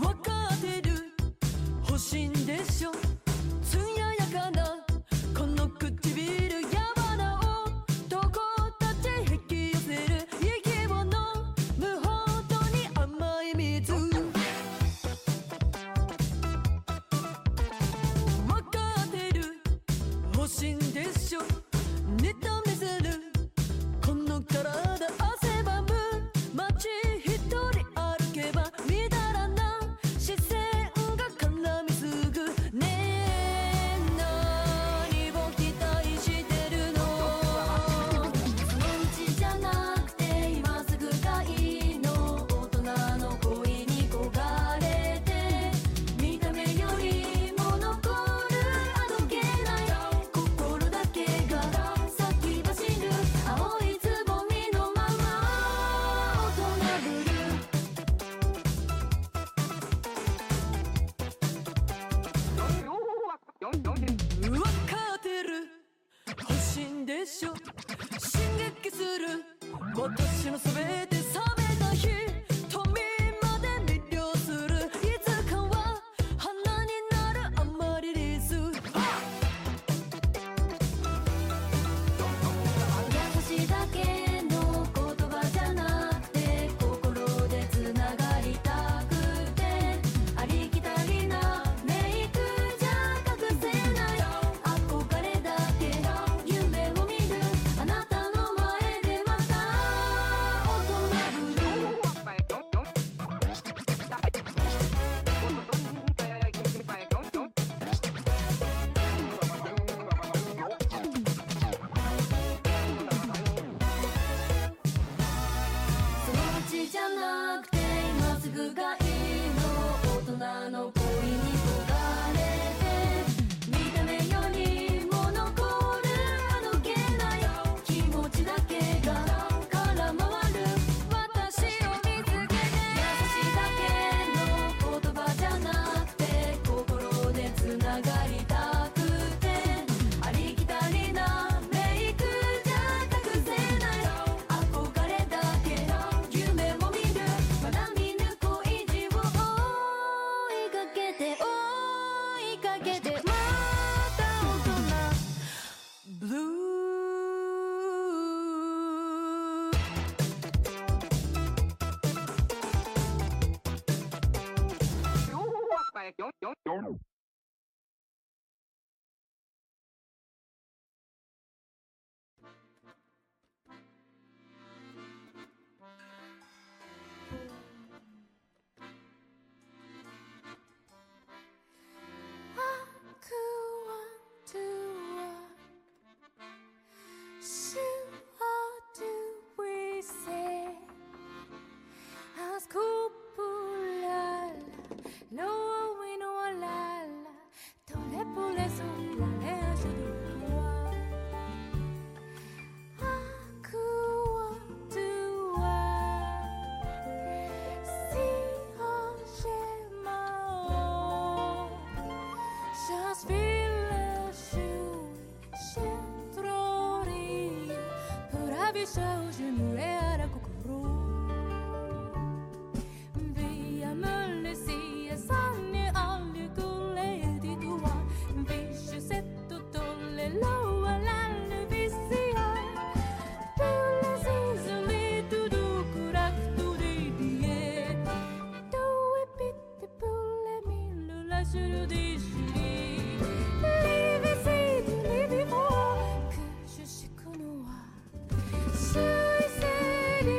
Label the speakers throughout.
Speaker 1: わかってる欲しいんでしょ艶やかなこの唇やわな男たち引き寄せる生き物無法度に甘い水わかってる欲しいんでしょネタ見せるこの体汗ばむ街一人歩けばみだらな視線が絡みすぐねえ何を期待してるのそのうちじゃなくて今すぐがいいの大人の恋に焦がれて見た目よりも残るあどけない心だけが先走る青いつぼみのまま大人ぶる分かってる欲しいんでしょ進撃する私のすべて冷めた日富まで魅了するいつかは花になるあまりリス優しいだけの言葉じゃなくて心でつながりたくてありきたりなメイクじゃ隠せない憧れだけ夢を見るあなたの前でまた大人ぶるそのう
Speaker 2: Don't
Speaker 1: ちじゃなくて今すぐがいいの大人の恋に焦がれて見た目よりも残るあどけない気持ちだけが空回る私を見つけて優しいだけの言葉じゃなくて心でつながりたくてありきたりなメイクじゃ隠せない憧れだけ夢を見るまだ見ぬ恋路を追いかけて追いかけてまた大人ブルー
Speaker 3: Just ville scentrori Bravisha o jumulera kokoro Vi amulle si sanni alle gulle di tua Vi shetto tolle loa lalle visia Tulle sisoli tu du kuraktu di die Dove pitte pulle millo la suru di shiri Live si tu live mo Kushu shiku no wa 水星に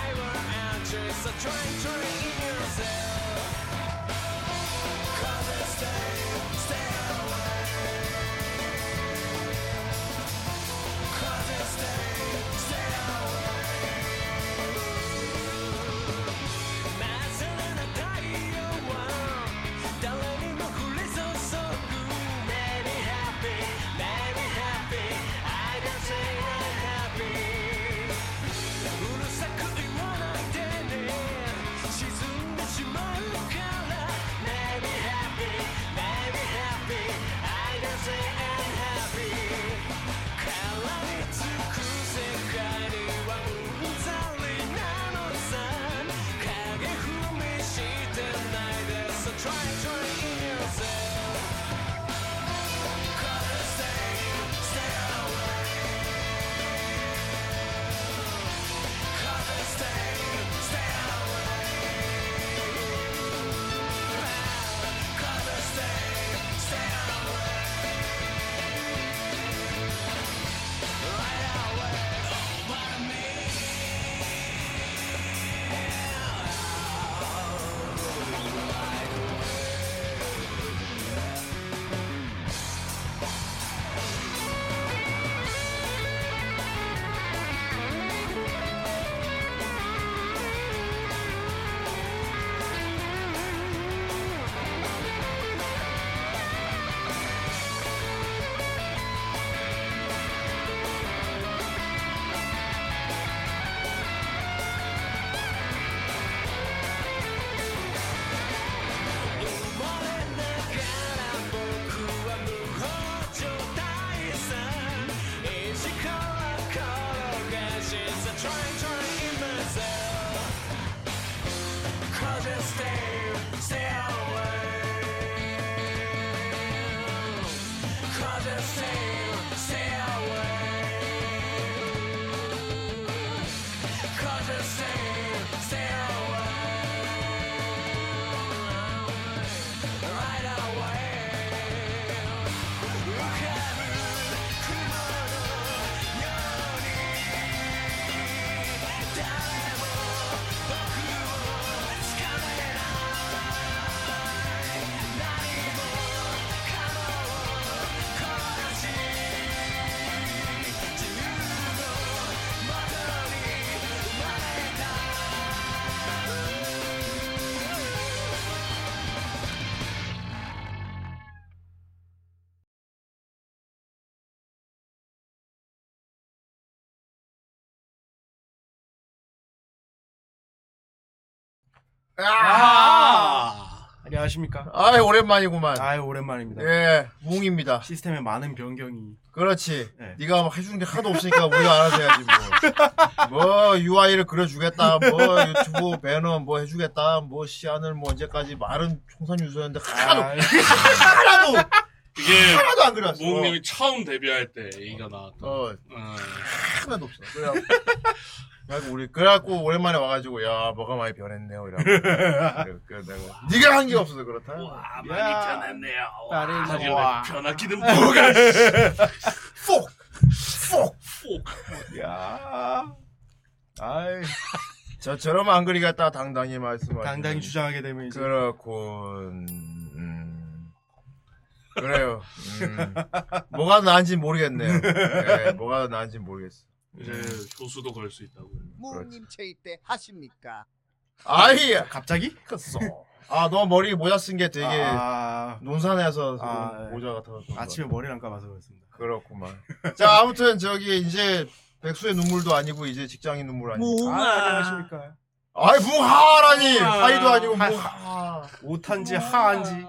Speaker 2: a trying to regain yourself. Cause it's stay, stay away. Cause it's stay, stay away. 真っ青な太陽は誰にも降り注ぐ Maybe happy, maybe happy I can say I'm happy うるさく言わないでね沈んでしまうから Maybe happy, maybe happy I don't say I'm happy 絡みつく世界にはうんざりなのさ影踏みしてないで So try, try yourself Gotta stay, stay away「生まれながら僕は無法状態さ」「意地から転がしさ Try, try myself」「Cause you stay, stay away」「Cause you stay, stay away」「Cause you stay, stay away」Right away. Look at
Speaker 4: 아!
Speaker 5: 안녕하십니까?
Speaker 4: 아이, 오랜만이구만.
Speaker 5: 아유 네. 오랜만입니다.
Speaker 4: 예, 뭉입니다.
Speaker 5: 시스템에 많은 변경이
Speaker 4: 그렇지.
Speaker 5: 네.
Speaker 4: 네가 막 해주는 게 하나도 없으니까 우리가 알아서 해야지 뭐. 뭐 UI를 그려주겠다. 뭐 유튜브 배너 뭐 해주겠다. 뭐 시안을 뭐 언제까지 말은 총선 유서였는데 하나도
Speaker 5: 아,
Speaker 4: 하나도
Speaker 6: 이게
Speaker 4: 하나도 안 그렸어.
Speaker 6: 무웅님이 처음 데뷔할 때 얘기가 나왔던.
Speaker 4: 어,
Speaker 6: 어.
Speaker 4: 하나도 없어. 그래. 그래갖고 우리 그래갖고 오랜만에 와가지고 야 뭐가 많이 변했네요 이러고 그래, 그래 내가 네가 한 게 없어서 그렇다
Speaker 6: 와 많이
Speaker 5: 야.
Speaker 6: 변했네요. 와,
Speaker 5: 나를
Speaker 6: 하지만
Speaker 5: 와.
Speaker 6: 변하기는 뭐가 있어.
Speaker 4: 폭! 폭!
Speaker 5: 야, 아이
Speaker 4: 저처럼 안 그리겠다 당당히 말씀하시는
Speaker 5: 당당히 주장하게 되면 이제
Speaker 4: 그렇군. 음. 그래요. 음. 뭐가 나은지 모르겠네요. 예, 뭐가 나은지 모르겠어. 음.
Speaker 6: 이제 교수도 걸 수 있다고요.
Speaker 7: 무님 체이때 하십니까?
Speaker 4: 아이,
Speaker 5: 갑자기?
Speaker 4: 컸어. 아, 너 머리 모자 쓴 게 되게
Speaker 5: 아,
Speaker 4: 논산에서
Speaker 5: 아,
Speaker 4: 그 모자 같아서. 그런
Speaker 5: 아침에 머리를 안 감아서 그렇습니다.
Speaker 4: 거. 그렇구만. 자, 아무튼 저기 이제 백수의 눈물도 아니고 이제 직장인 눈물 아니고.
Speaker 5: 아, 안녕하십니까?
Speaker 4: 아이, 무하라니!
Speaker 6: 우와.
Speaker 4: 하이도 아니고
Speaker 5: 하-
Speaker 4: 무하.
Speaker 5: 옷한지 하한지.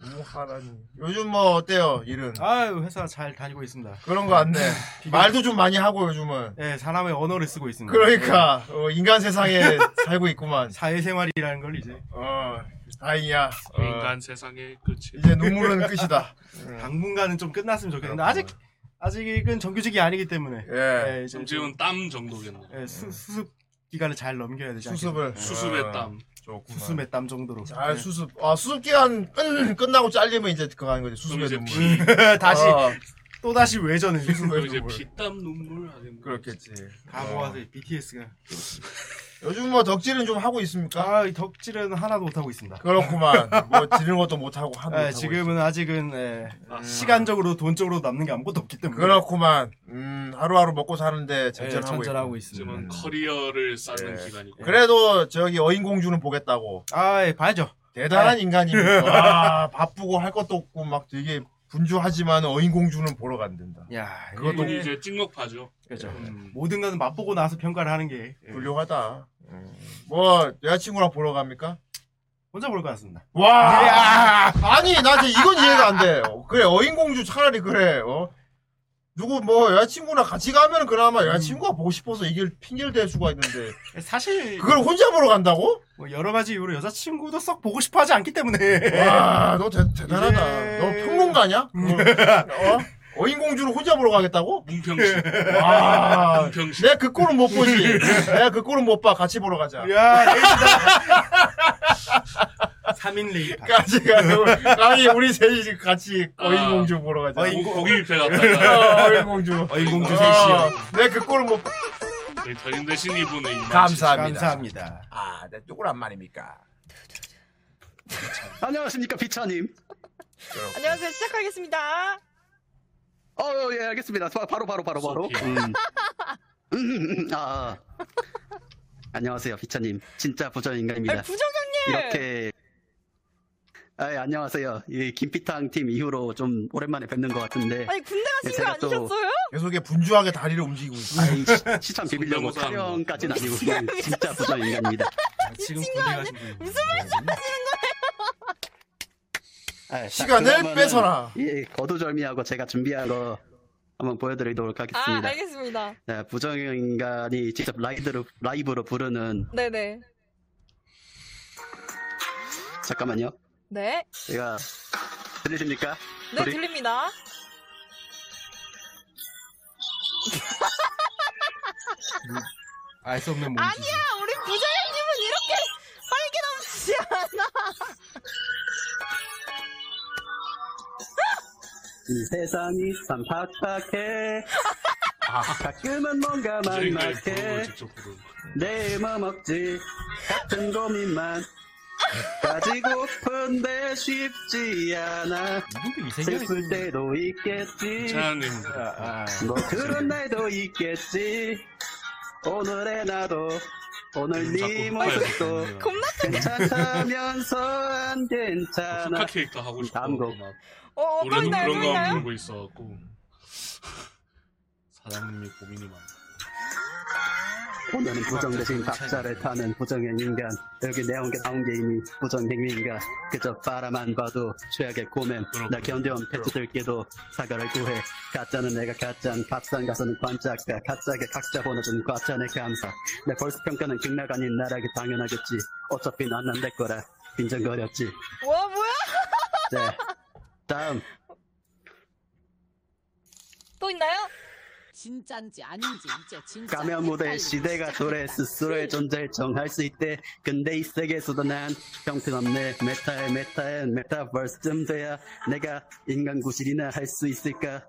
Speaker 4: 무하라니. 요즘 뭐 어때요, 일은?
Speaker 5: 아유 음, 회사 잘 다니고 있습니다.
Speaker 4: 그런 거 안 내.
Speaker 5: 비교-
Speaker 4: 말도 좀 많이 하고 요즘은.
Speaker 5: 예, 사람의 언어를 쓰고 있습니다.
Speaker 4: 그러니까 어, 인간 세상에 살고
Speaker 5: 예,
Speaker 4: 있구만.
Speaker 5: 사회생활이라는 걸 이제
Speaker 4: 어, 다행이야. 어,
Speaker 6: 인간 세상의 끝이.
Speaker 4: 이제 눈물은 끝이다.
Speaker 5: 예. 당분간은 좀 끝났으면 좋겠는데
Speaker 4: 그렇구나.
Speaker 5: 아직 아직은 정규직이 아니기 때문에
Speaker 4: 예.
Speaker 5: 예, 이제
Speaker 6: 점지은 땀 정도겠네.
Speaker 5: 예, 수, 수습 기간을 잘 넘겨야 되지
Speaker 4: 수습을
Speaker 6: 수습의
Speaker 4: 어,
Speaker 6: 땀.
Speaker 4: 좋구만.
Speaker 5: 수습의 땀 정도로 네.
Speaker 4: 잘 수습. 아 수습 기간 끝 끝나고 잘리면 이제 그거 하는 거지. 수습의
Speaker 6: 그럼 이제 음,
Speaker 4: 눈물.
Speaker 6: 피,
Speaker 5: 예. 다시
Speaker 4: 어,
Speaker 5: 또 다시 외전을
Speaker 4: 수습의
Speaker 6: 그럼 이제
Speaker 4: 눈물.
Speaker 6: 피땀 눈물 하겠네.
Speaker 4: 그렇겠지.
Speaker 5: 다
Speaker 4: 어,
Speaker 5: 모아서 BTS가
Speaker 4: 요즘 뭐 덕질은 좀 하고 있습니까?
Speaker 5: 아, 이 덕질은 하나도 못하고 있습니다.
Speaker 4: 그렇구만. 뭐 지는 것도 못하고 하도
Speaker 5: 예,
Speaker 4: 못하고
Speaker 5: 지금은 아직은 예,
Speaker 6: 아.
Speaker 5: 시간적으로 돈적으로 남는 게 아무것도 없기
Speaker 4: 있어.
Speaker 5: 때문에
Speaker 4: 그렇구만. 음 하루하루 먹고 사는데
Speaker 5: 예,
Speaker 4: 전전하고 있고.
Speaker 5: 전전하고
Speaker 6: 지금은
Speaker 5: 있습니다.
Speaker 6: 커리어를 쌓는
Speaker 4: 예.
Speaker 6: 기간이고
Speaker 4: 그래도 저기 어인공주는 보겠다고.
Speaker 5: 아, 예, 봐야죠.
Speaker 4: 대단한 인간입니다. 아, 바쁘고 할 것도 없고 막 되게 분주하지만 어인공주는 보러 간댄다.
Speaker 5: 야,
Speaker 4: 그것도 네.
Speaker 5: 이게-
Speaker 6: 이건 이제 찍먹파죠.
Speaker 5: 그죠.
Speaker 6: 음.
Speaker 5: 그렇죠. 모든 것은 맛보고 나서 평가를 하는 게 예,
Speaker 4: 훌륭하다. 음. 뭐 여자친구랑 보러 갑니까?
Speaker 5: 혼자 볼 것 같습니다.
Speaker 4: 와! 아니 나한테 이건 이해가 안 돼. 어, 그래 어인공주 차라리 그래. 어? 누구 뭐 여자친구랑 같이 가면
Speaker 5: 음.
Speaker 4: 그나마 여자친구가 보고 싶어서 이길 핑계를 댈 수가 있는데
Speaker 5: 사실
Speaker 4: 그걸 혼자 보러 간다고?
Speaker 5: 뭐 여러 가지 이유로 여자친구도 썩 보고 싶어하지 않기
Speaker 4: 아,
Speaker 5: 때문에
Speaker 4: 와너 대단하다.
Speaker 5: 예.
Speaker 4: 너 평론가냐? 어? 어? 어인공주를 혼자 보러 가겠다고?
Speaker 6: 문평씨,
Speaker 4: 와
Speaker 6: 문평씨.
Speaker 4: 내가 그 꼴은 못 보지. 내가 그 꼴은 못 봐. 같이 보러 가자.
Speaker 5: 야, 내일이다. 3인 리그.
Speaker 4: 같이 가서 아니 우리 셋이 지금 같이
Speaker 8: 아.
Speaker 4: 어인공주 보러 가자.
Speaker 5: 어인-
Speaker 6: 고기 뷔페 갔다가
Speaker 4: 어, 어인공주.
Speaker 5: 어인공주
Speaker 4: 아,
Speaker 5: 셋이요.
Speaker 4: 내그 꼴은 못 봐.
Speaker 6: 저희 전인 대신 네, 이분은 이만
Speaker 5: 감사합니다.
Speaker 8: 아, 내 쪼그란 말입니까?
Speaker 9: 안녕하십니까 피차님.
Speaker 10: 안녕하세요. 시작하겠습니다.
Speaker 9: 어, 어, 예, 알겠습니다. 바, 바로, 바로, 바로, 바로.
Speaker 6: 소피.
Speaker 9: 음. 음, 음, 아. 안녕하세요 피차님. 진짜 부정인간입니다.
Speaker 10: 아니, 부정형님.
Speaker 9: 이렇게. 아, 예, 안녕하세요. 이 김피탕 팀 이후로 좀 오랜만에 뵙는 것 같은데. 예,
Speaker 10: 아니 군대 가신 거
Speaker 9: 제가 또-
Speaker 10: 아니셨어요?
Speaker 4: 계속에 분주하게 다리를 움직이고 있어.
Speaker 9: 아이, 시- 시참 비비려고
Speaker 6: 성대모사 하는 거.
Speaker 9: 촬영까지는 아니고 그냥 진짜 부정인간입니다.
Speaker 10: 아,
Speaker 5: 지금 군대 가신 분.
Speaker 10: 무슨
Speaker 9: 아, 자,
Speaker 4: 시간을
Speaker 9: 그러면은
Speaker 4: 뺏어라.
Speaker 9: 예, 거두절미하고 제가 준비한 거 한번 보여드리도록
Speaker 10: 아
Speaker 9: 하겠습니다.
Speaker 10: 알겠습니다.
Speaker 9: 네, 부정인간이 직접 라이드로, 라이브로 부르는
Speaker 10: 네네.
Speaker 9: 잠깐만요.
Speaker 10: 네.
Speaker 9: 제가 들리십니까?
Speaker 10: 네
Speaker 9: 우리-
Speaker 10: 들립니다.
Speaker 5: 알수 없는 몸. 아니야.
Speaker 10: 아, 우리 부정형님은 이렇게 활기 넘치지 않아.
Speaker 9: 이 세상이 참 팍팍해. 가끔은 뭔가
Speaker 6: 부정인간의 부름을
Speaker 9: 막막해.
Speaker 6: 직접 부르는 거.
Speaker 9: 내뭐 먹지? 같은 고민만. 가지고픈데 쉽지 않아.
Speaker 5: 이분도
Speaker 9: 슬플
Speaker 5: 이생겼어.
Speaker 9: 때도 있겠지.
Speaker 6: 차님
Speaker 5: 아, 아.
Speaker 9: 뭐 그런 날도 있겠지. 오늘의 나도 오늘 네
Speaker 6: 음, 자꾸
Speaker 9: 모습도
Speaker 6: 흑화해서
Speaker 10: 겁나
Speaker 9: 괜찮다면서 안 괜찮아.
Speaker 6: 스카 캐릭터 하고 싶어.
Speaker 9: 다음 곡.
Speaker 6: 막
Speaker 10: 어 어떤
Speaker 6: 올해는
Speaker 10: 날또
Speaker 6: 그런 거 한번
Speaker 10: 있나요?
Speaker 6: 부르고 있어갖고 사장님이 고민이 많아.
Speaker 9: 오늘은 부정 대신 박자를 타는 부정의 인간 여기 내온 게 나온 게 이미 부정행위인가 그저 바라만 봐도 최악의 고맨 나 견뎌온 패트들께도 사과를 구해 가짜는 내가 가짠 값싼 가서는 반짝가 가짜게 각자 보내준 과찬의 감사 내 벌스 평가는 극락 아닌 나락이 당연하겠지 어차피 난 안 될 거라 빈정거렸지
Speaker 10: 와 뭐야?
Speaker 9: 자 다음
Speaker 10: 또 있나요?
Speaker 1: 진짠지 아닌지 이제 진짜
Speaker 6: 그러니까
Speaker 9: 가면 무대 시대가 노래
Speaker 1: 예.
Speaker 9: 스스로의 존재를 정할 수 있대 근데 이 세계에서도 난 형편없네 메타의 메타의 메타버스쯤 돼야 내가 인간 구실이나 할 수 있을까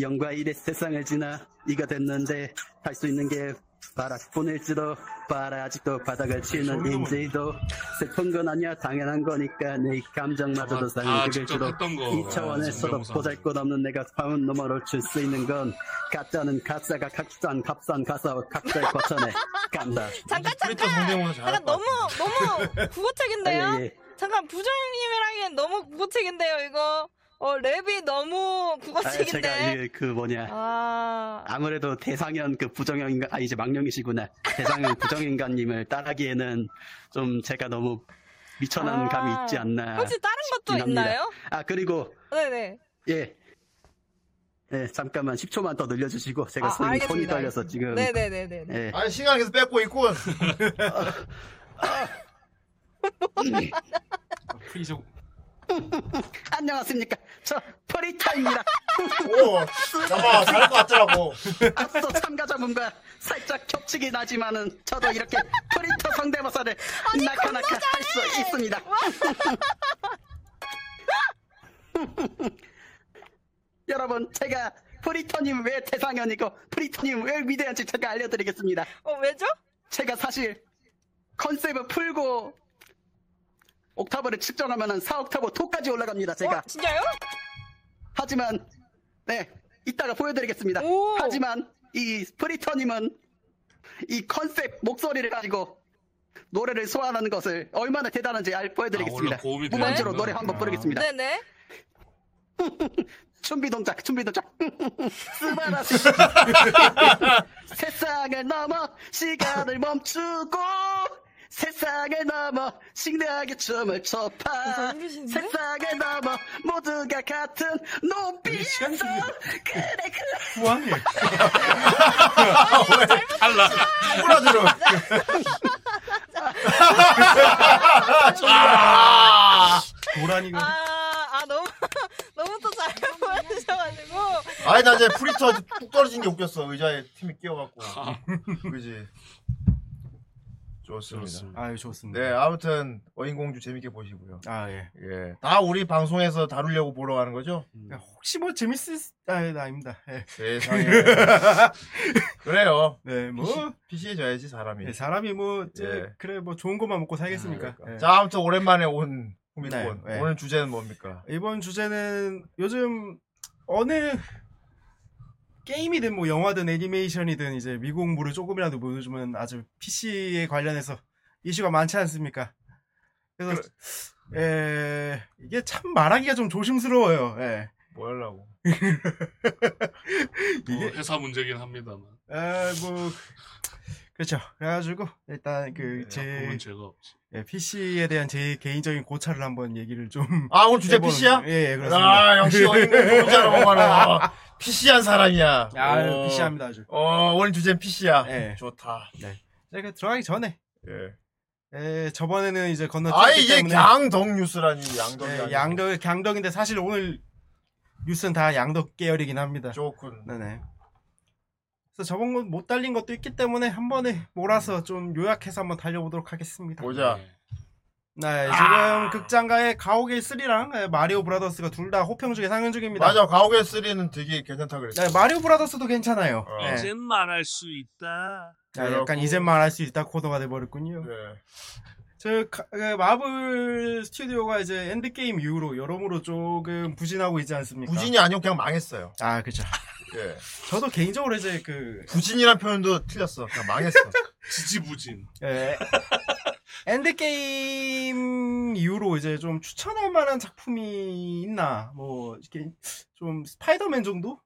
Speaker 9: 영과 일의 세상을 지나 이가 됐는데 할 수 있는 게 바라뿐일지도 바라 아직도 바닥을 치는 인지도 슬픈 건 아니야 당연한 거니까 내
Speaker 5: 아,
Speaker 9: 감정마저도
Speaker 6: 다
Speaker 9: 상한
Speaker 6: 직접
Speaker 9: 그길수록
Speaker 6: 했던 거.
Speaker 10: 어,
Speaker 9: 이
Speaker 10: 네,
Speaker 9: 차원에서도
Speaker 6: 성대모사.
Speaker 9: 보잘것없는 내가 파운 너머를 줄 수 있는 건 가짜는 가짜가 각산 값싼 가사 각자의 거쳐내 간다
Speaker 10: 잠깐
Speaker 4: 프리터
Speaker 10: 잠깐.
Speaker 4: 성대모사
Speaker 10: 잠깐
Speaker 4: 잘할 것
Speaker 10: 너무 너무 국어책인데요.
Speaker 9: 예, 예.
Speaker 10: 잠깐 부정형님이랑은 너무 국어책인데요 이거. 어 랩이 너무
Speaker 9: 아, 제가
Speaker 10: 국어책인데.
Speaker 9: 이- 그 뭐냐
Speaker 10: 아
Speaker 9: 아무래도 대상현 그 부정형인가 아 이제 망령이시구나 대상현 부정인간님을 따라하기에는 좀 제가 너무 미천한
Speaker 10: 아.
Speaker 9: 감이 있지 않나
Speaker 10: 혹시 다른 것도
Speaker 9: 죄송합니다.
Speaker 10: 있나요?
Speaker 9: 아 그리고
Speaker 10: 네네.
Speaker 9: 예 예, 잠깐만 10초만 더 늘려주시고 제가
Speaker 10: 아,
Speaker 9: 손이, 손이
Speaker 10: 알겠습니다.
Speaker 9: 떨려서 지금
Speaker 10: 네네네네.
Speaker 9: 예.
Speaker 4: 아니 시간 계속 뺏고 있고
Speaker 5: 프리저
Speaker 9: 안녕하십니까 저 프리타입니다
Speaker 4: 오 잠깐 잘할 것 같더라고.
Speaker 9: 앞서 참가자분과 살짝 겹치긴 하지만은 저도 이렇게 프린터 성대모사를 나카나카 할 수 있습니다. 여러분 제가 프리터님 왜 대상연이고 프리터님 왜 위대한지 제가 알려드리겠습니다.
Speaker 10: 어 왜죠?
Speaker 9: 제가 사실 컨셉을 풀고 옥타브를 측정하면 4옥타브 토까지 올라갑니다. 제가.
Speaker 10: 어, 진짜요?
Speaker 9: 하지만 네 이따가 보여드리겠습니다.
Speaker 10: 오.
Speaker 9: 하지만 이 프리터님은 이 컨셉 목소리를 가지고 노래를 소환하는 것을 얼마나 대단한지 알 보여드리겠습니다.
Speaker 6: 아, 원래 고음이
Speaker 9: 두 번째로
Speaker 6: 되는구나.
Speaker 9: 노래 한번 부르겠습니다.
Speaker 10: 네네.
Speaker 9: 준비 동작, 준비 동작. 스바라시. 세상을 넘어 시간을 멈추고 세상을 넘어 신뢰하게 춤을 춰봐.
Speaker 10: 힘드신데?
Speaker 9: 세상을 넘어 모두가 같은 높이에서
Speaker 5: 시간 중이야.
Speaker 9: 그래 그래.
Speaker 5: 후왕이
Speaker 6: 탈락.
Speaker 4: 꼬라지로.
Speaker 5: 도란이가
Speaker 10: 아, 아 너무 너무 또 잘 보여주셔가지고
Speaker 4: 아니 나 이제 프리터 뚝 떨어진 게 웃겼어 의자에 팀이 끼어갖고
Speaker 8: 아,
Speaker 4: 그지 좋습니다
Speaker 6: 그렇습니다.
Speaker 5: 아유 예, 좋습니다.
Speaker 4: 네 아무튼 어인공주 재밌게 보시고요
Speaker 5: 아 예.
Speaker 4: 예다 우리 방송에서 다루려고 보러 가는 거죠
Speaker 5: 야, 혹시 뭐 재밌을 아나 아닙니다. 예.
Speaker 4: 세상에 그래요
Speaker 5: 네 뭐.
Speaker 4: 피시해져야지 사람이
Speaker 5: 예, 사람이 뭐 저,
Speaker 4: 예.
Speaker 5: 그래 뭐 좋은 것만 먹고 살겠습니까?
Speaker 4: 그러니까.
Speaker 5: 예.
Speaker 4: 자 아무튼 오랜만에 온 후미콘
Speaker 5: 네, 네.
Speaker 4: 오늘 주제는 뭡니까
Speaker 5: 이번 주제는 요즘 어느 게임이든 뭐 영화든 애니메이션이든 이제 미국 물을 조금이라도 보여주면 아주 PC에 관련해서 이슈가 많지 않습니까? 그래서 에, 이게 참 말하기가 좀 조심스러워요. 예.
Speaker 4: 뭐 하려고
Speaker 6: 뭐 회사 문제긴 합니다만.
Speaker 5: 아, 뭐 그렇죠. 그래가지고 일단
Speaker 4: 네,
Speaker 5: 그 제
Speaker 6: 그건 죄가 없지.
Speaker 5: PC에 대한 제 개인적인 고찰을 한번 얘기를 좀
Speaker 4: 아 오늘 주제
Speaker 5: 해보는-
Speaker 4: PC야
Speaker 5: 예, 예 그렇습니다.
Speaker 4: 아 역시 어인공주 혼자 넘어가네 PC한 사람이야
Speaker 5: 아,
Speaker 4: 어.
Speaker 5: PC합니다 아주.
Speaker 4: 어 오늘 주제는 PC야
Speaker 5: 예.
Speaker 4: 좋다
Speaker 5: 자, 그 들어가기 전에
Speaker 4: 예.
Speaker 5: 에, 저번에는 이제
Speaker 4: 아
Speaker 5: 건너뛰기
Speaker 4: 이게
Speaker 5: 때문에
Speaker 4: 양덕 뉴스라니 양덕이
Speaker 5: 예,
Speaker 4: 아니고.
Speaker 5: 양덕 강덕인데 사실 오늘 뉴스는 다 양덕 계열이긴 합니다.
Speaker 4: 좋군
Speaker 5: 네네. 그래서 저번 건 못 달린 것도 있기 때문에 한 번에 몰아서 좀 요약해서 한번 달려보도록 하겠습니다.
Speaker 4: 보자 아!
Speaker 6: 네.
Speaker 5: 네, 지금 극장가의 가오길 3랑 예, 마리오 브라더스가 둘 다 호평 중에 상영 중입니다.
Speaker 4: 맞아 가오게 3는 되게 괜찮다 그랬어
Speaker 5: 네, 마리오 브라더스도 괜찮아요.
Speaker 4: 어.
Speaker 5: 네.
Speaker 4: 이젠
Speaker 6: 말할 수 있다.
Speaker 5: 자, 약간
Speaker 4: 그렇고.
Speaker 5: 이젠 말할 수 있다 코너가 돼버렸군요.
Speaker 4: 예.
Speaker 5: 저 가- 그 마블 스튜디오가 이제 엔드게임 이후로 여러모로 조금 부진하고 있지 않습니까?
Speaker 4: 부진이 아니고 그냥 망했어요
Speaker 5: 아 그죠.
Speaker 4: 예.
Speaker 5: 저도 개인적으로 이제 그
Speaker 4: 부진이란 표현도 틀렸어 그냥 망했어
Speaker 6: 지지부진.
Speaker 5: 예, 엔드게임 이후로 이제 좀 추천할 만한 작품이 있나 뭐 이렇게 좀 스파이더맨 정도?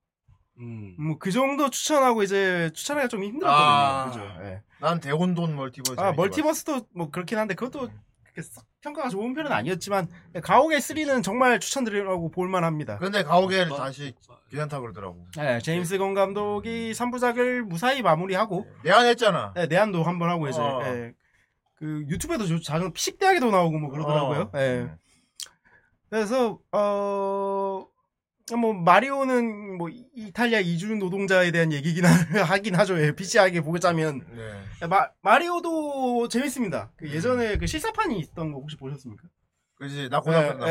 Speaker 6: 음.
Speaker 5: 뭐 그 정도 추천하고 이제 추천하기가 좀 힘들었거든요.
Speaker 4: 아.
Speaker 5: 그죠. 예.
Speaker 4: 난 대혼돈 멀티버스
Speaker 5: 아 멀티버스도 뭐 그렇긴 한데 그것도
Speaker 4: 음.
Speaker 5: 그렇게 썩 평가가 좋은 편은 아니었지만 가오게 3는 정말 추천드리라고 볼만합니다.
Speaker 4: 근데 가오게를 다시 괜찮다 그러더라고
Speaker 5: 네, 제임스 건 감독이 3부작을 무사히 마무리하고
Speaker 4: 내한했잖아
Speaker 5: 네, 내한도 한 번 하고 이제
Speaker 4: 어.
Speaker 5: 예. 그 유튜브에도 저- 자주 피식대하기도 나오고 뭐 그러더라고요.
Speaker 4: 어.
Speaker 5: 예. 그래서 어뭐 마리오는 뭐 이- 이탈리아 이주 노동자에 대한 얘기긴 하- 하긴 하죠. 예, 피시하게 보자면
Speaker 4: 네.
Speaker 5: 마 마리오도 재밌습니다. 그 예전에 그 실사판이 있던 거 혹시 보셨습니까?
Speaker 4: 그지 나 음. 고등학교
Speaker 5: 예,
Speaker 4: 때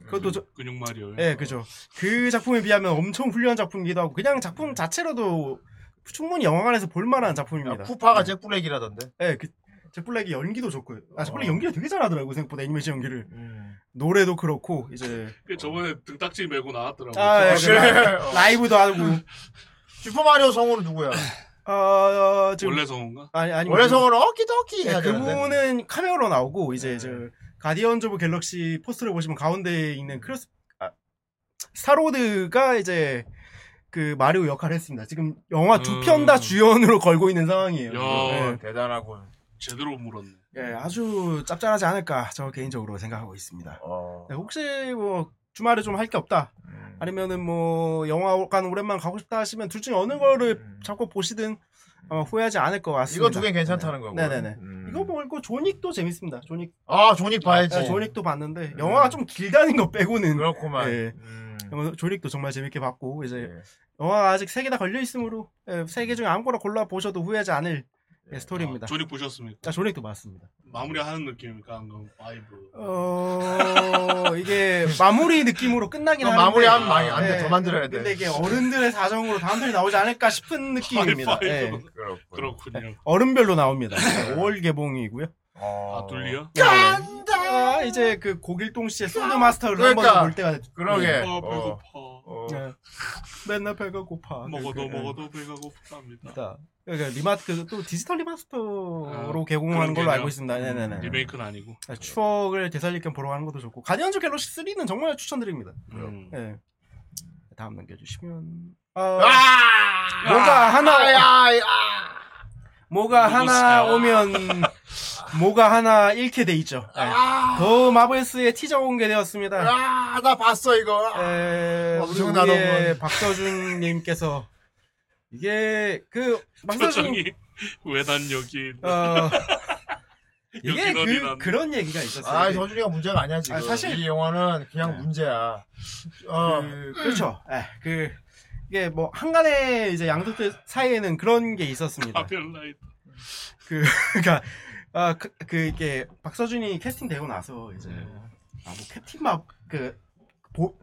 Speaker 5: 예. 그것도 저-
Speaker 6: 근육 마리오요.
Speaker 5: 예, 그죠. 그 작품에 비하면 엄청 훌륭한 작품이기도 하고 그냥 작품 자체로도 충분히 영화관에서 볼 만한
Speaker 4: 야,
Speaker 5: 작품입니다.
Speaker 4: 쿠파가 잭블랙이라던데
Speaker 5: 예, 그 잭블랙이 연기도 좋고요. 아, 잭블랙
Speaker 4: 어.
Speaker 5: 연기를 되게 잘하더라고 생각보다 애니메이션 연기를 예, 노래도 그렇고 이제
Speaker 6: 그 저번에 등딱지 메고 나왔더라고.
Speaker 5: 아, 예, 그래.
Speaker 4: 어.
Speaker 5: 라이브도 하고
Speaker 4: 슈퍼마리오 성우는 누구야
Speaker 5: 어, 어 지금
Speaker 6: 원래 성우인가?
Speaker 5: 아니 아니
Speaker 4: 원래 성우는 어키더키 해야 되는데
Speaker 5: 예, 그분은 카메오로 나오고 이제
Speaker 4: 네.
Speaker 5: 저 가디언즈 오브 갤럭시 포스터를 보시면 가운데에 있는 크로스 아, 스타로드가 이제 그 마리오 역할을 했습니다. 지금 영화 두 편 다
Speaker 6: 음.
Speaker 5: 주연으로 걸고 있는 상황이에요.
Speaker 4: 어,
Speaker 6: 야.
Speaker 5: 네.
Speaker 4: 대단하군
Speaker 6: 제대로 물었네.
Speaker 5: 예, 아주 짭짤하지 않을까 저 개인적으로 생각하고 있습니다.
Speaker 4: 어.
Speaker 5: 네, 혹시 뭐 주말에 좀 할 게 없다
Speaker 4: 음.
Speaker 5: 아니면은 뭐 영화관 오랜만 가고 싶다 하시면 둘 중에 어느 거를
Speaker 4: 음.
Speaker 5: 자꾸 보시든 아마 후회하지 않을 것 같습니다.
Speaker 4: 이거 두 개 괜찮다는 거고.
Speaker 5: 네. 네네네.
Speaker 4: 음.
Speaker 5: 이거 보고 조닉도 재밌습니다. 조닉
Speaker 4: 아 조닉 봐야지.
Speaker 5: 네, 조닉도 봤는데 영화가 좀 길다는 거 빼고는
Speaker 4: 그렇구만.
Speaker 5: 예.
Speaker 4: 음.
Speaker 5: 어, 조닉도 정말 재밌게 봤고 이제
Speaker 4: 예.
Speaker 5: 영화 아직 세 개 다 걸려 있으므로 네, 세 개 중에 아무거나 골라 보셔도 후회하지 않을
Speaker 4: 네.
Speaker 5: 예, 스토리입니다.
Speaker 6: 아, 조립 보셨습니까?
Speaker 5: 자, 조닉도 봤습니다.
Speaker 6: 마무리하는 느낌입니까? 방금 파이브.
Speaker 4: 네.
Speaker 5: 어 이게 마무리 느낌으로 끝나긴
Speaker 4: 그럼
Speaker 5: 하는데
Speaker 4: 어, 마무리하면 많이 안 돼.
Speaker 5: 예,
Speaker 4: 더 만들어야 돼.
Speaker 5: 근데 이게 어른들의 사정으로 다음 편이 나오지 않을까 싶은 느낌입니다.
Speaker 6: 파이브.
Speaker 5: 예.
Speaker 4: 그렇군.
Speaker 6: 그렇군요.
Speaker 4: 네.
Speaker 5: 어른별로 나옵니다. 5월 개봉이고요.
Speaker 4: 어.
Speaker 6: 아 둘리요?
Speaker 5: 아, 이제 그 고길동 씨의 소드 마스터를
Speaker 4: 그러니까.
Speaker 5: 한번 볼 때가 됐-
Speaker 4: 그러게.
Speaker 6: 아
Speaker 4: 어,
Speaker 6: 배고파.
Speaker 4: 어.
Speaker 5: 예. 맨날 배가 고파.
Speaker 6: 먹어도
Speaker 5: 그러니까,
Speaker 6: 먹어도 배가 고프답니다.
Speaker 5: 예. 그러니까 리마스터 또 디지털 리마스터로
Speaker 6: 아,
Speaker 5: 개봉하는
Speaker 6: 그런
Speaker 5: 걸로 알고
Speaker 6: 개념. 음,
Speaker 5: 있습니다. 네네네.
Speaker 6: 리메이크는 아니고.
Speaker 5: 아, 추억을 되살릴 겸 보러 가는 것도 좋고 가디언즈 갤럭시 3는 정말 추천드립니다.
Speaker 6: 음.
Speaker 5: 예. 다음 넘겨주시면
Speaker 4: 아!
Speaker 5: 뭐가 하나
Speaker 4: 야, 야.
Speaker 5: 뭐가
Speaker 6: 누구 아.
Speaker 5: 하나
Speaker 6: 스타일?
Speaker 5: 오면 뭐가 하나 잃게 돼 있죠. 예. 더 마블스의 티저 공개되었습니다.
Speaker 4: 아, 나 봤어 이거. 아,
Speaker 5: 네, 에, 우리
Speaker 4: 엄청난
Speaker 5: 아, 우리의
Speaker 4: 어머니.
Speaker 5: 박서준님께서 이게 그 박서준
Speaker 6: 표정이 왜 난 여기
Speaker 5: 어, 이게
Speaker 6: 여기러니
Speaker 5: 그,
Speaker 6: 난.
Speaker 5: 그런 얘기가 있었어요.
Speaker 4: 아,
Speaker 5: 이게
Speaker 4: 서준이가 문제가 아니야 지금.
Speaker 5: 네. 아, 사실-
Speaker 4: 이 영화는 그냥
Speaker 5: 네.
Speaker 4: 문제야. 어,
Speaker 5: 그, 그렇죠. 예, 그 이게 뭐 한간에 이제 양도들 사이에는 아, 그런 게 있었습니다.
Speaker 6: 카펠라이트.
Speaker 5: 그 그러니까 아, 그, 그 이게 박서준이 캐스팅 되고 나서 이제 아뭐 캡틴 마그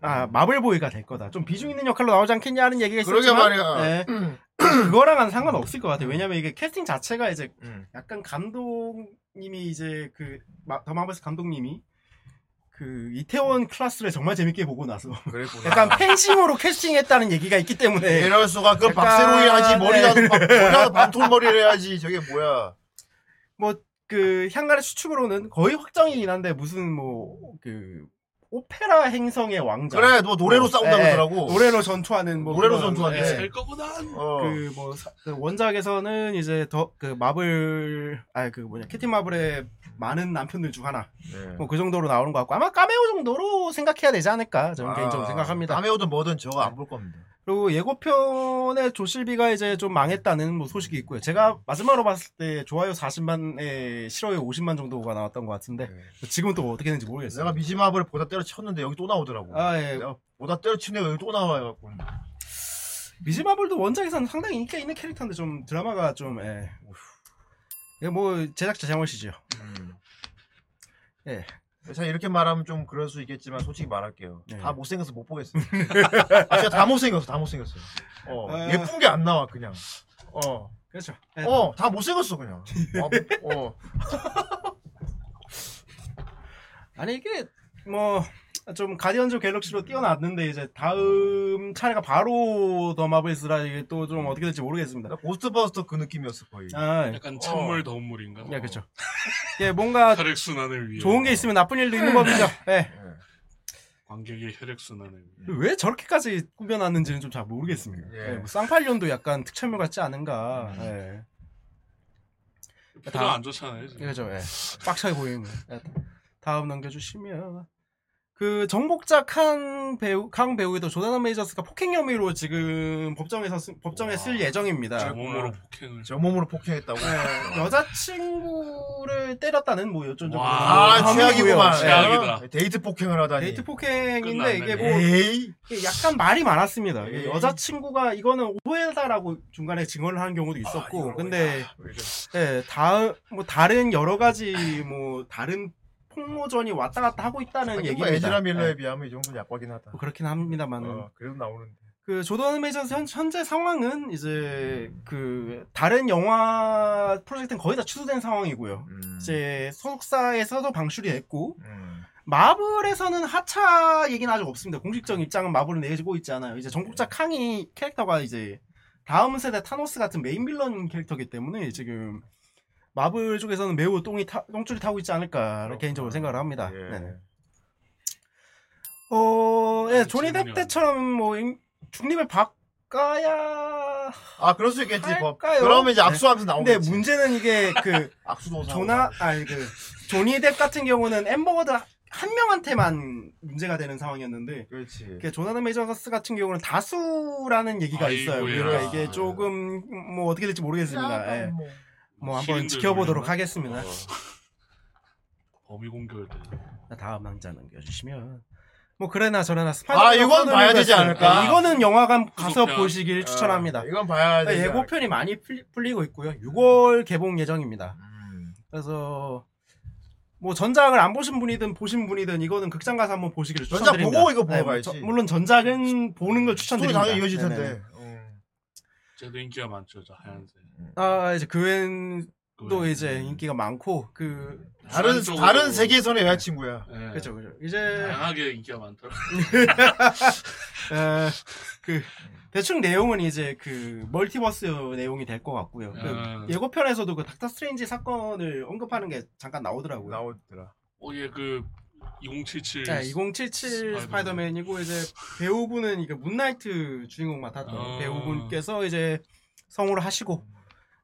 Speaker 5: 아, 마블보이가 될 거다. 좀 비중 있는 역할로 나오지 않겠냐 하는 얘기가
Speaker 4: 그러게
Speaker 5: 있었지만
Speaker 4: 말이야.
Speaker 5: 예.
Speaker 4: 음.
Speaker 5: 그거랑은 상관없을 것 같아요. 왜냐면 이게 캐스팅 자체가 이제
Speaker 4: 음.
Speaker 5: 약간 감독님이 이제 그더 마블스 감독님이 그 이태원 클라스를 정말 재밌게 보고 나서
Speaker 4: 그랬구나.
Speaker 5: 약간 팬심으로 캐스팅했다는 얘기가 있기 때문에
Speaker 4: 이럴 수가 그
Speaker 5: 약간-
Speaker 4: 박세로이 하지
Speaker 5: 네.
Speaker 4: 머리라도 박- 머리라도 반톨머리를 해야지 저게 뭐야?
Speaker 5: 그 향가의 추측으로는 거의 확정이긴 한데 무슨 뭐 그 오페라 행성의 왕자
Speaker 4: 그래, 너 노래로
Speaker 5: 어,
Speaker 4: 싸운다
Speaker 5: 예,
Speaker 4: 그러더라고.
Speaker 5: 노래로 전투하는 뭐
Speaker 4: 노래로
Speaker 5: 그런,
Speaker 4: 전투하네.
Speaker 5: 예.
Speaker 6: 될 거구나.
Speaker 4: 어.
Speaker 5: 그 뭐 원작에서는 이제 더 그 마블 아니 그 뭐냐 캡틴 마블의 많은 남편들 중 하나
Speaker 4: 네.
Speaker 5: 뭐 그 정도로 나오는 것 같고 아마 까메오 정도로 생각해야 되지 않을까
Speaker 4: 아,
Speaker 5: 저는 개인적으로 생각합니다. 네.
Speaker 4: 아메오든 뭐든 저거 안 볼 겁니다.
Speaker 5: 그리고 예고편에 조실비가 이제 좀 망했다는 뭐 소식이 있고요. 제가 마지막으로 봤을 때 좋아요 40만에 싫어요 50만 정도가 나왔던 것 같은데 지금 은또 어떻게 되는지 모르겠어요.
Speaker 4: 내가 미지마블 보다 때려쳤는데 여기 또 나오더라고.
Speaker 5: 아 예.
Speaker 4: 내가 보다 때려치는 여기 또 나와갖고
Speaker 5: 미즈마블도 원작에서는 상당히 인기가 있는 캐릭터인데 좀 드라마가 좀 예. 이게 뭐 제작자 잘못이죠. 예.
Speaker 4: 자 음. 이렇게 말하면 좀 그럴 수 있겠지만 솔직히 말할게요.
Speaker 5: 네.
Speaker 4: 다 못생겨서 못 보겠어요. 아 진짜 다 못생겼어, 다 못생겼어. 어,
Speaker 5: 아.
Speaker 4: 예쁜 게 안 나와 그냥. 어,
Speaker 5: 그렇죠. 예.
Speaker 4: 어, 다 못생겼어 그냥. 어, 어.
Speaker 5: 아니 이게 뭐 좀 가디언즈 갤럭시로 뛰어났는데 이제 다음 차례가 바로 더 마블스라 이게 또 좀 어떻게 될지 모르겠습니다.
Speaker 4: 나 고스트버스터 그 느낌이었어 거의.
Speaker 5: 아, 예.
Speaker 6: 약간 찬물 더운 물인가? 아,
Speaker 5: 예, 그렇죠. 예, 뭔가
Speaker 6: 혈액 순환을 위해.
Speaker 5: 좋은 게 있으면 나쁜 일도 있는 법이죠. 예.
Speaker 6: 관객의 혈액 순환을 위해.
Speaker 5: 왜 저렇게까지 꾸며놨는지는 좀 잘 모르겠습니다.
Speaker 4: 예.
Speaker 5: 예, 뭐 쌍팔년도 약간 특촬물 같지 않은가. 예.
Speaker 6: 표정 안 좋잖아요. 지금.
Speaker 5: 그 그죠, 예. 빡차게 보이는. 예. 다음 넘겨주시면. 그 정복자 칸 배우 캉 배우에도 조나단 메이저스가 폭행 혐의로 지금 법정에서 쓰- 법정에 쓸 예정입니다.
Speaker 6: 제 몸으로 폭행을.
Speaker 4: 저 몸으로 폭행했다고.
Speaker 5: 예, 여자친구를 때렸다는 뭐 요즘 좀
Speaker 6: 와,
Speaker 4: 아, 최악이구만.
Speaker 6: 최악이다.
Speaker 4: 예. 데이트 폭행을 하다니.
Speaker 5: 네. 데이트 폭행인데
Speaker 6: 끝났네.
Speaker 5: 이게 뭐
Speaker 4: 에이.
Speaker 5: 이게 약간 말이 많았습니다. 이게
Speaker 4: 에이.
Speaker 5: 여자친구가 이거는 오해다라고 중간에 증언을 하는
Speaker 4: 아,
Speaker 5: 경우도 있었고, 근데
Speaker 4: 뭐
Speaker 5: 예, 다음 뭐 다른 여러 가지 뭐 다른 폭로전이 왔다 갔다 하고 있다는
Speaker 4: 하긴 뭐
Speaker 5: 얘기입니다.
Speaker 4: 에즈라 밀러에
Speaker 5: 예,
Speaker 4: 비하면 이 정도는 약과긴 하다.
Speaker 5: 뭐 그렇긴 합니다만 은
Speaker 4: 어, 그래도 나오는데.
Speaker 5: 그 조던 메이저스 현, 현재 상황은 이제 그 다른 영화 프로젝트는 거의 다 취소된 상황이고요.
Speaker 4: 음.
Speaker 5: 이제 소속사에서도 방출이 됐고
Speaker 4: 음.
Speaker 5: 마블에서는 하차 얘기는 아직 없습니다. 공식적 입장은 마블은 내지고 있지 않아요. 이제 전국자
Speaker 4: 네.
Speaker 5: 캉이 캐릭터가 이제 다음 세대 타노스 같은 메인 빌런 캐릭터기 때문에 지금 마블 쪽에서는 매우 똥이 타, 똥줄이 타고 있지 않을까
Speaker 4: 그렇구나.
Speaker 5: 개인적으로 생각을 합니다.
Speaker 4: 예.
Speaker 5: 네네. 어, 예,
Speaker 6: 아니,
Speaker 5: 조니
Speaker 6: 질문이
Speaker 5: 뎁 때처럼 뭐 인- 중립을 바꿔야
Speaker 4: 아, 그럴 수 있겠지. 뭐.
Speaker 5: 할까요?
Speaker 4: 그러면 이제
Speaker 5: 네.
Speaker 4: 악수하면서
Speaker 5: 근데
Speaker 4: 나오겠지. 어,
Speaker 5: 문제는 이게 그
Speaker 4: 악수도 오고.
Speaker 5: 조나 아니 그 조니 뎁 같은 경우는 엠버거드 한 명한테만 문제가 되는 상황이었는데
Speaker 4: 그렇지.
Speaker 5: 그 조나단 메이저스 같은 경우는 다수라는 얘기가 있어요.
Speaker 6: 아이고야.
Speaker 5: 그러니까 이게 조금 뭐 어떻게 될지 모르겠습니다. 예.
Speaker 4: 뭐.
Speaker 5: 뭐 한번
Speaker 6: 시민들
Speaker 5: 지켜보도록
Speaker 6: 놀리나?
Speaker 5: 하겠습니다.
Speaker 6: 어. 범위 공격을 때.
Speaker 5: 다음 항자 넘겨주시면 뭐 그래나 저래나
Speaker 4: 아, 이건
Speaker 5: 스파이더맨
Speaker 4: 봐야 되지
Speaker 5: 콘서트.
Speaker 4: 않을까?
Speaker 5: 예, 이거는 영화관 가서
Speaker 6: 후속편.
Speaker 5: 보시길
Speaker 4: 아,
Speaker 5: 추천합니다. 네,
Speaker 4: 이건 봐야 돼.
Speaker 5: 예고편이 많이 풀리- 풀리고 있고요. 6월 개봉 예정입니다.
Speaker 4: 음.
Speaker 5: 그래서 뭐 전작을 안 보신 분이든 보신 분이든 이거는 극장 가서 한번 보시기를
Speaker 4: 전작
Speaker 5: 추천드립니다.
Speaker 4: 보고 이거 보러
Speaker 5: 뭐
Speaker 4: 가야지.
Speaker 5: 저- 물론 전작은 보는 걸
Speaker 4: 스토리
Speaker 5: 추천드립니다.
Speaker 4: 당연히 이어질
Speaker 5: 네네.
Speaker 4: 텐데. 어.
Speaker 6: 쟤도 인기가 많죠, 저 하얀색.
Speaker 5: 아 이제 그웬 또
Speaker 6: 네.
Speaker 5: 이제 인기가 많고 그
Speaker 4: 다른
Speaker 6: 주관적으로-
Speaker 4: 다른 세계선의 여자친구야.
Speaker 6: 예.
Speaker 5: 그렇죠 그렇죠 이제
Speaker 6: 다양하게 인기가 많더라.
Speaker 5: 에, 그 대충 내용은 이제 그 멀티버스 내용이 될 것 같고요. 그
Speaker 6: 아.
Speaker 5: 예고편에서도 그 닥터 스트레인지 사건을 언급하는 게 잠깐 나오더라고요.
Speaker 4: 나오더라.
Speaker 6: 어, 예, 그 어예그2077
Speaker 5: 자, 2077 스파이더맨이고 이제 배우분은 이게 문나이트 주인공 맡았던
Speaker 6: 아.
Speaker 5: 배우분께서 이제 성우를 하시고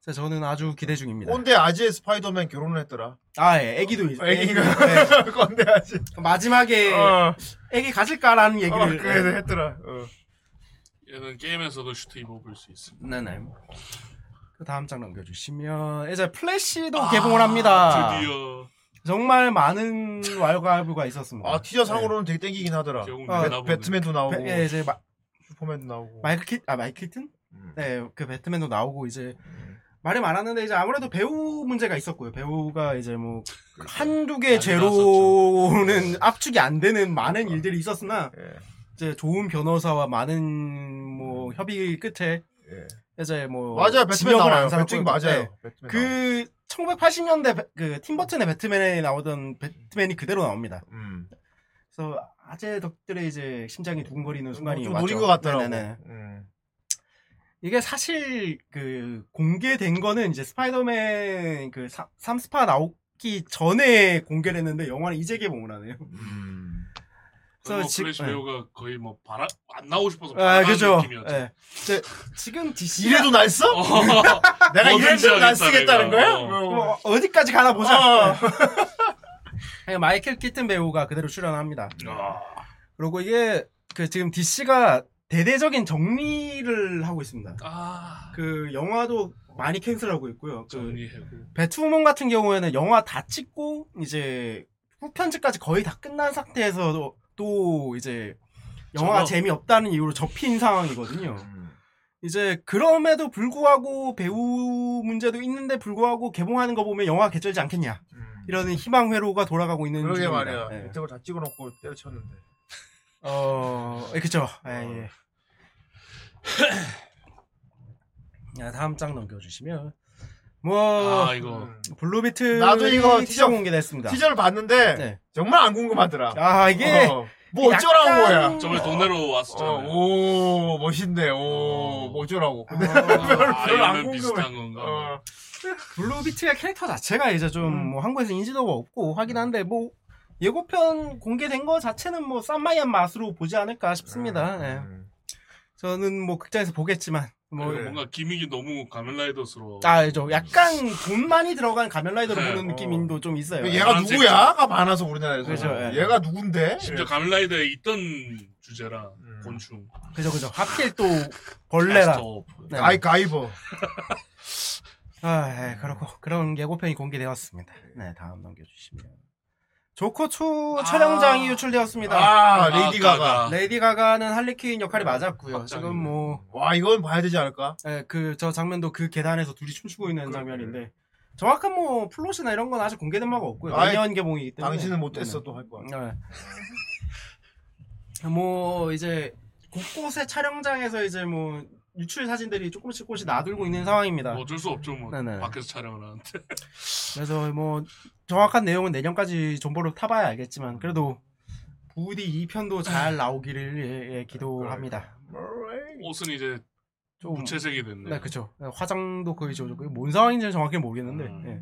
Speaker 5: 그래서 저는 아주 기대 중입니다.
Speaker 4: 꼰대 아재 스파이더맨 결혼을 했더라. 어,
Speaker 5: 아, 예, 애기도 있
Speaker 4: 애기가
Speaker 5: 네.
Speaker 4: 꼰대 아재.
Speaker 5: 마지막에
Speaker 4: 어,
Speaker 5: 애기 가질까라는
Speaker 4: 어,
Speaker 5: 얘기를 네.
Speaker 4: 그래도 했더라. 어.
Speaker 6: 얘는 게임에서도 슈트 입어볼 수 있습니다.
Speaker 5: 네네. 그 다음 장 넘겨주시면 이제 플래시도
Speaker 4: 아,
Speaker 5: 개봉을 합니다.
Speaker 6: 아, 드디어
Speaker 5: 정말 많은 왈가부가 있었습니다.
Speaker 4: 아 어. 티저 상으로는 되게 땡기긴 하더라.
Speaker 6: 개봉
Speaker 5: 네. 아,
Speaker 6: 나보고
Speaker 4: 배, 트맨도 나오고
Speaker 5: 배- 예, 이제 마,
Speaker 4: 슈퍼맨도 나오고.
Speaker 5: 마이클 키, 아 마이클 튼?
Speaker 4: 음.
Speaker 5: 네, 그 배트맨도 나오고 이제 말이 많았는데 이제 아무래도 배우 문제가 있었고요. 배우가 이제 뭐 한두 개
Speaker 6: 많이
Speaker 5: 죄로는 압축이 안 되는 많은 일들이 있었으나
Speaker 4: 예.
Speaker 5: 이제 좋은 변호사와 많은 뭐 협의 끝에
Speaker 4: 예.
Speaker 5: 이제 뭐
Speaker 4: 맞아요. 배트맨
Speaker 5: 징역을
Speaker 4: 나와요.
Speaker 5: 안 살았고
Speaker 4: 배트맨
Speaker 5: 네.
Speaker 4: 맞아요. 배트맨 나와요.
Speaker 5: 그 1980년대 그 팀버튼의 배트맨에 나오던 배트맨이 그대로 나옵니다.
Speaker 4: 음.
Speaker 5: 그래서 아재 덕들의 이제 심장이 두근거리는 순간이
Speaker 4: 좀
Speaker 5: 왔죠.
Speaker 4: 노린 것 같더라고.
Speaker 5: 네네네.
Speaker 4: 음.
Speaker 5: 이게 사실 그 공개된 거는 이제 스파이더맨 그 3스파 나오기 전에 공개를 했는데 영화는 이제 개봉을 하네요.
Speaker 4: 음.
Speaker 5: 그래서
Speaker 6: 뭐
Speaker 5: 지-
Speaker 6: 플래시
Speaker 5: 예.
Speaker 6: 배우가 거의 뭐 바라 안 나오고 싶어서
Speaker 5: 아,
Speaker 6: 바라는
Speaker 5: 그죠.
Speaker 6: 느낌이었죠.
Speaker 5: 예. 이제 지금 DC 가
Speaker 4: 이래도 날 써?
Speaker 6: 어.
Speaker 4: 내가
Speaker 6: 뭐든지
Speaker 4: 이래도 날
Speaker 6: 하겠다,
Speaker 4: 쓰겠다는
Speaker 6: 내가.
Speaker 4: 거야?
Speaker 6: 어.
Speaker 4: 뭐,
Speaker 5: 어, 어디까지 가나 보자.
Speaker 4: 어.
Speaker 5: 예. 마이클 키튼 배우가 그대로 출연합니다.
Speaker 6: 아,
Speaker 5: 그리고 이게 그 지금 DC가 대대적인 정리를 하고 있습니다.
Speaker 6: 아
Speaker 5: 그 영화도 많이 캔슬하고 있고요.
Speaker 4: 그렇죠. 예.
Speaker 5: 그
Speaker 6: 정리해고
Speaker 5: 배트우먼 같은 경우에는 영화 다 찍고 이제 후편집까지 거의 다 끝난 상태에서 또 이제 영화가
Speaker 6: 저거-
Speaker 5: 재미없다는 이유로 접힌 상황이거든요.
Speaker 4: 음.
Speaker 5: 이제 그럼에도 불구하고 배우 문제도 있는데 불구하고 개봉하는 거 보면 영화 개쩔지 않겠냐
Speaker 4: 음.
Speaker 5: 이러는 희망 회로가 돌아가고 있는
Speaker 4: 그러게
Speaker 5: 중입니다.
Speaker 4: 말이야.
Speaker 5: 예.
Speaker 4: 이쪽을 다 찍어놓고 때려쳤는데.
Speaker 5: 어, 예, 그쵸. 예, 예. 예. 야, 다음 장 넘겨주시면. 뭐,
Speaker 6: 아 이거
Speaker 4: 음.
Speaker 5: 블루비트.
Speaker 4: 나도 이거
Speaker 5: 티저
Speaker 4: 티저-
Speaker 5: 공개됐습니다.
Speaker 4: 티저를 봤는데
Speaker 5: 네.
Speaker 4: 정말 안 궁금하더라.
Speaker 5: 아, 이게.
Speaker 4: 어. 뭐 어쩌라는
Speaker 5: 약간-
Speaker 4: 거야?
Speaker 6: 저번에 동네로
Speaker 4: 어,
Speaker 6: 왔었잖아요.
Speaker 4: 오 멋있네. 오
Speaker 6: 어.
Speaker 4: 뭐 어쩌라고?
Speaker 5: 아,
Speaker 6: 아,
Speaker 4: 별로 안
Speaker 6: 이러면 비슷한 건가?
Speaker 4: 어.
Speaker 5: 블루비트의 캐릭터 자체가 이제 좀,
Speaker 4: 음.
Speaker 5: 뭐, 한국에서 인지도가 없고 하긴 한데, 뭐, 예고편 공개된 거 자체는 뭐, 쌈마이한 맛으로 보지 않을까 싶습니다. 예.
Speaker 4: 음.
Speaker 5: 저는 뭐, 극장에서 보겠지만, 뭐,
Speaker 4: 그래.
Speaker 6: 뭔가 기믹이 너무 가면라이더스러워.
Speaker 5: 아, 저 약간 돈 많이 들어간 가면라이더를
Speaker 6: 네.
Speaker 5: 보는 느낌도 좀 있어요.
Speaker 4: 그 얘가
Speaker 6: 음.
Speaker 4: 누구야?가 많아서 우리나라에서.
Speaker 5: 그죠, 예.
Speaker 4: 얘가 누군데? 예.
Speaker 6: 심지어 가면라이더에 있던 주제라
Speaker 4: 음.
Speaker 6: 곤충. 아,
Speaker 5: 그죠 그죠 하필 또 벌레라
Speaker 6: 캐스터 오프.
Speaker 5: 네.
Speaker 4: 아이 가이버.
Speaker 5: 아 예, 그렇고 그런 예고편이 공개되었습니다 네 다음 넘겨주시면 조커 2 촬영장이 유출되었습니다
Speaker 4: 아 레이디
Speaker 6: 아,
Speaker 4: 가가.
Speaker 5: 레이디 가가는 할리퀸 역할이 맞았고요
Speaker 6: 확장이.
Speaker 5: 지금 뭐, 예,
Speaker 4: 와 이건 봐야 되지 않을까?
Speaker 5: 뭐그저 장면도 그 계단에서 둘이 춤추고 있는 장면인데 정확한 뭐 플롯이나 이런 건 아직 공개된 바가 없고요
Speaker 4: 아이,
Speaker 5: 내년 개봉이기 때문에
Speaker 4: 당신은 못했어도 할 거야.
Speaker 5: 네. 뭐 이제 곳곳의 촬영장에서 이제 뭐 유출 사진들이 조금씩 조금씩 나돌고 있는 상황입니다.
Speaker 6: 뭐 어쩔 수 없죠 뭐
Speaker 5: 네네.
Speaker 6: 밖에서 촬영을 하는데.
Speaker 5: 그래서 뭐 정확한 내용은 내년까지 정보를 타봐야 알겠지만 그래도 부디 이 편도 잘 나오기를 예, 예, 기도합니다. 네.
Speaker 6: 옷은 이제
Speaker 5: 좀
Speaker 6: 무채색이 됐네.
Speaker 5: 네, 그쵸. 화장도 거의 지워졌고, 이게 뭔 상황인지는 정확히 모르겠는데,
Speaker 6: 음.
Speaker 5: 예.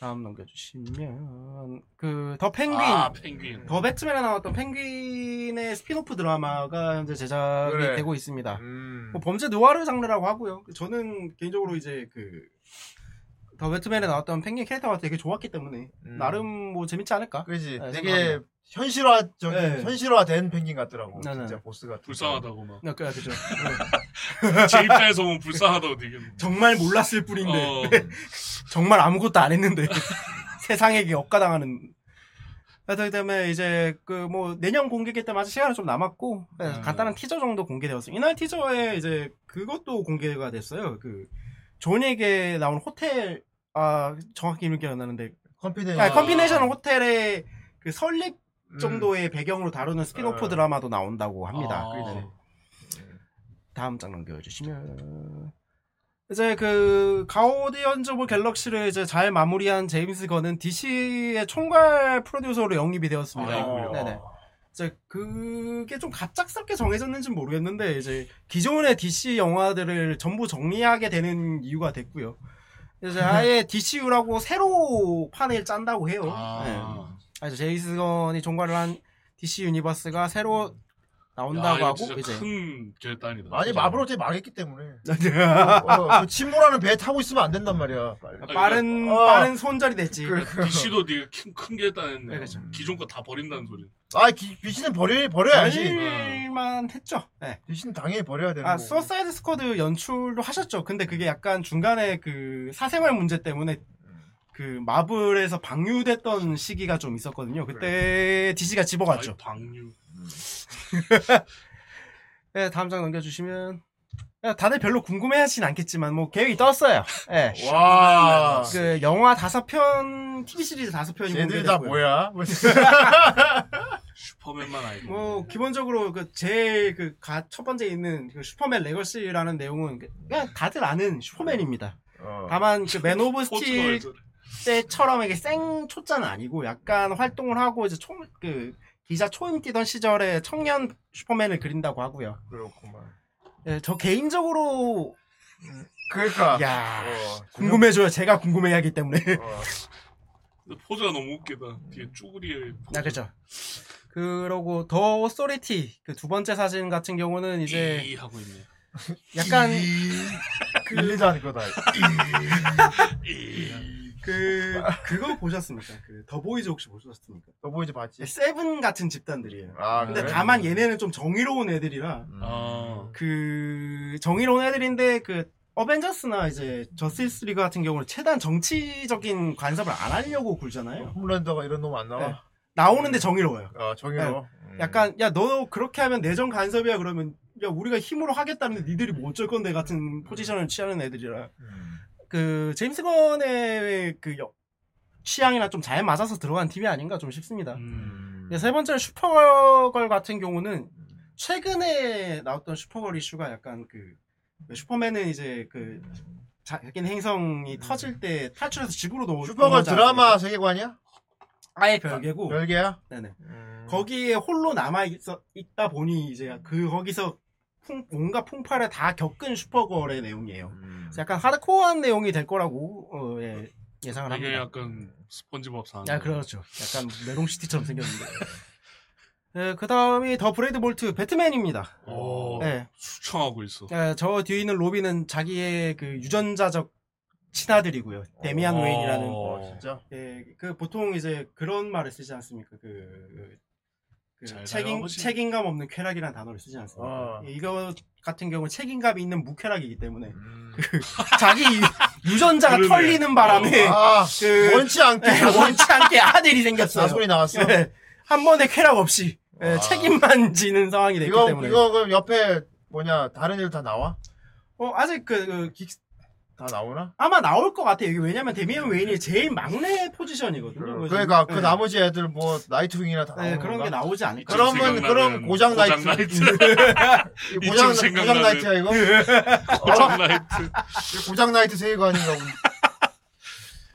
Speaker 5: 다음 넘겨주시면, 그, 더 펭귄.
Speaker 6: 아 펭귄.
Speaker 5: 더 배트맨에 나왔던 펭귄의 스피노프 드라마가 현재 제작이
Speaker 4: 그래.
Speaker 5: 되고 있습니다.
Speaker 4: 음.
Speaker 5: 뭐 범죄 누아르 장르라고 하고요. 저는 개인적으로 이제 그 더 배트맨에 나왔던 펭귄 캐릭터가 되게 좋았기 때문에
Speaker 4: 음.
Speaker 5: 나름 뭐 재밌지 않을까?
Speaker 4: 그지.
Speaker 5: 네,
Speaker 4: 되게
Speaker 5: 생각합니다.
Speaker 4: 현실화적인
Speaker 5: 네.
Speaker 4: 현실화된 펭귄 같더라고.
Speaker 5: 네, 네.
Speaker 4: 진짜 보스 같은.
Speaker 6: 불쌍하다고 막.
Speaker 5: 네, 그- 그죠. 네.
Speaker 6: 제 입장에서 보면 불쌍하다고 되게.
Speaker 5: 정말 몰랐을 뿐인데 아,
Speaker 6: 어,
Speaker 5: 정말 아무것도 안 했는데 세상에게 억가당하는. 하여튼 그다음에 이제 그 뭐 내년 공개기 때문에 아직 시간은 좀 남았고 네,
Speaker 6: 음.
Speaker 5: 간단한 티저 정도 공개되었어요. 이날 티저에 이제 그것도 공개가 됐어요. 그 존에게 나온 호텔 아 정확히 이름이 기억 안 나는데
Speaker 4: 컴피넨.
Speaker 5: 아, 컴비네이션 호텔의 그 설립
Speaker 4: 음.
Speaker 6: 음.
Speaker 5: 정도의 배경으로 다루는 스피노프
Speaker 4: 어.
Speaker 5: 드라마도 나온다고 합니다.
Speaker 6: 아.
Speaker 5: 네. 다음 장 넘겨주시면 이제 그 가오디언즈브 갤럭시를 이제 잘 마무리한 제임스 건은 DC의 총괄 프로듀서로 영입이 되었습니다.
Speaker 6: 아이고야.
Speaker 5: 네네. 이제 그게 좀 갑작스럽게 정해졌는지 는 모르겠는데 이제 기존의 DC 영화들을 전부 정리하게 되는 이유가 됐고요. 이제 아예 DCU라고 새로 판을 짠다고 해요. 네.
Speaker 6: 아,
Speaker 5: 그래서 제임스 건이 총괄을 한 DC 유니버스가 새로
Speaker 6: 야,
Speaker 5: 나온다고
Speaker 6: 이거
Speaker 5: 하고
Speaker 6: 진짜
Speaker 5: 이제
Speaker 6: 큰 재단이다.
Speaker 4: 아니 마블 호텔 망했기 때문에
Speaker 5: 빠른
Speaker 4: 어, 그 침몰하는 배 타고 있으면 안 된단 말이야 빨리. 어.
Speaker 5: 아, 빠른 손절이 됐지.
Speaker 6: DC도 네가 큰, 큰
Speaker 5: 네,
Speaker 6: 재단했네.
Speaker 5: 그렇죠. 음.
Speaker 6: 기존 거 다 버린다는 소리.
Speaker 4: 아 기- 귀신은 버려 버려야지
Speaker 5: 아닐만 했죠. 네.
Speaker 4: 귀신 당연히 버려야 되는
Speaker 5: 아,
Speaker 4: 거고.
Speaker 5: 소사이드 스쿼드 연출도 하셨죠. 근데 그게 약간 중간에 그 사생활 문제 때문에 그 마블에서 방류됐던 시기가 좀 있었거든요. 그때 DC가 집어갔죠.
Speaker 6: 아이, 방류.
Speaker 5: 네, 다음 장 넘겨주시면. 야, 다들 별로 궁금해하진 않겠지만 뭐 계획이 떴어요. 예.
Speaker 4: 와
Speaker 5: 그 영화 다섯 편, TV 시리즈 다섯 편이
Speaker 4: 쟤들이 다
Speaker 5: 공개됐고요.
Speaker 4: 뭐야
Speaker 6: 슈퍼맨만 알고.
Speaker 5: 뭐 기본적으로 그 제일 그 첫 번째 있는 그 슈퍼맨 레거시라는 내용은 그냥 다들 아는 슈퍼맨입니다.
Speaker 4: 어.
Speaker 5: 다만 그맨 오브
Speaker 6: 포즈가 왜
Speaker 5: 스틸
Speaker 6: 저래?
Speaker 5: 때처럼 이게 생 초짜는 아니고 약간 활동을 하고 이제 총그 기자 초임 뛰던 시절에 청년 슈퍼맨을 그린다고 하고요.
Speaker 4: 그렇구만
Speaker 5: 예, 저 개인적으로
Speaker 6: 아.
Speaker 4: 그러니까
Speaker 5: 야
Speaker 4: 어,
Speaker 5: 궁금해져요. 제가 궁금해하기 때문에.
Speaker 4: 어.
Speaker 6: 근데 포즈가 너무 웃기다. 뒤에 쭈구리에. 포즈.
Speaker 5: 아 그죠. 그러고 더 오소리티 그 두 번째 사진 같은 경우는 이제
Speaker 6: 이 하고 있네.
Speaker 5: 약간
Speaker 4: 일리도 아닐 거다
Speaker 5: 그 그거 보셨습니까? 그 더 보이즈 혹시 보셨습니까?
Speaker 4: 너 보이지 봤지
Speaker 5: 세븐 같은 집단들이에요.
Speaker 4: 아
Speaker 5: 근데
Speaker 4: 그래?
Speaker 5: 다만 얘네는 좀 정의로운 애들이라
Speaker 4: 음.
Speaker 6: 아,
Speaker 5: 그 정의로운 애들인데 그 어벤져스나 이제 저스티스 리그 같은 경우는 최대한 정치적인 간섭을 안 하려고
Speaker 4: 네.
Speaker 5: 굴잖아요.
Speaker 4: 홈랜더가 이런 놈 안 나와?
Speaker 5: 나오는데 정의로워요.
Speaker 4: 아 정의로. 음.
Speaker 5: 약간 야 너 그렇게 하면 내정 간섭이야 그러면 야 우리가 힘으로 하겠다는데 니들이 뭐 어쩔 건데 같은 포지션을 취하는 애들이라
Speaker 4: 음.
Speaker 5: 그 제임스 건의 그 여- 취향이랑 좀 잘 맞아서 들어간 팀이 아닌가 좀 싶습니다.
Speaker 6: 음.
Speaker 5: 네, 세 번째는 슈퍼걸 같은 경우는
Speaker 4: 음.
Speaker 5: 최근에 나왔던 슈퍼걸 이슈가 약간 그 슈퍼맨은 이제 그 자기는 행성이 터질 때 탈출해서 지구로 넘어
Speaker 4: 음. 슈퍼가
Speaker 5: 넘어오지
Speaker 4: 드라마
Speaker 5: 않습니까?
Speaker 4: 세계관이야?
Speaker 5: 아예 별개고
Speaker 4: 별개야?
Speaker 5: 네네.
Speaker 4: 음.
Speaker 5: 거기에 홀로 남아 있어 있다 보니 이제 그 거기서 풍, 뭔가 풍파를 다 겪은 슈퍼걸의 내용이에요.
Speaker 4: 음.
Speaker 5: 그래서 약간 하드코어한 내용이 될 거라고 어, 예, 예상을
Speaker 6: 이게
Speaker 5: 합니다.
Speaker 6: 약간 스펀지밥 사.
Speaker 5: 아 그렇죠. 약간 메롱시티처럼 생겼는데. 네, 그 다음이 더 브레이드 볼트 배트맨입니다.
Speaker 6: 오,
Speaker 5: 네,
Speaker 6: 어, 수청하고 있어.
Speaker 5: 예, 저 뒤에 있는 로비는 자기의 그 유전자적 친아들이고요. 데미안
Speaker 6: 어.
Speaker 5: 웨인이라는.
Speaker 4: 어, 진짜?
Speaker 5: 예, 그 보통 이제 그런 말을 쓰지 않습니까? 그, 그
Speaker 6: 잘 가요,
Speaker 5: 책임
Speaker 6: 아버지.
Speaker 5: 책임감 없는 쾌락이라는 단어를 쓰지 않습니까?
Speaker 4: 어.
Speaker 5: 예, 이거 같은 경우 는 책임감이 있는 무쾌락이기 때문에 그 자기 유- 유전자가
Speaker 6: 음. 그러네. 어.
Speaker 5: 털리는 바람에
Speaker 4: 아
Speaker 5: 그
Speaker 4: 원치 않게 네.
Speaker 5: 예, 원치 않게 아들이 생겼어요.
Speaker 4: 자손이 나왔어.
Speaker 5: 예, 한 번에 쾌락 없이 예,
Speaker 4: 와.
Speaker 5: 책임만 지는 상황이 됐기
Speaker 4: 이거
Speaker 5: 네, 때문에.
Speaker 4: 이거 그럼 옆에 뭐냐 다른 일 다 나와?
Speaker 5: 어, 아직 그, 그 기-
Speaker 4: 다 나오나?
Speaker 5: 아마 나올 것 같아요. 이게 왜냐면 데미안 웨인이 제일 막내 포지션이거든요. 그래서-
Speaker 4: 그러니까 그
Speaker 5: 예.
Speaker 4: 나머지 애들 뭐 나이트윙이나 다
Speaker 5: 예,
Speaker 4: 나오는
Speaker 5: 그런 게
Speaker 4: 건가?
Speaker 5: 나오지 않을까.
Speaker 4: 그러면
Speaker 6: 생각나는
Speaker 4: 그럼 고장 나이트. 이
Speaker 6: 이쯤
Speaker 4: 고장 고장
Speaker 6: 생각나는- 예.
Speaker 4: 나이트야 이거?
Speaker 6: 고장 나이트.
Speaker 4: 이 고장 나이트 세계관인가 보네.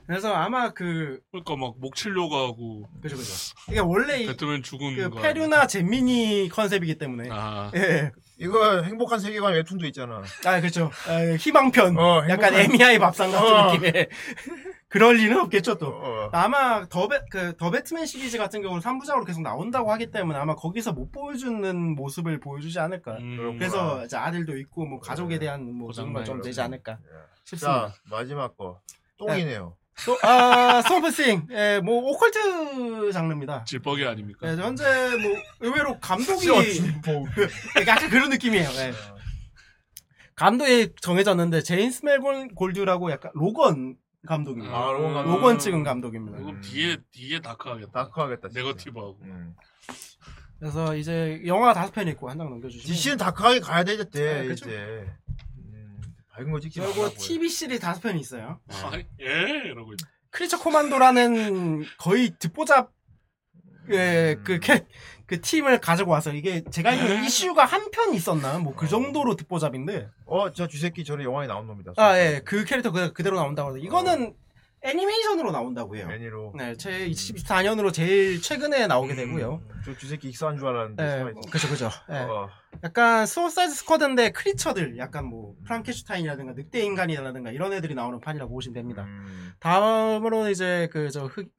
Speaker 5: 그래서 아마 그
Speaker 6: 그러니까 막 목칠려고 하고
Speaker 5: 그죠 그죠. 이게 원래 이,
Speaker 6: 배트맨 죽은
Speaker 5: 그
Speaker 6: 거.
Speaker 5: 페류나 잼민이 컨셉이기 때문에.
Speaker 6: 아,
Speaker 5: 예.
Speaker 4: 이거 행복한 세계관 웹툰도 있잖아.
Speaker 5: 아 그렇죠. 아, 희망편.
Speaker 4: 어,
Speaker 5: 약간
Speaker 4: 행복한-
Speaker 5: 애미아의 밥상 같은
Speaker 4: 어.
Speaker 5: 느낌의. 그럴 리는 없겠죠 또.
Speaker 4: 어, 어.
Speaker 5: 아마 더배 그더 배트맨 시리즈 같은 경우는 3부작으로 계속 나온다고 하기 때문에 아마 거기서 못 보여주는 모습을 보여주지 않을까.
Speaker 6: 음,
Speaker 5: 그래서 이제 아들도 있고 뭐 가족에 대한 뭐
Speaker 6: 고장
Speaker 5: 그런 건 좀
Speaker 6: 나요.
Speaker 5: 되지 않을까 싶습니다.
Speaker 4: 네. 자 마지막 거 똥이네요.
Speaker 5: 또, 아 스톰프싱, 예, 뭐 오컬트 장르입니다.
Speaker 6: 질뻑이 아닙니까?
Speaker 5: 예, 현재 뭐 의외로 감독이
Speaker 4: 진보.
Speaker 5: 약간 그런 느낌이에요. 예.
Speaker 4: 어,
Speaker 5: 감독이 정해졌는데 제인스 멜곤 골드라고 약간 로건 감독입니다.
Speaker 4: 아, 로건 감독.
Speaker 5: 로건 찍은 감독입니다.
Speaker 6: 그럼 뒤에 뒤에 다크하겠다.
Speaker 4: 다크하겠다. 진짜.
Speaker 6: 네거티브하고.
Speaker 4: 음.
Speaker 5: 그래서 이제 영화 다섯 편 있고 한 장 넘겨주시면
Speaker 4: DC는 다크하게 가야 되겠대
Speaker 5: 네, 그쵸?
Speaker 4: 이제. 음, 밝은 거 찍지 말라고.
Speaker 5: 그리고 TV 시리즈 다섯 편이 있어요.
Speaker 6: 아, 예, 이러고 있.
Speaker 5: 크리처 코만도라는 거의 듣보잡 예, 그, 캐- 그 팀을 가지고 와서 이게 제가 알기로 이슈가 한 편 있었나? 뭐 그 정도로 듣보잡인데.
Speaker 4: 어, 저 쥐새끼 저는 영화에 나온 놈이다.
Speaker 5: 아, 예, 그 캐릭터 그, 그대로 나온다고 하는데 이거는 어. 애니메이션으로 나온다고 해요.
Speaker 4: 애니로.
Speaker 5: 네, 제 24년으로 제일 최근에 나오게 되고요.
Speaker 4: 저 쥐새끼 익사한 줄 알았는데.
Speaker 5: 예,
Speaker 4: 살아있네.
Speaker 5: 그죠, 그죠. 예.
Speaker 4: 어.
Speaker 5: 약간 수어사이드 스쿼드인데 크리처들, 약간 뭐 프랑켄슈타인이라든가 늑대 인간이라든가 이런 애들이 나오는 판이라고 보시면 됩니다.
Speaker 4: 음.
Speaker 5: 다음으로 이제 그 저 흑,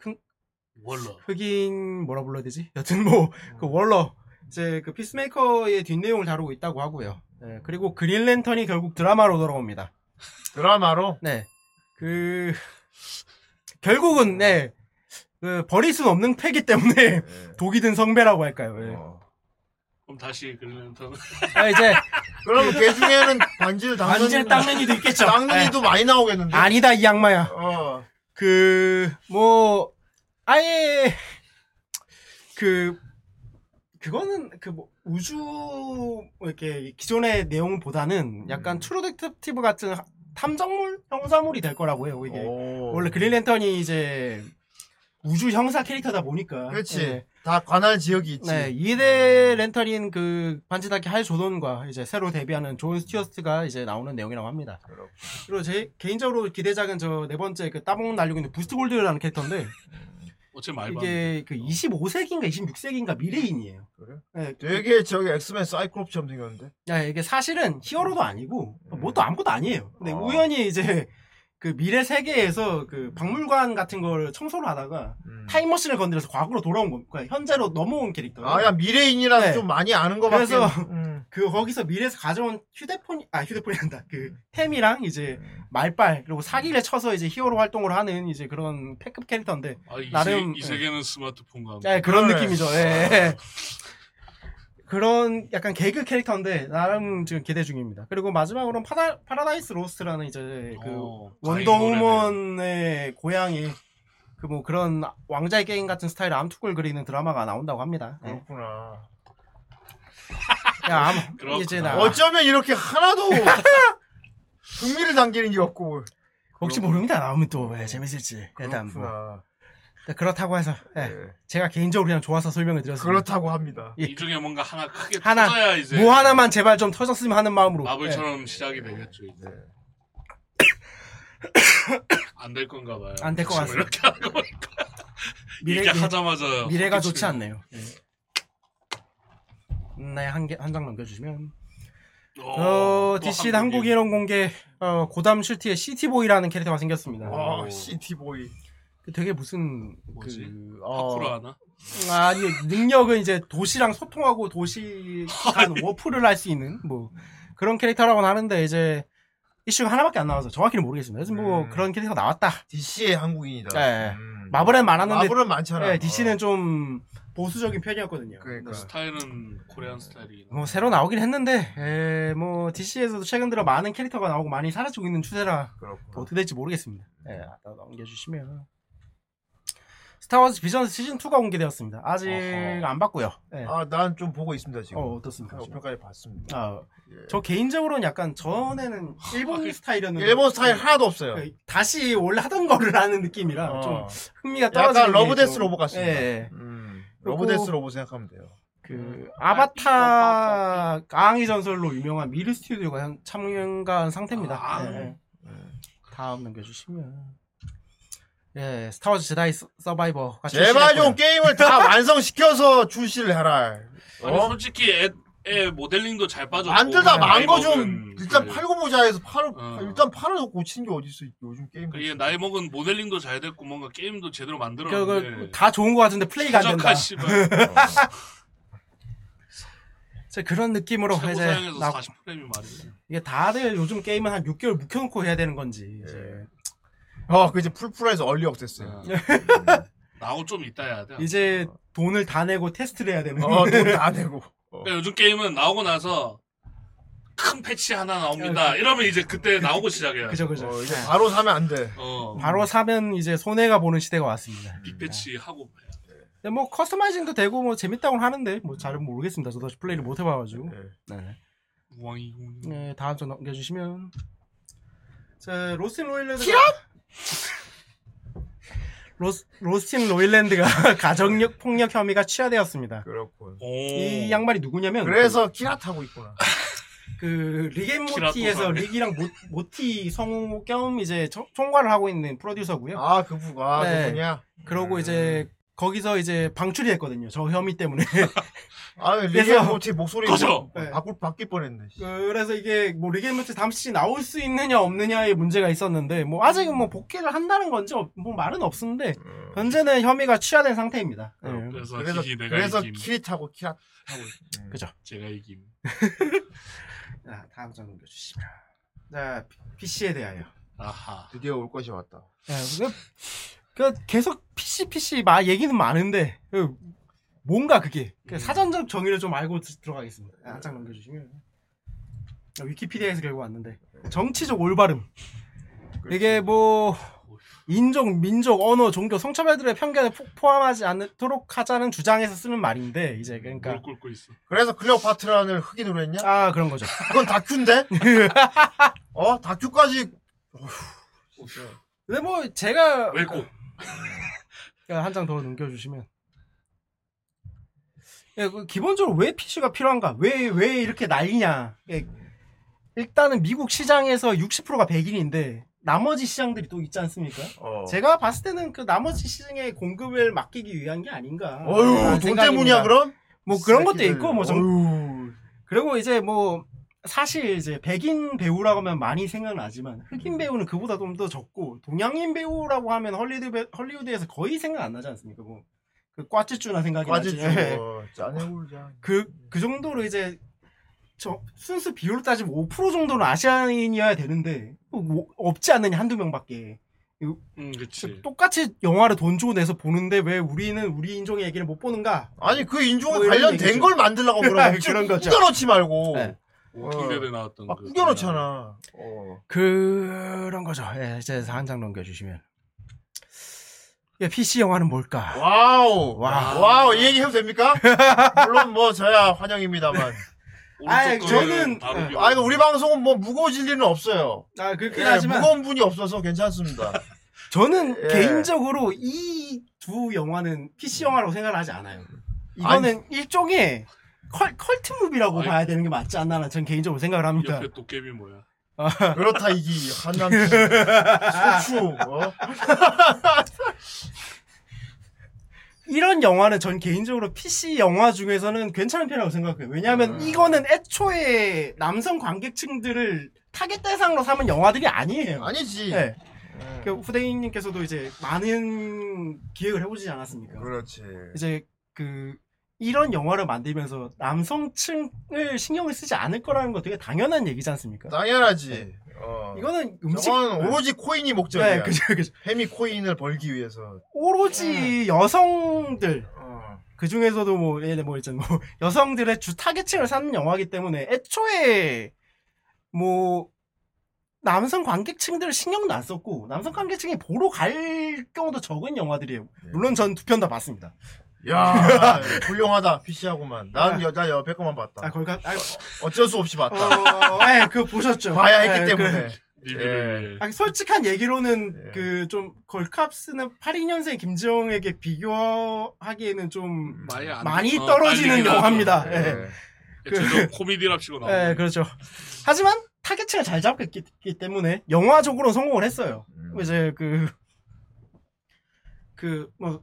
Speaker 6: 월러.
Speaker 5: 흑인 뭐라 불러야 되지? 여튼 뭐 그 월러 이제 그 피스메이커의 뒷내용을 다루고 있다고 하고요. 네, 그리고 그린랜턴이 결국 드라마로 돌아옵니다.
Speaker 4: 드라마로?
Speaker 5: 네. 그 결국은 네. 그 버릴 순 없는 패기 때문에
Speaker 4: 예.
Speaker 5: 독이 든 성배라고 할까요? 예.
Speaker 4: 어.
Speaker 6: 그럼 다시 그러면 더
Speaker 5: 아, 이제
Speaker 4: 그러면 걔 중에는 반지를 당근
Speaker 5: 반지를 닦는 이도 있겠죠.
Speaker 4: 도 많이
Speaker 5: 예.
Speaker 4: 나오겠는데.
Speaker 5: 아니다 이 양마야.
Speaker 4: 어.
Speaker 5: 그, 뭐, 아예, 그, 그거는, 그, 뭐, 우주, 뭐 이렇게, 기존의 내용보다는 약간
Speaker 4: 음.
Speaker 5: 트루덱티브 같은 하- 탐정물? 형사물이 될 거라고 해요, 이게.
Speaker 4: 오.
Speaker 5: 원래 그린랜턴이 이제, 우주 형사 캐릭터다 보니까.
Speaker 4: 그렇지.
Speaker 5: 예.
Speaker 4: 다 관할 지역이 있지.
Speaker 5: 네, 2대 랜턴인 그, 반지다키 할 조던과 이제 새로 데뷔하는 존 스튜어스트가 이제 나오는 내용이라고 합니다.
Speaker 4: 그렇군.
Speaker 5: 그리고 제 개인적으로 기대작은 저 네 번째 그 따봉 날리고 있는 부스트 골드라는 캐릭터인데,
Speaker 6: 어째 말봐.
Speaker 5: 이게 그 25세기인가 26세기인가 미래인이에요.
Speaker 4: 그래?
Speaker 5: 예,
Speaker 4: 되게 저기 엑스맨 사이클롭처럼 생겼는데.
Speaker 5: 예, 이게 사실은 히어로도 아니고 뭐도 아무것도 아니에요. 근데
Speaker 4: 음. 아.
Speaker 5: 우연히 이제 그 미래 세계에서 그 박물관 같은 걸 청소를 하다가
Speaker 4: 음.
Speaker 5: 타임머신을 건드려서 과거로 돌아온 거, 그러니까 현재로 넘어온 캐릭터.
Speaker 4: 아, 야 미래인이라서
Speaker 5: 네.
Speaker 4: 좀 많이 아는 거 같긴.
Speaker 5: 그래서-
Speaker 4: 음.
Speaker 5: 그 거기서 미래에서 가져온 휴대폰 아 휴대폰이란다 그 템이랑 이제 말빨 그리고 사기를 쳐서 이제 히어로 활동을 하는 이제 그런 패급 캐릭터인데
Speaker 6: 아, 이,
Speaker 5: 나름-
Speaker 6: 세, 이 세계는 스마트폰과 함께.
Speaker 5: 네, 그런
Speaker 4: 그래.
Speaker 5: 느낌이죠. 예, 예. 그런 약간 개그 캐릭터인데 나름 지금 기대 중입니다. 그리고 마지막으로는 파다, 파라다이스 로스트라는 이제 그
Speaker 6: 어,
Speaker 5: 원더우먼의 고향이 그 뭐 그런 왕자의 게임 같은 스타일의 암투골 그리는 드라마가 나온다고 합니다. 예.
Speaker 4: 어. 그렇구나.
Speaker 5: 야, 암,
Speaker 6: 그렇구나.
Speaker 5: 이제 나
Speaker 4: 어쩌면 이렇게 하나도 흥미를 당기는 게 없고.
Speaker 5: 혹시 모릅니다. 나오면 또 예, 재밌을지 일단 뭐
Speaker 4: 그렇구나.
Speaker 5: 네, 그렇다고 해서 예,
Speaker 4: 예.
Speaker 5: 제가 개인적으로 그냥 좋아서 설명을 드렸습니다.
Speaker 4: 그렇다고 합니다.
Speaker 6: 이 중에 뭔가 하나 크게
Speaker 5: 하나,
Speaker 6: 터져야 이제
Speaker 5: 뭐 하나만 제발 좀 터졌으면 하는 마음으로 예.
Speaker 6: 마블처럼 시작이 되겠죠. 이제. 안 될 건가 봐요.
Speaker 5: 안될것
Speaker 6: 지금
Speaker 5: 같습니다.
Speaker 6: 이렇게 하고 보니까
Speaker 5: 미래- 예.
Speaker 6: 이게 하자마자
Speaker 5: 미래가 좋지
Speaker 6: 헛기침이-
Speaker 5: 않네요. 예. 네, 한 개 한 장 넘겨주시면.
Speaker 6: 또
Speaker 5: 어, DC 는 한국
Speaker 6: 한국인.
Speaker 5: 예능 공개 어, 고담 슈티의 시티보이라는 캐릭터가 생겼습니다.
Speaker 4: 어, 시티보이.
Speaker 5: 그 되게 무슨
Speaker 6: 뭐지?
Speaker 5: 그
Speaker 6: 파쿠로
Speaker 5: 어,
Speaker 6: 하나?
Speaker 5: 아니 능력은 이제 도시랑 소통하고 도시 간 워프를 할 수 있는 뭐 그런 캐릭터라고는 하는데 이제 이슈가 하나밖에 안 나와서 정확히는 모르겠습니다. 그래서 뭐
Speaker 4: 음.
Speaker 5: 그런 캐릭터 나왔다.
Speaker 4: DC의 한국인이다.
Speaker 5: 예.
Speaker 4: 음.
Speaker 5: 마블엔 많았는데
Speaker 4: 마블은 많잖아. 어.
Speaker 5: 예, DC는 좀 보수적인 편이었거든요.
Speaker 4: 그러니까.
Speaker 6: 스타일은 코리안 스타일이.
Speaker 5: 뭐 새로 나오긴 했는데 에, 뭐 DC에서도 최근 들어 많은 캐릭터가 나오고 많이 사라지고 있는 추세라
Speaker 4: 그렇구나.
Speaker 5: 어떻게 될지 모르겠습니다. 예, 아까 넘겨주시면 스타워즈 비전 시즌 2가 공개되었습니다. 아직
Speaker 6: 어허.
Speaker 5: 안 봤고요. 예.
Speaker 4: 아, 난 좀 보고 있습니다 지금.
Speaker 5: 어 어떻습니까? 지금?
Speaker 4: 옆에까지 봤습니다.
Speaker 5: 아,
Speaker 4: 예. 아,
Speaker 5: 저 개인적으로는 약간 전에는 일본 스타일이었는데
Speaker 4: 일본 스타일 하나도 없어요.
Speaker 5: 예, 다시 원래 하던 거를 하는 느낌이라 좀
Speaker 4: 어.
Speaker 5: 흥미가 떨어지는
Speaker 4: 약간
Speaker 5: 게
Speaker 4: 러브 데스
Speaker 5: 좀-
Speaker 4: 로봇 같습니다.
Speaker 5: 예, 예.
Speaker 4: 음,
Speaker 5: 그리고-
Speaker 4: 러브 데스 로봇 생각하면 돼요.
Speaker 5: 그
Speaker 4: 음. 아,
Speaker 5: 아바타 깡이 전설로 유명한 미르 스튜디오가 현- 참여한 상태입니다.
Speaker 6: 아,
Speaker 5: 예.
Speaker 4: 네.
Speaker 5: 다음 넘겨주시면 예 스타워즈 제다이 서- 서바이버가
Speaker 4: 제발
Speaker 5: 아, 출시됐고요.
Speaker 4: 좀 게임을 다 완성시켜서 출시를 해라.
Speaker 6: 아니
Speaker 4: 어?
Speaker 6: 솔직히 애, 애 모델링도 잘 빠졌고
Speaker 4: 만들다 만
Speaker 6: 나이
Speaker 4: 거 좀
Speaker 6: 먹은
Speaker 4: 일단
Speaker 6: 그-
Speaker 4: 팔고 보자 해서 팔
Speaker 6: 뭐, 어.
Speaker 4: 일단 팔아서 고치는 게 어딨어 요즘 게임.
Speaker 6: 그 이게 나이 먹은 모델링도 잘 됐고 뭔가 게임도 제대로
Speaker 5: 그- 그-
Speaker 6: 만들었는데
Speaker 5: 다 좋은 것 같은데 플레이가 안 된다.
Speaker 6: 부족한 씨발
Speaker 5: 자, 그런 느낌으로
Speaker 6: 최고
Speaker 5: 이제
Speaker 6: 사양에서
Speaker 5: 나-
Speaker 6: 40프레임이 말이야
Speaker 5: 이게 다들 요즘 게임은 한 6개월 묵혀놓고 해야 되는 건지 이제,
Speaker 4: 어, 그 이제 풀풀해서 얼리 억세스요. 어,
Speaker 5: 네.
Speaker 6: 음. 나고 좀 이따 해야 돼
Speaker 5: 이제 돈을 다 내고 테스트를 해야 되는
Speaker 4: 예. 어, 돈다 내고. 어.
Speaker 6: 그러니까 요즘 게임은 나오고 나서 큰 패치 하나 나옵니다 이러면 이제 그때 나오고 시작해요
Speaker 5: 네. 그죠 그죠.
Speaker 4: 어, 이제
Speaker 5: 예.
Speaker 4: 바로 사면 안 돼.
Speaker 6: 어
Speaker 5: 바로 사면 이제 손해가 보는 시대가 왔습니다.
Speaker 6: 빅패치 하고 해야 돼.
Speaker 5: 근데 뭐 커스터마이징도 되고 뭐 재밌다고 하는데 뭐 잘은 모르겠습니다. 저도 아직 플레이를 못 해봐가지고.
Speaker 4: 예.
Speaker 5: 네.
Speaker 6: 우왕이군
Speaker 5: 네, 다음 좀 넘겨주시면. 자, 로스앤 로일레드. 로스, 로스틴 로일랜드가 가정력 폭력 혐의가 취하되었습니다.
Speaker 4: 그렇군.
Speaker 5: 이 양말이 누구냐면
Speaker 4: 그래서 키라 타고 있구나.
Speaker 5: 그 리앤모티에서
Speaker 6: 키라토사네.
Speaker 5: 릭이랑 모, 티 성우 겸 이제 총- 총괄을 하고 있는 프로듀서고요.
Speaker 4: 아 그부가 아,
Speaker 5: 네.
Speaker 4: 그분이야.
Speaker 5: 그러고 이제 거기서 이제 방출이 했거든요. 저 혐의 때문에.
Speaker 4: 아
Speaker 5: 그래서-
Speaker 4: 리에모티 목소리
Speaker 6: 꺼져!
Speaker 4: 뭐-
Speaker 5: 네.
Speaker 4: 바꿀 바뀔 뻔했네. 씨.
Speaker 5: 그래서 이게 뭐 리게임부터 다음 시즌 나올 수 있느냐 없느냐의 문제가 있었는데 뭐 아직은 뭐 복귀를 한다는 건지 없- 뭐 말은 없는데 현재는 혐의가 취하된 상태입니다. 예.
Speaker 6: 그래서,
Speaker 4: 그래서
Speaker 6: 기기 내가
Speaker 4: 그래서
Speaker 6: 이김.
Speaker 4: 키리 타고 키라 타고. 있- 음.
Speaker 6: 제가 이김.
Speaker 5: 자, 다음 장 넘겨주시면. 자, PC에 대하여.
Speaker 6: 아하.
Speaker 4: 드디어 올 것이 왔다.
Speaker 5: 예, 그, 그 계속 PC PC 마 얘기는 많은데 그 뭔가 그게 그 사전적 정의를 좀 알고 드- 들어가겠습니다. 아, 짝 넘겨주시면 아, 위키피디아에서 결국 왔는데 정치적 올바름 이게 뭐 인종, 민족, 언어, 종교, 성차별들의 편견을 포, 포함하지 않도록 하자는 주장에서 쓰는 말인데 이제 그러니까
Speaker 6: 뭘 꿇고 있어.
Speaker 4: 그래서 클레오파트라는 흑인으로 했냐?
Speaker 5: 아 그런 거죠.
Speaker 4: 그건 다큐인데? 어 다큐까지
Speaker 5: 근데 뭐 제가
Speaker 6: 왜 꼭?
Speaker 5: 한 장 더 넘겨주시면. 예, 그 기본적으로 왜 PC가 필요한가? 왜, 왜 이렇게 난리냐? 예, 일단은 미국 시장에서 60%가 백인인데, 나머지 시장들이 또 있지 않습니까?
Speaker 4: 어.
Speaker 5: 제가 봤을 때는 그 나머지 시장의 공급을 맡기기 위한 게 아닌가.
Speaker 4: 어휴
Speaker 5: 라는
Speaker 4: 돈
Speaker 5: 네, 생각입니다.
Speaker 4: 때문이야 그럼?
Speaker 5: 뭐 그런 것도 있고, 뭐 좀.
Speaker 4: 좀.
Speaker 5: 그리고 이제 뭐, 사실 이제 백인 배우라고 하면 많이 생각나지만, 흑인 배우는 그보다 좀 더 적고, 동양인 배우라고 하면 헐리우드, 배- 헐리우드에서 거의 생각 안 나지 않습니까? 뭐, 그 꽈찌쭈나 생각이
Speaker 4: 까지
Speaker 5: 나지. 예.
Speaker 4: 주고 짠해 울자.
Speaker 5: 그, 그 정도로 이제, 저, 순수 비율로 따지면 5% 정도는 아시안인이어야 되는데, 뭐, 뭐, 없지 않느냐, 한두 명 밖에.
Speaker 6: 응, 그치.
Speaker 5: 똑같이 영화를 돈 주고 내서 보는데, 왜 우리는 우리 인종의 얘기를 못 보는가?
Speaker 4: 아니 그 인종에
Speaker 5: 뭐 이런
Speaker 4: 관련된
Speaker 5: 얘기죠.
Speaker 4: 걸 만들라고 그러면
Speaker 5: 그런 거죠.
Speaker 4: 꾸겨넣지 말고
Speaker 5: 네.
Speaker 6: 워킹데드 나왔던
Speaker 4: 막
Speaker 6: 그
Speaker 4: 꾸겨넣잖아. 어.
Speaker 5: 그런 거죠. 예, 이제 한 장 넘겨주시면. 예, PC 영화는 뭘까?
Speaker 4: 와우
Speaker 5: 와.
Speaker 4: 와우 이 얘기 해도 됩니까? 물론 뭐 저야 환영입니다만.
Speaker 5: 아이,
Speaker 6: 오른쪽
Speaker 5: 저는- 네.
Speaker 6: 거는 다루기
Speaker 4: 아 이거 우리 방송은 뭐 무거워질 일은 없어요.
Speaker 5: 아, 그렇긴
Speaker 4: 예,
Speaker 5: 하지만
Speaker 4: 무거운 분이 없어서 괜찮습니다.
Speaker 5: 저는
Speaker 4: 예.
Speaker 5: 개인적으로 이 두 영화는 PC 영화라고 생각을 하지 않아요. 이거는 일종의 컬, 컬트 무비라고
Speaker 6: 아니.
Speaker 5: 봐야 되는 게 맞지 않나 저는 개인적으로 생각을 합니다.
Speaker 4: 네.
Speaker 6: 옆에 도깨비 뭐야?
Speaker 4: 그렇다 이기 한남 소추 어?
Speaker 5: 이런 영화는 전 개인적으로 PC 영화 중에서는 괜찮은 편이라고 생각해요. 왜냐하면 이거는 애초에 남성 관객층들을 타겟 대상으로 삼은 영화들이 아니에요.
Speaker 4: 아니지.
Speaker 5: 네.
Speaker 4: 음.
Speaker 5: 그 후대인님께서도 이제 많은 기획을 해보지 않았습니까?
Speaker 4: 그렇지.
Speaker 5: 이제 그 이런 영화를 만들면서 남성층을 신경을 쓰지 않을 거라는 거 되게 당연한 얘기지 않습니까?
Speaker 4: 당연하지. 어.
Speaker 5: 네. 이거는 음식
Speaker 4: 저건 오로지 코인이 목적이야.
Speaker 5: 네, 그죠, 그죠.
Speaker 4: 해미 코인을 벌기 위해서.
Speaker 5: 오로지 여성들
Speaker 4: 어.
Speaker 5: 그 중에서도 뭐 예를 뭐 있잖아 뭐 여성들의 주 타겟층을 삼는 영화이기 때문에 애초에 뭐 남성 관객층들을 신경도 안 썼고 남성 관객층이 보러 갈 경우도 적은 영화들이에요.
Speaker 4: 네.
Speaker 5: 물론 전 두 편 다 봤습니다.
Speaker 4: 야, 훌륭하다. PC하고만. 난 여자 옆에 것만 봤다.
Speaker 5: 네. 아 거기가 아,
Speaker 4: 어쩔 수 없이 봤다.
Speaker 5: 어, 예, 그거 보셨죠?
Speaker 4: 봐야 했기
Speaker 5: 예, 그-
Speaker 4: 때문에.
Speaker 6: 리뷰를
Speaker 5: 아니, 솔직한 얘기로는
Speaker 4: 예.
Speaker 5: 그 좀 걸캅스는 82년생 김지영에게 비교하기에는
Speaker 4: 음.
Speaker 5: 좀
Speaker 6: 많이, 안-
Speaker 5: 많이
Speaker 6: 어,
Speaker 5: 떨어지는
Speaker 6: 딸리긴 하죠.
Speaker 5: 영화입니다.
Speaker 6: 예.
Speaker 5: 예.
Speaker 6: 제가 코미디랍 치고 나오고.
Speaker 5: 예, 그렇죠. 하지만 타겟층을 잘 잡았기 때문에 영화적으로 성공을 했어요.
Speaker 4: 음.
Speaker 5: 이제 그 그 뭐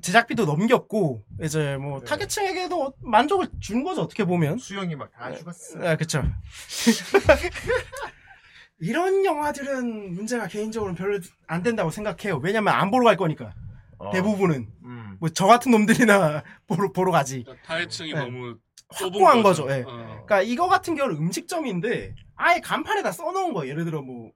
Speaker 5: 제작비도 넘겼고 이제 뭐
Speaker 4: 네.
Speaker 5: 타겟층에게도 만족을 준 거죠 어떻게 보면.
Speaker 4: 음. 수영이 막 다 죽었어.
Speaker 5: 아, 그쵸. 이런 영화들은 문제가 개인적으로 는 별로 안 된다고 생각해요. 왜냐면 안 보러 갈 거니까.
Speaker 4: 어.
Speaker 5: 대부분은.
Speaker 4: 음.
Speaker 5: 뭐, 저 같은 놈들이나 보러, 보러 가지.
Speaker 6: 그러니까 타해층이
Speaker 5: 예.
Speaker 6: 너무 좁은
Speaker 5: 확고한 거죠. 예.
Speaker 6: 어.
Speaker 5: 그러니까 이거 같은 경우는 음식점인데, 아예 간판에다 써놓은 거예요. 예를 들어 뭐,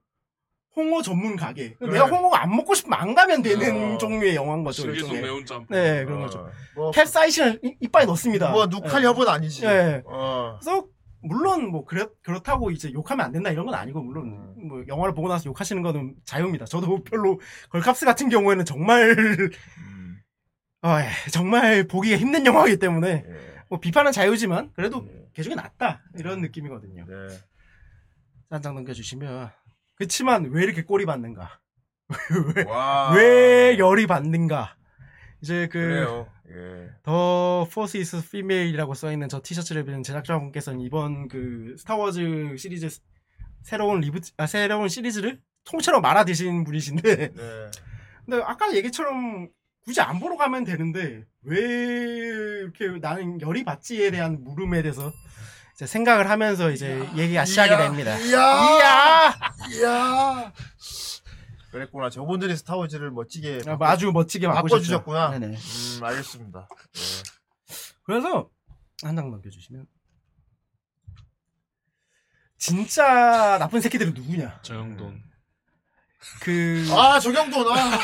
Speaker 5: 홍어 전문 가게.
Speaker 4: 그래.
Speaker 5: 내가 홍어가 안 먹고 싶으면 안 가면 되는
Speaker 4: 어.
Speaker 5: 종류의 영화인 거죠.
Speaker 6: 신기속
Speaker 5: 일종의.
Speaker 6: 매운 짬뽕.
Speaker 5: 네, 그런
Speaker 4: 어.
Speaker 5: 거죠.
Speaker 4: 뭐,
Speaker 5: 캡사이신을 이- 이빨에 넣습니다.
Speaker 4: 뭐 누칼
Speaker 5: 예.
Speaker 4: 협은 아니지.
Speaker 5: 예.
Speaker 4: 어.
Speaker 5: 그래서 물론 뭐 그렇, 그렇다고 이제 욕하면 안 된다 이런 건 아니고 물론
Speaker 4: 음.
Speaker 5: 뭐 영화를 보고 나서 욕하시는 거는 자유입니다. 저도 뭐 별로 걸캅스 같은 경우에는 정말 아, 예, 정말 보기가 힘든 영화이기 때문에
Speaker 4: 음. 예.
Speaker 5: 뭐 비판은 자유지만 그래도
Speaker 4: 예.
Speaker 5: 개중에 낫다
Speaker 4: 음.
Speaker 5: 이런 느낌이거든요.
Speaker 4: 네.
Speaker 5: 한 장 넘겨주시면 그치만 왜 이렇게 꼬리 받는가? 왜,
Speaker 8: 와.
Speaker 5: 왜 열이 받는가? 이제 아, 네. 그
Speaker 8: 그래요. 예.
Speaker 5: 더 포스 이스 피메일이라고 써 있는 저 티셔츠를 입은 제작자분께서는 이번 그 스타워즈 시리즈 새로운 리부 아, 새로운 시리즈를 통째로 말아 드신 분이신데
Speaker 4: 네.
Speaker 5: 근데 아까 얘기처럼 굳이 안 보러 가면 되는데 왜 이렇게 나는 열이 받지에 대한 물음에 대해서 이제 생각을 하면서 이제 얘기가 시작이 됩니다.
Speaker 4: 이야!
Speaker 5: 이야
Speaker 4: 이야! 그랬구나. 저분들이 스타워즈를 멋지게
Speaker 5: 아, 아주 멋지게 바꿔주셨죠.
Speaker 4: 바꿔주셨구나.
Speaker 5: 네네.
Speaker 4: 음, 알겠습니다. 네.
Speaker 5: 그래서 한 장 넘겨주시면 진짜 나쁜 새끼들은 누구냐? 음.
Speaker 6: 저영돈.
Speaker 5: 그
Speaker 4: 아, 정영돈. 아.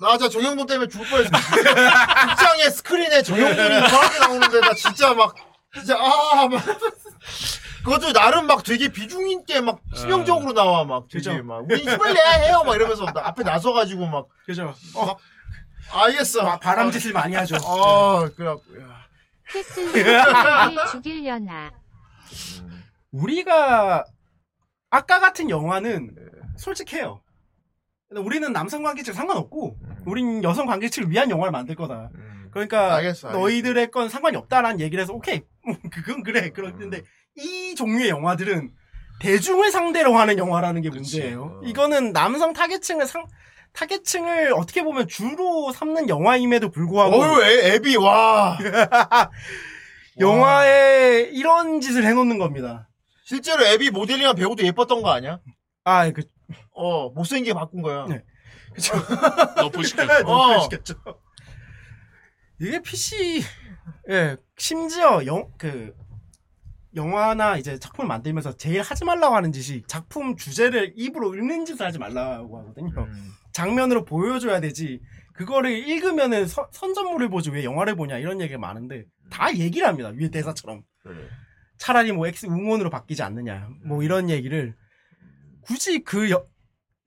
Speaker 4: 나 진짜 정영돈 때문에 죽을 뻔했어. 극장에 스크린에 정영돈이 저렇게 나오는데 나 진짜 막 진짜 아 막. 그것도 나름 막 되게 비중 있게 막 치명적으로 나와 막 되게
Speaker 5: 그죠.
Speaker 4: 막 우리 힘을 내야 해요 막 이러면서 나 앞에 나서가지고 막
Speaker 5: 그죠? 어,
Speaker 4: 알겠어
Speaker 5: 바- 바람짓을 많이 하죠. 네.
Speaker 4: 아 그래갖고 야.
Speaker 11: 캐슬로 죽이려나.
Speaker 5: 우리가 아까 같은 영화는 솔직해요. 근데 우리는 남성 관계층 상관없고 우린 여성 관계층을 위한 영화를 만들 거다.
Speaker 4: 음.
Speaker 5: 그러니까
Speaker 4: 알겠어, 알겠어.
Speaker 5: 너희들의 건 상관이 없다라는 얘기를 해서 오케이 음, 그건
Speaker 4: 음.
Speaker 5: 그래 그런데 이 종류의 영화들은 대중을 상대로 하는 영화라는 게 문제예요.
Speaker 4: 어.
Speaker 5: 이거는 남성 타겟층을 상 타겟층을 어떻게 보면 주로 삼는 영화임에도 불구하고
Speaker 4: 어유 애- 애비 와
Speaker 5: 영화에 이런 짓을 해놓는 겁니다.
Speaker 4: 실제로 애비 모델링한 배우도 예뻤던 거 아니야?
Speaker 5: 아, 그,
Speaker 4: 어 못생기게 바꾼 거야.
Speaker 5: 네. 그쵸.
Speaker 6: 너프 시켰어.
Speaker 4: 어.
Speaker 5: 시켰죠. 이게 PC, 예, 심지어 영, 그, 영화나 이제 작품을 만들면서 제일 하지 말라고 하는 짓이 작품 주제를 입으로 읽는 짓을 하지 말라고 하거든요.
Speaker 4: 음.
Speaker 5: 장면으로 보여줘야 되지. 그거를 읽으면은 선- 선전물을 보지 왜 영화를 보냐 이런 얘기가 많은데 다 얘기를 합니다. 위에 대사처럼.
Speaker 4: 그래.
Speaker 5: 차라리 뭐 X 응원으로 바뀌지 않느냐 뭐 이런 얘기를 굳이 그 여-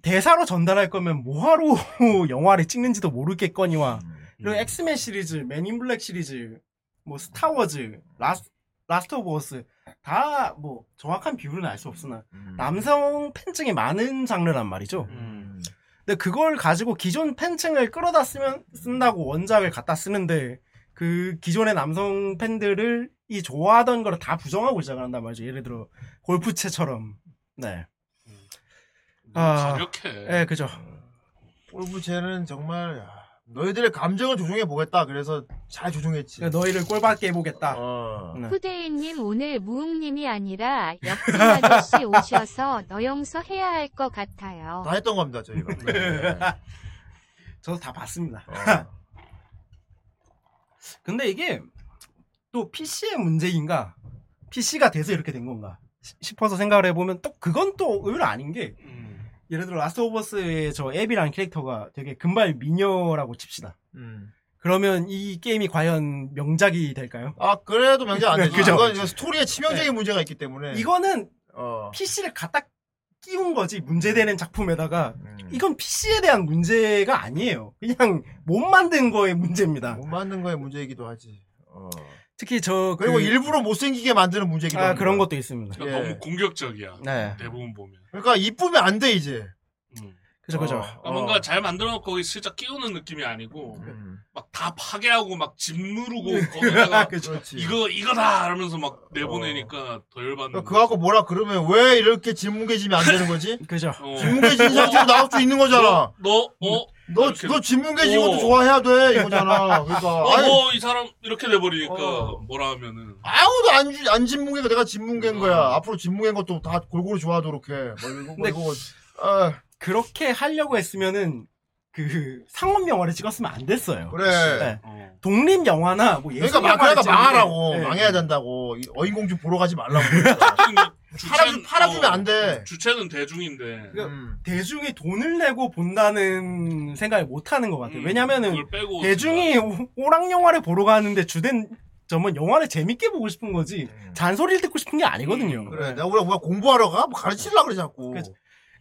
Speaker 5: 대사로 전달할 거면 뭐하러 영화를 찍는지도 모르겠거니와
Speaker 4: 음.
Speaker 5: 그리고 엑스맨 시리즈, 맨인 블랙 시리즈, 뭐 스타워즈, 라스, 라스트 오브 어스 다 뭐 정확한 비율은 알 수 없으나
Speaker 4: 음.
Speaker 5: 남성 팬층이 많은 장르란 말이죠.
Speaker 6: 음.
Speaker 5: 근데 그걸 가지고 기존 팬층을 끌어다 쓰면 쓴다고 원작을 갖다 쓰는데 그 기존의 남성 팬들을 이 좋아하던 걸 다 부정하고 시작을 한단 말이죠. 예를 들어 골프채처럼. 네. 아.
Speaker 6: 음, 가격해.
Speaker 4: 네.
Speaker 5: 예, 그죠.
Speaker 4: 골프채는 정말 야, 너희들의 감정을 조종해 보겠다. 그래서 잘 조종했지.
Speaker 5: 그러니까 너희를 꼴받게 해보겠다.
Speaker 4: 어.
Speaker 5: 네.
Speaker 11: 후대인님 오늘 무웅님이 아니라 옆집 아저씨 오셔서 너용서 해야 할 것 같아요.
Speaker 4: 다 했던 겁니다 저희가. 네.
Speaker 5: 저도 다 봤습니다.
Speaker 4: 어.
Speaker 5: 근데 이게 또 PC의 문제인가? PC가 돼서 이렇게 된 건가? 시- 싶어서 생각을 해보면 또 그건 또 의외로 아닌 게
Speaker 6: 음.
Speaker 5: 예를 들어 라스트 오브 어스의 저 앱이라는 캐릭터가 되게 금발 미녀라고 칩시다.
Speaker 4: 음.
Speaker 5: 그러면 이 게임이 과연 명작이 될까요?
Speaker 4: 아 그래도 명제 안 되죠.
Speaker 5: 네, 그죠. 네.
Speaker 4: 이건 이제 스토리에 치명적인 문제가 있기 때문에.
Speaker 5: 이거는
Speaker 4: 어.
Speaker 5: PC를 갖다 끼운 거지 문제되는 작품에다가
Speaker 4: 음.
Speaker 5: 이건 PC에 대한 문제가 아니에요. 그냥 못 만든 거의 문제입니다.
Speaker 4: 못 맞는 거의 문제이기도 하지. 어.
Speaker 5: 어. 특히 저
Speaker 4: 그리고
Speaker 5: 그-
Speaker 4: 일부러 못생기게 만드는 문제기도
Speaker 5: 아
Speaker 4: 합니다.
Speaker 5: 그런 것도 있습니다.
Speaker 6: 그러니까
Speaker 4: 예.
Speaker 6: 너무 공격적이야.
Speaker 5: 네,
Speaker 6: 대부분 보면.
Speaker 4: 그러니까 이쁘면 안 돼 이제. 어,
Speaker 6: 음.
Speaker 5: 그죠 그죠.
Speaker 6: 그러니까 뭔가 잘 만들어놓고 거기 슬쩍 끼우는 느낌이 아니고
Speaker 4: 음.
Speaker 6: 막 다 파괴하고 막 집 누르고 거기다가
Speaker 4: 그렇지.
Speaker 6: 이거 이거다 이러면서 막 내보내니까 더 열받는.
Speaker 4: 어, 그하고 뭐라 그러면 왜 이렇게 진문개짐이 안 되는 거지?
Speaker 5: 그죠.
Speaker 4: 진문개짐 상태로 나올 수 있는 거잖아.
Speaker 6: 어. 너어어이
Speaker 4: 너,
Speaker 6: 이렇게. 뭐.
Speaker 4: 너 진문개짐 것도
Speaker 6: 어.
Speaker 4: 좋아해야 돼. 이거잖아. 그러니까. 아니,
Speaker 6: 사람 어, 이렇게 돼버리니까
Speaker 4: 어.
Speaker 6: 뭐라 하면은
Speaker 4: 아무도 안, 주- 안 진문개가 내가 진문개인 거야.
Speaker 6: 어.
Speaker 4: 앞으로 진문개인 것도 다 골고루 좋아하도록 해. 뭐 이거, 뭐
Speaker 5: 근데-
Speaker 4: 이거. 아,
Speaker 5: 그렇게 하려고 했으면은 그 상업 영화를 찍었으면 안 됐어요.
Speaker 4: 그래.
Speaker 5: 네.
Speaker 6: 어.
Speaker 5: 독립 영화나 뭐 예술
Speaker 4: 그러니까 막,
Speaker 5: 영화를
Speaker 4: 그러니까
Speaker 5: 찍는데-
Speaker 4: 망하라고.
Speaker 5: 네.
Speaker 4: 망해야 된다고. 이 어인공주 보러 가지 말라고. 그러니까. 팔아주,
Speaker 6: 주체는-
Speaker 4: 팔아주면
Speaker 6: 어,
Speaker 4: 안 돼.
Speaker 6: 주체는 대중인데
Speaker 5: 그러니까
Speaker 4: 음.
Speaker 5: 대중이 돈을 내고 본다는 생각을 못 하는 것 같아요.
Speaker 6: 음,
Speaker 5: 왜냐면은
Speaker 6: 그걸 빼고
Speaker 5: 대중이 오- 오락 영화를 보러 가는데 주된 점은 영화를 재밌게 보고 싶은 거지 잔소리를 듣고 싶은 게
Speaker 6: 음,
Speaker 5: 아니거든요.
Speaker 4: 그래. 그러니까 내가 우리가, 우리가 공부하러 가? 뭐 가르치려고 그래, 자꾸.
Speaker 5: 그치.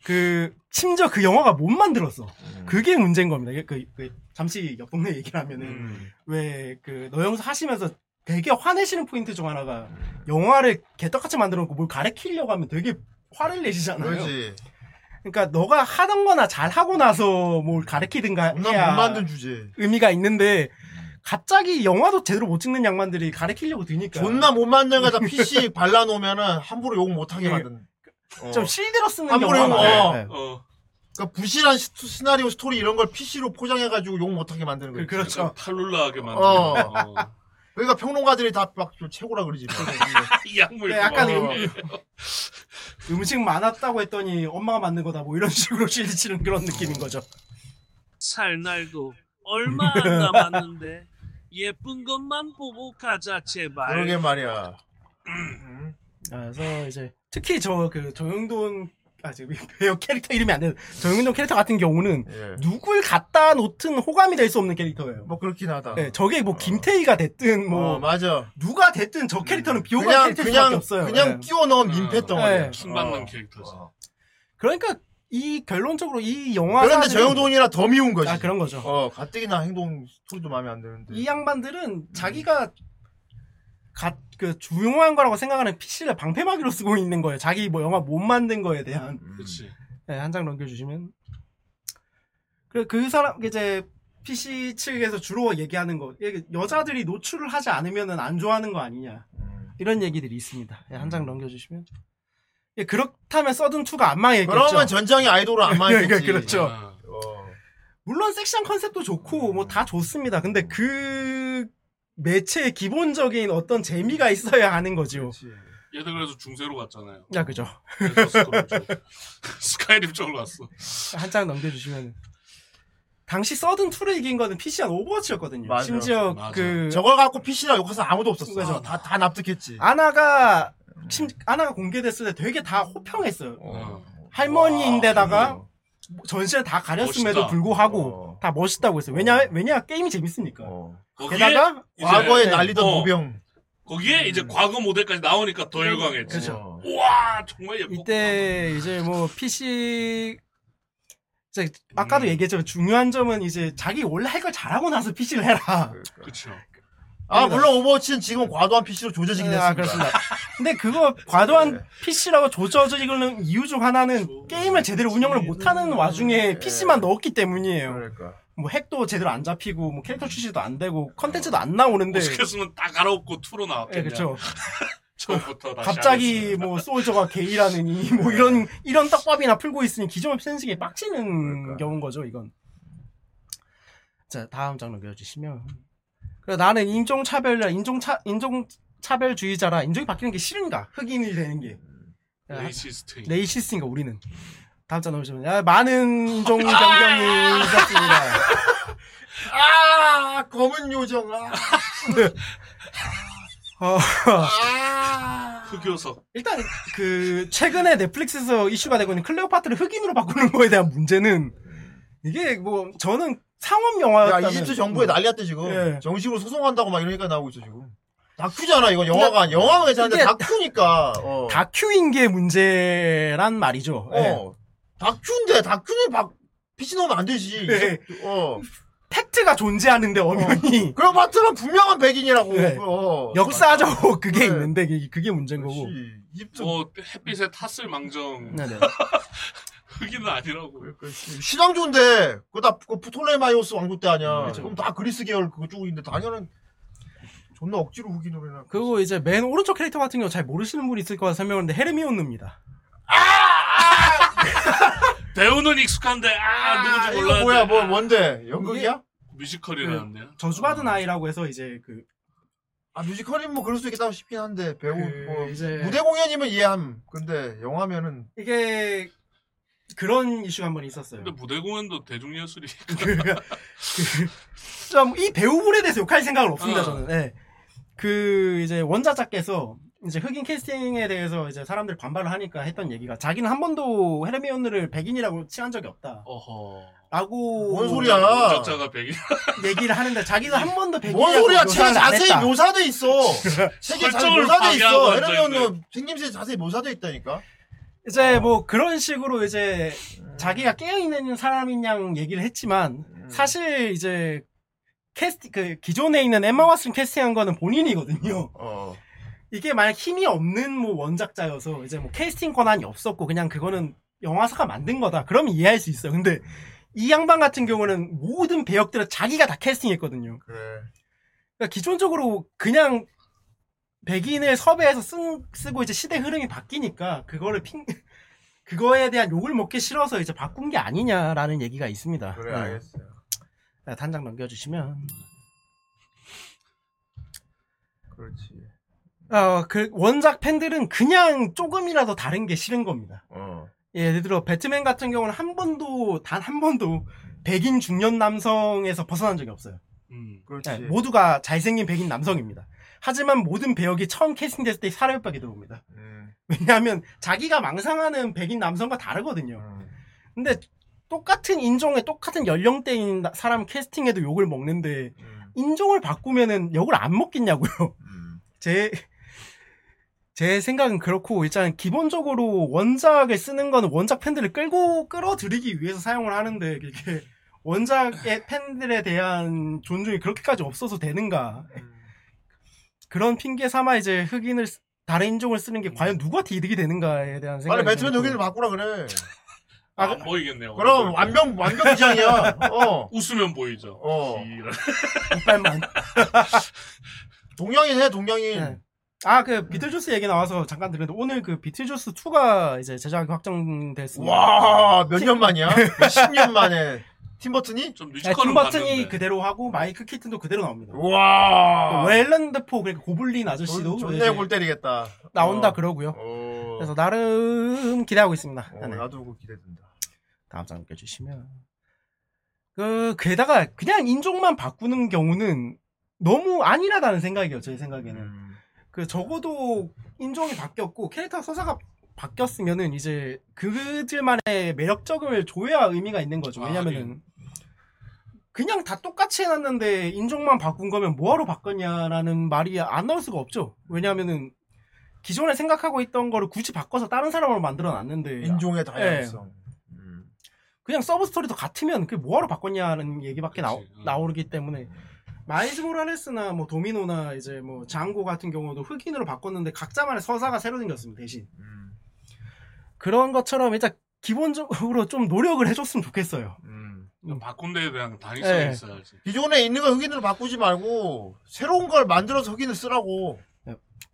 Speaker 5: 그 심지어 그 영화가 못 만들었어.
Speaker 4: 음.
Speaker 5: 그게 문제인 겁니다. 그, 그 잠시 옆 동네 얘기를 하면은
Speaker 6: 음.
Speaker 5: 왜 그 노영수 하시면서 되게 화내시는 포인트 중 하나가
Speaker 4: 음.
Speaker 5: 영화를 개떡같이 만들어 놓고 뭘 가리키려고 하면 되게 화를 내시잖아요.
Speaker 4: 그렇지.
Speaker 5: 그러니까 너가 하던 거나 잘하고 나서 뭘 가르치든가
Speaker 4: 어, 겁나
Speaker 5: 해야
Speaker 4: 못 만든 주제.
Speaker 5: 의미가 있는데 갑자기 영화도 제대로 못 찍는 양반들이 가르치려고 드니까
Speaker 4: 존나 못 만든 거다 PC 발라놓으면은 함부로 욕 못하게
Speaker 5: 네.
Speaker 4: 만든.
Speaker 5: 좀 실드로 쓰는
Speaker 4: 함부로 욕.
Speaker 5: 영화.
Speaker 4: 어.
Speaker 6: 음.
Speaker 5: 네.
Speaker 4: 그러니까 부실한 시, 시나리오 스토리 이런 걸 PC로 포장해가지고 욕 못하게 만드는 거예요.
Speaker 6: 그렇죠. 탈룰라하게 만드는.
Speaker 4: 어.
Speaker 6: 어.
Speaker 4: 그러니까 평론가들이 다 막 최고라 그러지.
Speaker 6: 이 어. 약물.
Speaker 5: 네, 약간
Speaker 6: 고마워.
Speaker 5: 음- 네. 음식 많았다고 했더니 엄마가 만든 거다 뭐 이런 식으로 실드 치는 그런 느낌인 거죠.
Speaker 12: 살 날도 얼마 안 남았는데 예쁜 것만 보고 가자 제발.
Speaker 4: 그러게 말이야.
Speaker 5: 아, 그래서 이제 특히 저 그 정영돈 아 지금 배우 캐릭터 이름이 안 되는 정영돈 캐릭터 같은 경우는
Speaker 4: 네.
Speaker 5: 누굴 갖다 놓든 호감이 될 수 없는 캐릭터예요.
Speaker 4: 예. 뭐 그렇긴 하다.
Speaker 5: 네, 저게 뭐 김태희가 됐든 뭐
Speaker 4: 어, 맞아. 음.
Speaker 5: 누가 됐든 저 캐릭터는 비호감
Speaker 4: 그냥
Speaker 5: 캐릭터일 수밖에
Speaker 4: 그냥
Speaker 5: 없어요.
Speaker 4: 그냥
Speaker 5: 네.
Speaker 4: 끼워 넣은 민폐 덩어리야.
Speaker 5: 네.
Speaker 6: 킹받는 캐릭터죠.
Speaker 5: 그러니까 이 결론적으로 이 영화
Speaker 4: 그런데 저영돈이라 더 미운 거지.
Speaker 5: 아 그런 거죠.
Speaker 4: 어 가뜩이나 행동 스토리도 마음에 안 드는데.
Speaker 5: 이 양반들은
Speaker 4: 음.
Speaker 5: 자기가 가, 그 중요한 거라고 생각하는 PC를 방패막이로 쓰고 있는 거예요. 자기 뭐 영화 못 만든 거에 대한
Speaker 6: 그렇지.
Speaker 5: 네, 한 장 넘겨주시면 그래 그 사람 이제 PC 측에서 주로 얘기하는 거 이게 여자들이 노출을 하지 않으면은 안 좋아하는 거 아니냐
Speaker 4: 음.
Speaker 5: 이런 얘기들이 있습니다. 한 장 넘겨주시면 예, 그렇다면 서든 2가 안망했겠죠.
Speaker 4: 그러면 전장의 아이돌은 안 망했겠지.
Speaker 5: 그렇죠.
Speaker 6: 아,
Speaker 4: 어.
Speaker 5: 물론 섹시한 컨셉도 좋고 뭐 다 좋습니다. 근데 그 매체의 기본적인 어떤 재미가 있어야 하는 거지요.
Speaker 6: 얘들 그래서 중세로 갔잖아요.
Speaker 5: 야 그죠.
Speaker 6: 그래서 스크롤 쪽. 스카이림 쪽으로 갔어.
Speaker 5: 한 장 넘겨주시면 당시 서든 2를 이긴 거는 PC한 오버워치였거든요.
Speaker 4: 맞아.
Speaker 5: 심지어
Speaker 4: 맞아.
Speaker 5: 그
Speaker 4: 저걸 갖고 PC랑 욕해서 아무도 없었어. 다, 다 납득했지.
Speaker 5: 아나가 심 아나가 공개됐을 때 되게 다 호평했어요. 할머니인데다가 뭐 전신을 다 가렸음에도
Speaker 4: 멋있다.
Speaker 5: 불구하고 다 멋있다고 했어요. 왜냐 왜냐 게임이 재밌으니까.
Speaker 4: 어,
Speaker 6: 거기에
Speaker 5: 게다가
Speaker 6: 이제-
Speaker 5: 네.
Speaker 6: 어. 거기에 이제 과거 모델까지 나오니까 더 열광했지.
Speaker 5: 음. 그죠.
Speaker 6: 우와 정말 예뻐.
Speaker 5: 이때 이제 뭐 PC 이제 아까도 얘기했지만 중요한 점은 이제 자기 원래 할 걸 잘하고 나서 PC를 해라.
Speaker 6: 그렇죠.
Speaker 4: 아 물론 오버워치는 지금 과도한 PC로 조져지긴
Speaker 5: 네,
Speaker 4: 했습니다.
Speaker 5: 아, 그렇습니다. 근데 그거
Speaker 4: 네.
Speaker 5: 과도한 PC라고 조져지는 이유 중 하나는 게임을 제대로 운영을 못하는 와중에 PC만 넣었기
Speaker 4: 네.
Speaker 5: 때문이에요. 뭐 핵도 제대로 안 잡히고 뭐 캐릭터 출시도 안 되고 컨텐츠도 안 나오는데
Speaker 6: 뭐 오스켓스는 딱 갈아엎고 투로
Speaker 5: 예,
Speaker 6: 나왔겠냐.
Speaker 5: 그쵸.
Speaker 6: 처음부터 다시
Speaker 5: 갑자기 뭐 소울저가 게이라느니 뭐 이런 이런 떡밥이나 풀고 있으니 기존 팬식에 빡치는
Speaker 6: 그러니까.
Speaker 5: 경우인 거죠 이건. 자 다음 장 넘겨주시면. 그래 나는 인종 차별이라 인종 차 인종 차별주의자라 인종이 바뀌는 게 싫은가 흑인이 되는 게.
Speaker 6: 레이시스트.
Speaker 5: 아, 레이시스인가 우리는. 다음 장 넘겨주시면 야, 많은 인종 변경이
Speaker 6: 아!
Speaker 5: 있었습니다.
Speaker 4: 아 검은 요정. 아.
Speaker 5: 어,
Speaker 6: 흑요석.
Speaker 5: 일단 그 최근에 넷플릭스에서 이슈가 되고 있는 클레오파트를 흑인으로 바꾸는 거에 대한 문제는 이게 뭐 저는 상업
Speaker 4: 야
Speaker 5: 영화였다면
Speaker 4: 이집트 정부에 난리 났대 지금.
Speaker 5: 예.
Speaker 4: 정식으로 소송한다고 막 이런 얘기가 나오고 있어 지금. 다큐잖아 이거 영화가 아니- 영화는 괜찮은데
Speaker 5: 이게-
Speaker 4: 다큐니까. 어.
Speaker 5: 음, 다큐인 게 문제란 말이죠. 예.
Speaker 4: 어. 다큐인데 다큐는 막 PC 넣으면 안 되지.
Speaker 5: 네.
Speaker 4: 어.
Speaker 5: 팩트가 존재하는데 엄연히
Speaker 4: 그럼 파트는 분명한 백인이라고.
Speaker 5: 네.
Speaker 4: 어. 네. 아,
Speaker 5: 역사적으로 그게 있는데 그게, 그게 문제인 거고.
Speaker 6: 뭐 햇빛에 탔을 망정.
Speaker 5: 네, 네.
Speaker 6: 흑인은 아니라고.
Speaker 4: 신앙조인데 그거 다 그 프톨레마이오스 왕조 때
Speaker 6: 음,
Speaker 4: 아니야. 그럼 다 그리스 계열 그거 쪽인데 당연한 존나 억지로 후기노래 나.
Speaker 5: 그리고 이제 맨 오른쪽 캐릭터 같은 경우 잘 모르시는 분이 있을 거라 설명하는데 헤르미온느입니다.
Speaker 6: 배우는 익숙한데 아 누군지 몰라.
Speaker 4: 뭐 뭔데? 연극이야?
Speaker 5: 네.
Speaker 6: 뮤지컬이라는데요.
Speaker 5: 저주받은 아이라고 해서 이제 그
Speaker 4: 아 뮤지컬이면 뭐 그럴 수 있겠다고 싶긴 한데 배우
Speaker 5: 그
Speaker 4: 뭐
Speaker 5: 이제-
Speaker 4: 무대 공연이면 이해함. 근데 영화면은
Speaker 5: 이게 그런 이슈가 한 번 있었어요.
Speaker 6: 근데 무대 공연도 대중 예술이.
Speaker 5: 좀 이 배우분에 대해서 욕할 생각은 없습니다
Speaker 4: 아.
Speaker 6: 어.
Speaker 5: 저는. 예. 그 이제 원자작께서 이제 흑인 캐스팅에 대해서 이제 사람들 반발을 하니까 했던 얘기가 자기는 한 번도 헤르미온느를 백인이라고 칭한 적이 없다.
Speaker 6: 어허.
Speaker 5: 라고
Speaker 4: 뭔
Speaker 5: 아.
Speaker 4: 소리야?
Speaker 6: 원작자가 백인.
Speaker 5: 얘기를 하는데 자기는 한 번도 백인이라고
Speaker 4: 뭔 소리야? 책에
Speaker 5: 묘사를 뭐 안
Speaker 4: 자세히
Speaker 5: 했다.
Speaker 4: 묘사돼 있어. 책에 자세히
Speaker 5: 설정을
Speaker 4: 묘사돼
Speaker 5: 파괴하고
Speaker 4: 있어.
Speaker 5: 앉아있네.
Speaker 4: 헤르미온은 생김새 자세히 묘사돼 있다니까.
Speaker 5: 이제 뭐 그런 식으로 이제
Speaker 4: 음.
Speaker 5: 자기가 깨어있는 사람인 양 얘기를 했지만 사실 이제 캐스트 그 기존에 있는 엠마 왓슨 캐스팅한 거는 본인이거든요.
Speaker 4: 어,
Speaker 5: 이게 만약 힘이 없는 뭐 원작자여서 이제 뭐 캐스팅 권한이 없었고 그냥 그거는 영화사가 만든 거다. 그럼 이해할 수 있어요. 근데 이 양반 같은 경우는 모든 배역들을 자기가 다 캐스팅했거든요.
Speaker 4: 그래.
Speaker 5: 그러니까 기존적으로 그냥 백인을 섭외해서 쓴, 쓰고 이제 시대 흐름이 바뀌니까 그거를 핑 그거에 대한 욕을 먹기 싫어서 이제 바꾼 게 아니냐라는 얘기가 있습니다.
Speaker 4: 그래 알겠어요.
Speaker 5: 네, 단장 넘겨주시면.
Speaker 4: 그렇지.
Speaker 5: 어, 그 원작 팬들은 그냥 조금이라도 다른 게 싫은 겁니다.
Speaker 4: 어.
Speaker 5: 예, 예를 들어 배트맨 같은 경우는 한 번도 단 한 번도 백인 중년 남성에서 벗어난 적이 없어요.
Speaker 6: 음.
Speaker 4: 그렇지.
Speaker 5: 네, 모두가 잘생긴 백인 남성입니다. 하지만 모든 배역이 처음 캐스팅됐을 때 사례협박이 들어옵니다.
Speaker 4: 음.
Speaker 5: 왜냐하면 자기가 망상하는 백인 남성과 다르거든요.
Speaker 4: 음,
Speaker 5: 근데 똑같은 인종의 똑같은 연령대인 나- 사람 캐스팅해도 욕을 먹는데
Speaker 4: 음,
Speaker 5: 인종을 바꾸면은 욕을 안 먹겠냐고요. 제 제 생각은 그렇고 일단 기본적으로 원작을 쓰는 건 원작 팬들을 끌고 끌어들이기 위해서 사용을 하는데 이게 원작의 팬들에 대한 존중이 그렇게까지 없어서 되는가
Speaker 4: 음.
Speaker 5: 그런 핑계 삼아 이제 흑인을 쓰- 다른 인종을 쓰는 게 과연 누구한테 이득이 되는가에 대한 생각이
Speaker 4: 빨리 배트맨
Speaker 5: 좀 어,
Speaker 4: 음. 여기를 바꾸라 그래.
Speaker 6: 아, 안 보이겠네요.
Speaker 4: 그럼 완벽 완벽 지향이야. 어.
Speaker 6: 웃으면 보이죠.
Speaker 4: 어.
Speaker 5: 이빨만.
Speaker 4: 동양인 해 동양인.
Speaker 5: 아 그 비틀조스 얘기 나와서 잠깐 들었는데 오늘 그 비틀조스 2가 이제 제작이 확정됐습니다.
Speaker 4: 와, 몇 년 만이야? 10년 만에. 팀버튼이?
Speaker 6: 좀
Speaker 5: 네, 팀버튼이 그대로 하고 마이크 키튼도 그대로 나옵니다.
Speaker 4: 와.
Speaker 5: 그 웰런드포 그러니까 고블린 아저씨도
Speaker 4: 아. 존내 골 때리겠다.
Speaker 5: 나온다
Speaker 4: 어.
Speaker 5: 그러고요.
Speaker 4: 어.
Speaker 5: 그래서 나름 기대하고 있습니다. 네,
Speaker 4: 어, 나도 그거 기대된다.
Speaker 5: 다음 장 넘겨주시면 그 게다가 그냥 인종만 바꾸는 경우는 너무 안일하다는 생각이에요. 제 생각에는
Speaker 4: 음,
Speaker 5: 그 적어도 인종이 바뀌었고 캐릭터 서사가 바뀌었으면은 이제 그들만의 매력적을 줘야 의미가 있는 거죠.
Speaker 4: 아,
Speaker 5: 왜냐면은
Speaker 4: 네.
Speaker 5: 그냥 다 똑같이 해놨는데 인종만 바꾼 거면 뭐하러 바꿨냐라는 말이 안 나올 수가 없죠. 왜냐면은 기존에 생각하고 있던 거를 굳이 바꿔서 다른 사람으로 만들어 놨는데
Speaker 4: 인종의
Speaker 5: 예.
Speaker 4: 다양성. 음.
Speaker 5: 그냥 서브 스토리도 같으면 그게 뭐하러 바꿨냐는 얘기밖에 나오, 나오기 때문에 마이즈 모랄레스나 뭐 도미노나 이제 뭐 장고 같은 경우도 흑인으로 바꿨는데 각자만의 서사가 새로 생겼습니다 대신
Speaker 4: 음,
Speaker 5: 그런 것처럼 일단 기본적으로 좀 노력을 해줬으면 좋겠어요.
Speaker 6: 바꾼 데에 대한 당위성이
Speaker 5: 예.
Speaker 6: 있어야지.
Speaker 4: 음. 기존에 있는 걸 흑인으로 바꾸지 말고 새로운 걸 만들어서 흑인을 쓰라고.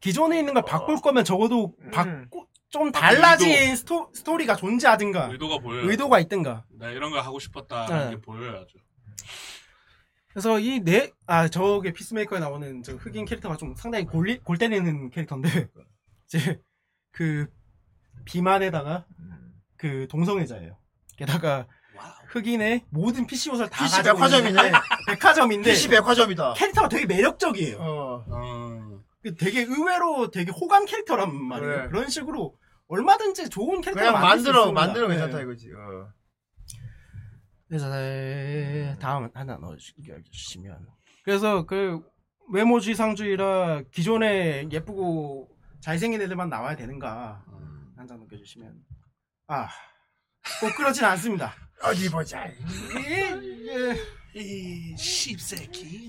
Speaker 5: 기존에 있는 걸 바꿀 거면 적어도 바꾸 좀 달라진
Speaker 6: 음. 아, 의도.
Speaker 5: 스토, 스토리가 존재하든가
Speaker 6: 의도가 보여요.
Speaker 5: 의도가 있든가
Speaker 6: 나 이런 걸 하고 싶었다라는
Speaker 5: 네.
Speaker 6: 게 보여야죠.
Speaker 5: 그래서 이 네 아 저게 피스메이커에 나오는 저 흑인 캐릭터가 좀 상당히 골리, 골 때리는 캐릭터인데 이제 그 비만에다가 그 동성애자예요. 게다가 흑인의 모든 PC 옷을 다
Speaker 4: PC
Speaker 5: 가지고
Speaker 4: 백화점이네.
Speaker 5: 있는데 백화점인데
Speaker 4: PC 백화점이다. 어.
Speaker 5: 캐릭터가 되게 매력적이에요.
Speaker 6: 어.
Speaker 5: 그 되게 의외로 되게 호감 캐릭터란 말이에요.
Speaker 4: 그래.
Speaker 5: 그런 식으로 얼마든지 좋은 캐릭터가
Speaker 4: 네. 그냥
Speaker 5: 만들 수
Speaker 4: 만들어
Speaker 5: 있습니다.
Speaker 4: 만들어 괜찮다
Speaker 5: 네.
Speaker 4: 이거지. 어.
Speaker 5: 그래서 네, 다음 하나 넣어주시면 그래서 그 외모지상주의라 기존에 예쁘고 잘생긴 애들만 나와야 되는가
Speaker 4: 음.
Speaker 5: 한 장 넘겨주시면 아꼭 뭐 그렇진 않습니다
Speaker 4: 어디 보자.
Speaker 5: 이 십새끼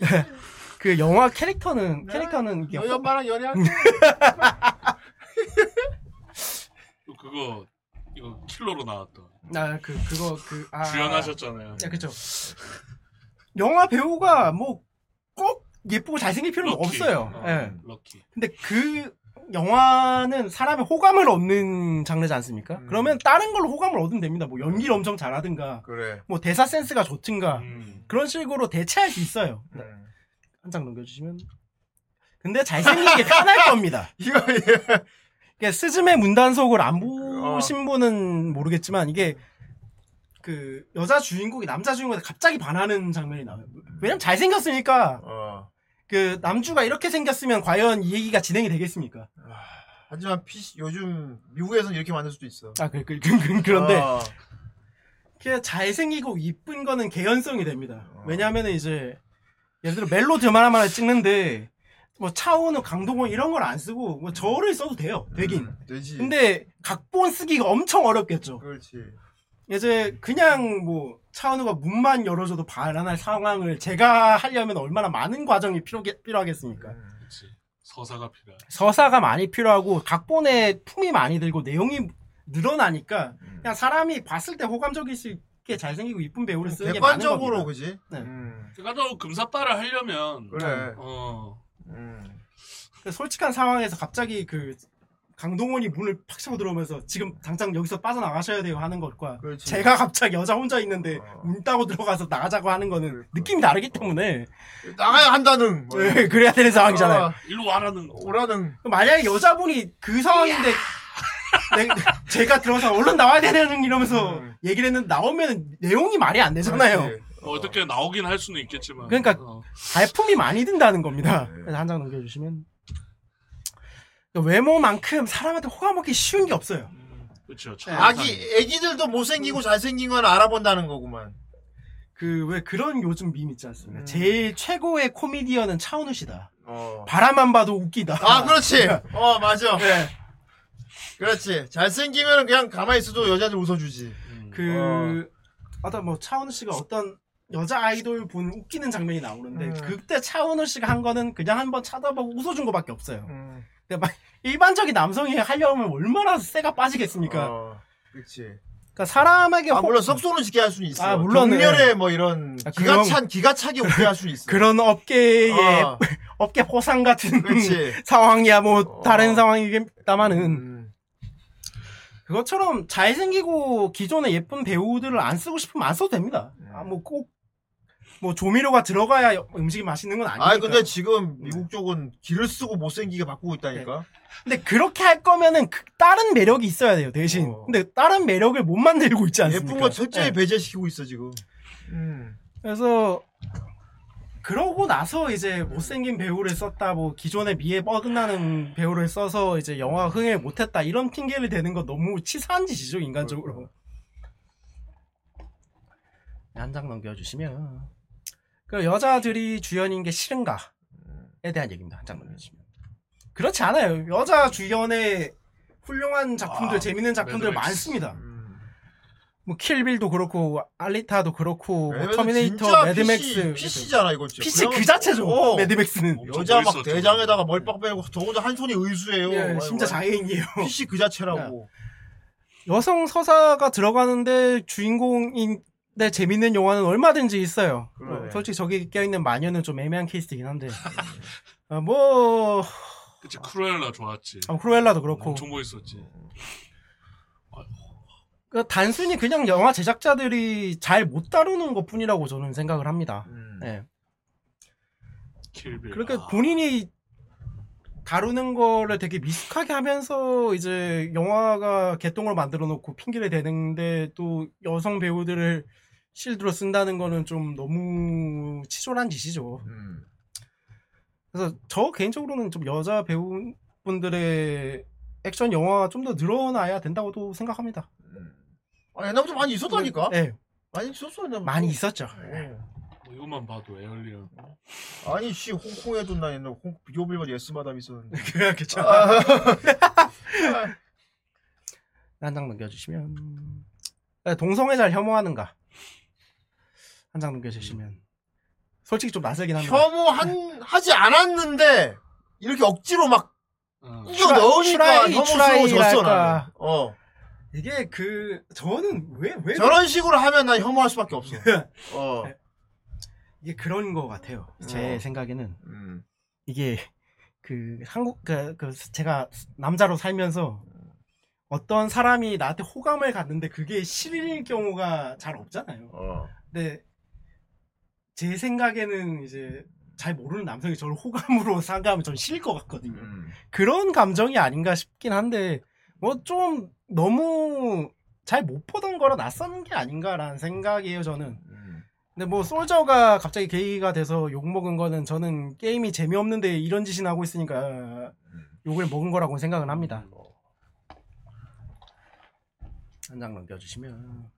Speaker 5: 그 영화 캐릭터는 캐릭터는 이게
Speaker 4: 너 엄마랑 연애할
Speaker 6: 또 그거 이거 킬러로 나왔던
Speaker 5: 나그 그거 그 아,
Speaker 6: 주연하셨잖아요.
Speaker 5: 네, 그쵸. 영화 배우가 뭐 꼭 예쁘고 잘생길 필요는
Speaker 6: 럭키.
Speaker 5: 없어요.
Speaker 6: 어,
Speaker 5: 예.
Speaker 6: 럭키.
Speaker 5: 근데 그 영화는 사람의 호감을 얻는 장르지 않습니까?
Speaker 6: 음.
Speaker 5: 그러면 다른 걸로 호감을 얻으면 됩니다. 뭐 연기를 엄청 잘하든가,
Speaker 4: 그래.
Speaker 5: 뭐 대사 센스가
Speaker 6: 음.
Speaker 5: 좋든가 그런 식으로 대체할 수 있어요. 한 장 넘겨주시면. 근데 잘생긴 게 편할 겁니다.
Speaker 4: 이거 어.
Speaker 5: 이게 스즈메 문단속을 안 보신 분은 모르겠지만 이게 그 여자 주인공이 남자 주인공한테 갑자기 반하는 장면이 나와요. 왜냐면 잘생겼으니까
Speaker 4: 어.
Speaker 5: 그 남주가 이렇게 생겼으면 과연 이 얘기가 진행이 되겠습니까?
Speaker 4: 하지만 PC 요즘 미국에서는 이렇게 만들 수도 있어.
Speaker 5: 아, 그, 그, 그, 그, 그런데
Speaker 4: 어.
Speaker 5: 그 잘생기고 이쁜 거는 개연성이 됩니다.
Speaker 4: 어.
Speaker 5: 왜냐하면 이제 예를 들어 멜로드만 하나 찍는데 뭐 차은우, 강동원 이런 걸 안 쓰고 뭐 저를 써도 돼요. 되긴.
Speaker 4: 음, 되지.
Speaker 5: 근데 각본 쓰기가 엄청 어렵겠죠.
Speaker 4: 그렇지.
Speaker 5: 이제 그냥 뭐 차은우가 문만 열어줘도 반환할 상황을 제가 하려면 얼마나 많은 과정이 필요, 필요하겠습니까?
Speaker 4: 음.
Speaker 6: 그치. 서사가 필요해.
Speaker 5: 서사가 많이 필요하고 각본에 품이 많이 들고 내용이 늘어나니까
Speaker 4: 음.
Speaker 5: 그냥 사람이 봤을 때 호감적일 수 있게 잘생기고 이쁜 배우를 쓰는 게 많은
Speaker 4: 객관적으로
Speaker 5: 겁니다.
Speaker 4: 그지? 음,
Speaker 5: 네.
Speaker 6: 제가 너 그러니까 금사빠를 하려면
Speaker 5: 그래.
Speaker 6: 어.
Speaker 4: 음.
Speaker 5: 그 솔직한 상황에서 갑자기 그 강동원이 문을 팍 치고 들어오면서 지금 당장 여기서 빠져나가셔야 돼요 하는 것과 제가 갑자기 여자 혼자
Speaker 4: 네.
Speaker 5: 있는데
Speaker 4: 음,
Speaker 5: 문 따고 들어가서 나가자고 하는 거는 느낌이 다르기 때문에
Speaker 4: 나가야 한다는
Speaker 5: 네, 그래야 되는 상황이잖아요.
Speaker 4: 어,
Speaker 6: 일로 와라는 거.
Speaker 4: 오라는
Speaker 5: 만약에 여자분이 그 상황인데 내- 제가 들어서 얼른 나와야 되는 이러면서
Speaker 4: 음.
Speaker 5: 얘기를 했는데 나오면 내용이 말이 안
Speaker 4: 네,
Speaker 5: 되잖아요.
Speaker 6: 뭐 어떻게 나오긴 할 수는 있겠지만.
Speaker 5: 그러니까
Speaker 6: 어.
Speaker 5: 발품이 많이 든다는 겁니다.
Speaker 4: 네.
Speaker 5: 그래서 한 장 넘겨주시면 외모만큼 사람한테 호감 얻기 쉬운 게 없어요. 네.
Speaker 6: 그렇죠.
Speaker 4: 네, 아기 애기들도 못생기고 잘생긴 건 알아본다는 거구만.
Speaker 5: 그 왜 그런 요즘 밈 있지
Speaker 4: 음.
Speaker 5: 않습니까? 제일 최고의 코미디언은 차은우 씨다.
Speaker 4: 어.
Speaker 5: 바라만 봐도 웃기다. 네.
Speaker 4: 아 그렇지. 어 맞아. 그렇지. 잘생기면 그냥 가만히 있어도 여자들 웃어주지.
Speaker 6: 음.
Speaker 5: 그 아까 뭐 차은우 씨가 어떤 여자 아이돌 본 웃기는 장면이 나오는데
Speaker 4: 음.
Speaker 5: 그때 차은우 씨가 한 거는 그냥 한번 쳐다보고 웃어준 거밖에 없어요.
Speaker 4: 음.
Speaker 5: 근데 막 일반적인 남성이 하려면 얼마나 쇠가 빠지겠습니까?
Speaker 4: 어, 그렇지.
Speaker 5: 그러니까 사람에게
Speaker 4: 아, 물론 썩소는 지게 할 수는 있어.
Speaker 5: 아, 물론,
Speaker 4: 격렬해
Speaker 5: 네.
Speaker 4: 뭐 이런
Speaker 5: 아,
Speaker 4: 기가
Speaker 5: 그럼-
Speaker 4: 찬 기가 차게 웃게 할 수 있어.
Speaker 5: 그런 업계의
Speaker 4: 어.
Speaker 5: 업계 포상 같은
Speaker 4: 그렇지. 어.
Speaker 5: 상황이야 뭐 다른 상황이겠다마는
Speaker 4: 음.
Speaker 5: 그것처럼 잘생기고 기존의 예쁜 배우들을 안 쓰고 싶으면 안 써도 됩니다.
Speaker 4: 네.
Speaker 5: 아, 뭐 꼭 뭐 조미료가 들어가야 음식이 맛있는 건 아니니까.
Speaker 4: 아 근데 지금 미국 쪽은 기를 쓰고 못생기게 바꾸고 있다니까.
Speaker 5: 근데 그렇게 할 거면은 그- 다른 매력이 있어야 돼요 대신. 근데 다른 매력을 못 만들고 있지 않습니까?
Speaker 4: 예쁜 음. 거 철저히
Speaker 5: 예.
Speaker 4: 배제시키고 있어 지금.
Speaker 5: 그래서 그러고 나서 이제 못생긴 배우를 썼다 뭐 기존의 미에 뻐근나는 배우를 써서 이제 영화 흥행 을 못했다 이런 핑계를 대는 거 너무 치사한 짓이죠 인간적으로
Speaker 4: 그렇죠.
Speaker 5: 네, 한 장 넘겨주시면 그 여자들이 주연인 게 싫은가에 대한 얘기입니다 한
Speaker 4: 네.
Speaker 5: 장 넘겨주시면 그렇지 않아요 여자 주연의 훌륭한 작품들
Speaker 4: 아,
Speaker 5: 재밌는 작품들
Speaker 4: 매드맥스.
Speaker 5: 많습니다
Speaker 4: 음.
Speaker 5: 뭐 킬빌도 그렇고 알리타도 그렇고 뭐
Speaker 4: 왜냐면
Speaker 5: 터미네이터
Speaker 4: 진짜
Speaker 5: 매드맥스
Speaker 4: PC, PC잖아 이거 진짜.
Speaker 5: PC 그
Speaker 4: 그냥-
Speaker 5: 자체죠
Speaker 4: 어.
Speaker 5: 매드맥스는
Speaker 4: 여자 막 대장에다가 멀빵 빼고 저 혼자 한 손이 의수예요.
Speaker 5: 예,
Speaker 4: 막
Speaker 5: 진짜
Speaker 4: 이거.
Speaker 5: 장애인이에요.
Speaker 4: PC 그 자체라고.
Speaker 5: 여성 서사가 들어가는데 주인공인데 재밌는 영화는 얼마든지 있어요
Speaker 4: 그러네.
Speaker 5: 어, 솔직히 저기 껴있는 마녀는 좀 애매한 케이스이긴 한데 아, 뭐
Speaker 6: 그치 크루엘라 좋았지.
Speaker 5: 아, 크루엘라도 그렇고
Speaker 6: 엄청 멋있었지.
Speaker 5: 그 단순히 그냥 영화 제작자들이 잘 못 다루는 것 뿐이라고 저는 생각을 합니다
Speaker 4: 음. 네.
Speaker 5: 예.
Speaker 6: 킬빌. 아,
Speaker 5: 그렇게 그러니까 본인이 다루는 거를 되게 미숙하게 하면서 이제 영화가 개똥으로 만들어 놓고 핑계를 대는데 또 여성 배우들을 실드로 쓴다는 거는 좀 너무 치졸한 짓이죠.
Speaker 4: 음.
Speaker 5: 그래서 저 개인적으로는 좀 여자 배우분들의 액션 영화가 좀 더 늘어나야 된다고도 생각합니다.
Speaker 4: 아, 옛날부터 많이 있었다니까.
Speaker 5: 네.
Speaker 4: 많이 있었어. 옛날부터. 어.
Speaker 5: 많이 있었죠.
Speaker 4: 네.
Speaker 6: 뭐 이것만 봐도 에얼리언.
Speaker 4: 아니 씨 홍콩에도 나 옛날 홍 비디오 빌보드 예스 마담 있었는데.
Speaker 5: 그래 괜찮아. 한 장 넘겨주시면 네, 동성애자를 혐오하는가 한 장 넘겨주시면 솔직히 좀 낯설긴 합니다.
Speaker 4: 혐오한 하지 않았는데 이렇게 억지로 막 이거
Speaker 6: 어.
Speaker 5: 추라-
Speaker 4: 넣으니까
Speaker 5: 추라이,
Speaker 4: 혐오스러워졌어
Speaker 5: 추라이랄까.
Speaker 4: 나는. 어.
Speaker 5: 이게 그 저는 왜 왜
Speaker 4: 저런 식으로 하면 난 혐오할 수밖에 없어. 어.
Speaker 5: 이게 그런 거 같아요. 제
Speaker 4: 어.
Speaker 5: 생각에는 이게 그 한국 그, 그 제가 남자로 살면서 어떤 사람이 나한테 호감을 갖는데 그게 실일 경우가 잘 없잖아요. 근데 제 생각에는 이제 잘 모르는 남성이 저를 호감으로 생각하면 전 싫을 것 같거든요. 그런 감정이 아닌가 싶긴 한데 뭐 좀 너무 잘 못 보던 거라 낯선 게 아닌가라는 생각이에요 저는. 근데 뭐 솔저가 갑자기 게이가 돼서 욕 먹은 거는 저는 게임이 재미없는데 이런 짓이 나고 있으니까 욕을 먹은 거라고 생각은 합니다.
Speaker 4: 음, 뭐.
Speaker 5: 한 장 넘겨주시면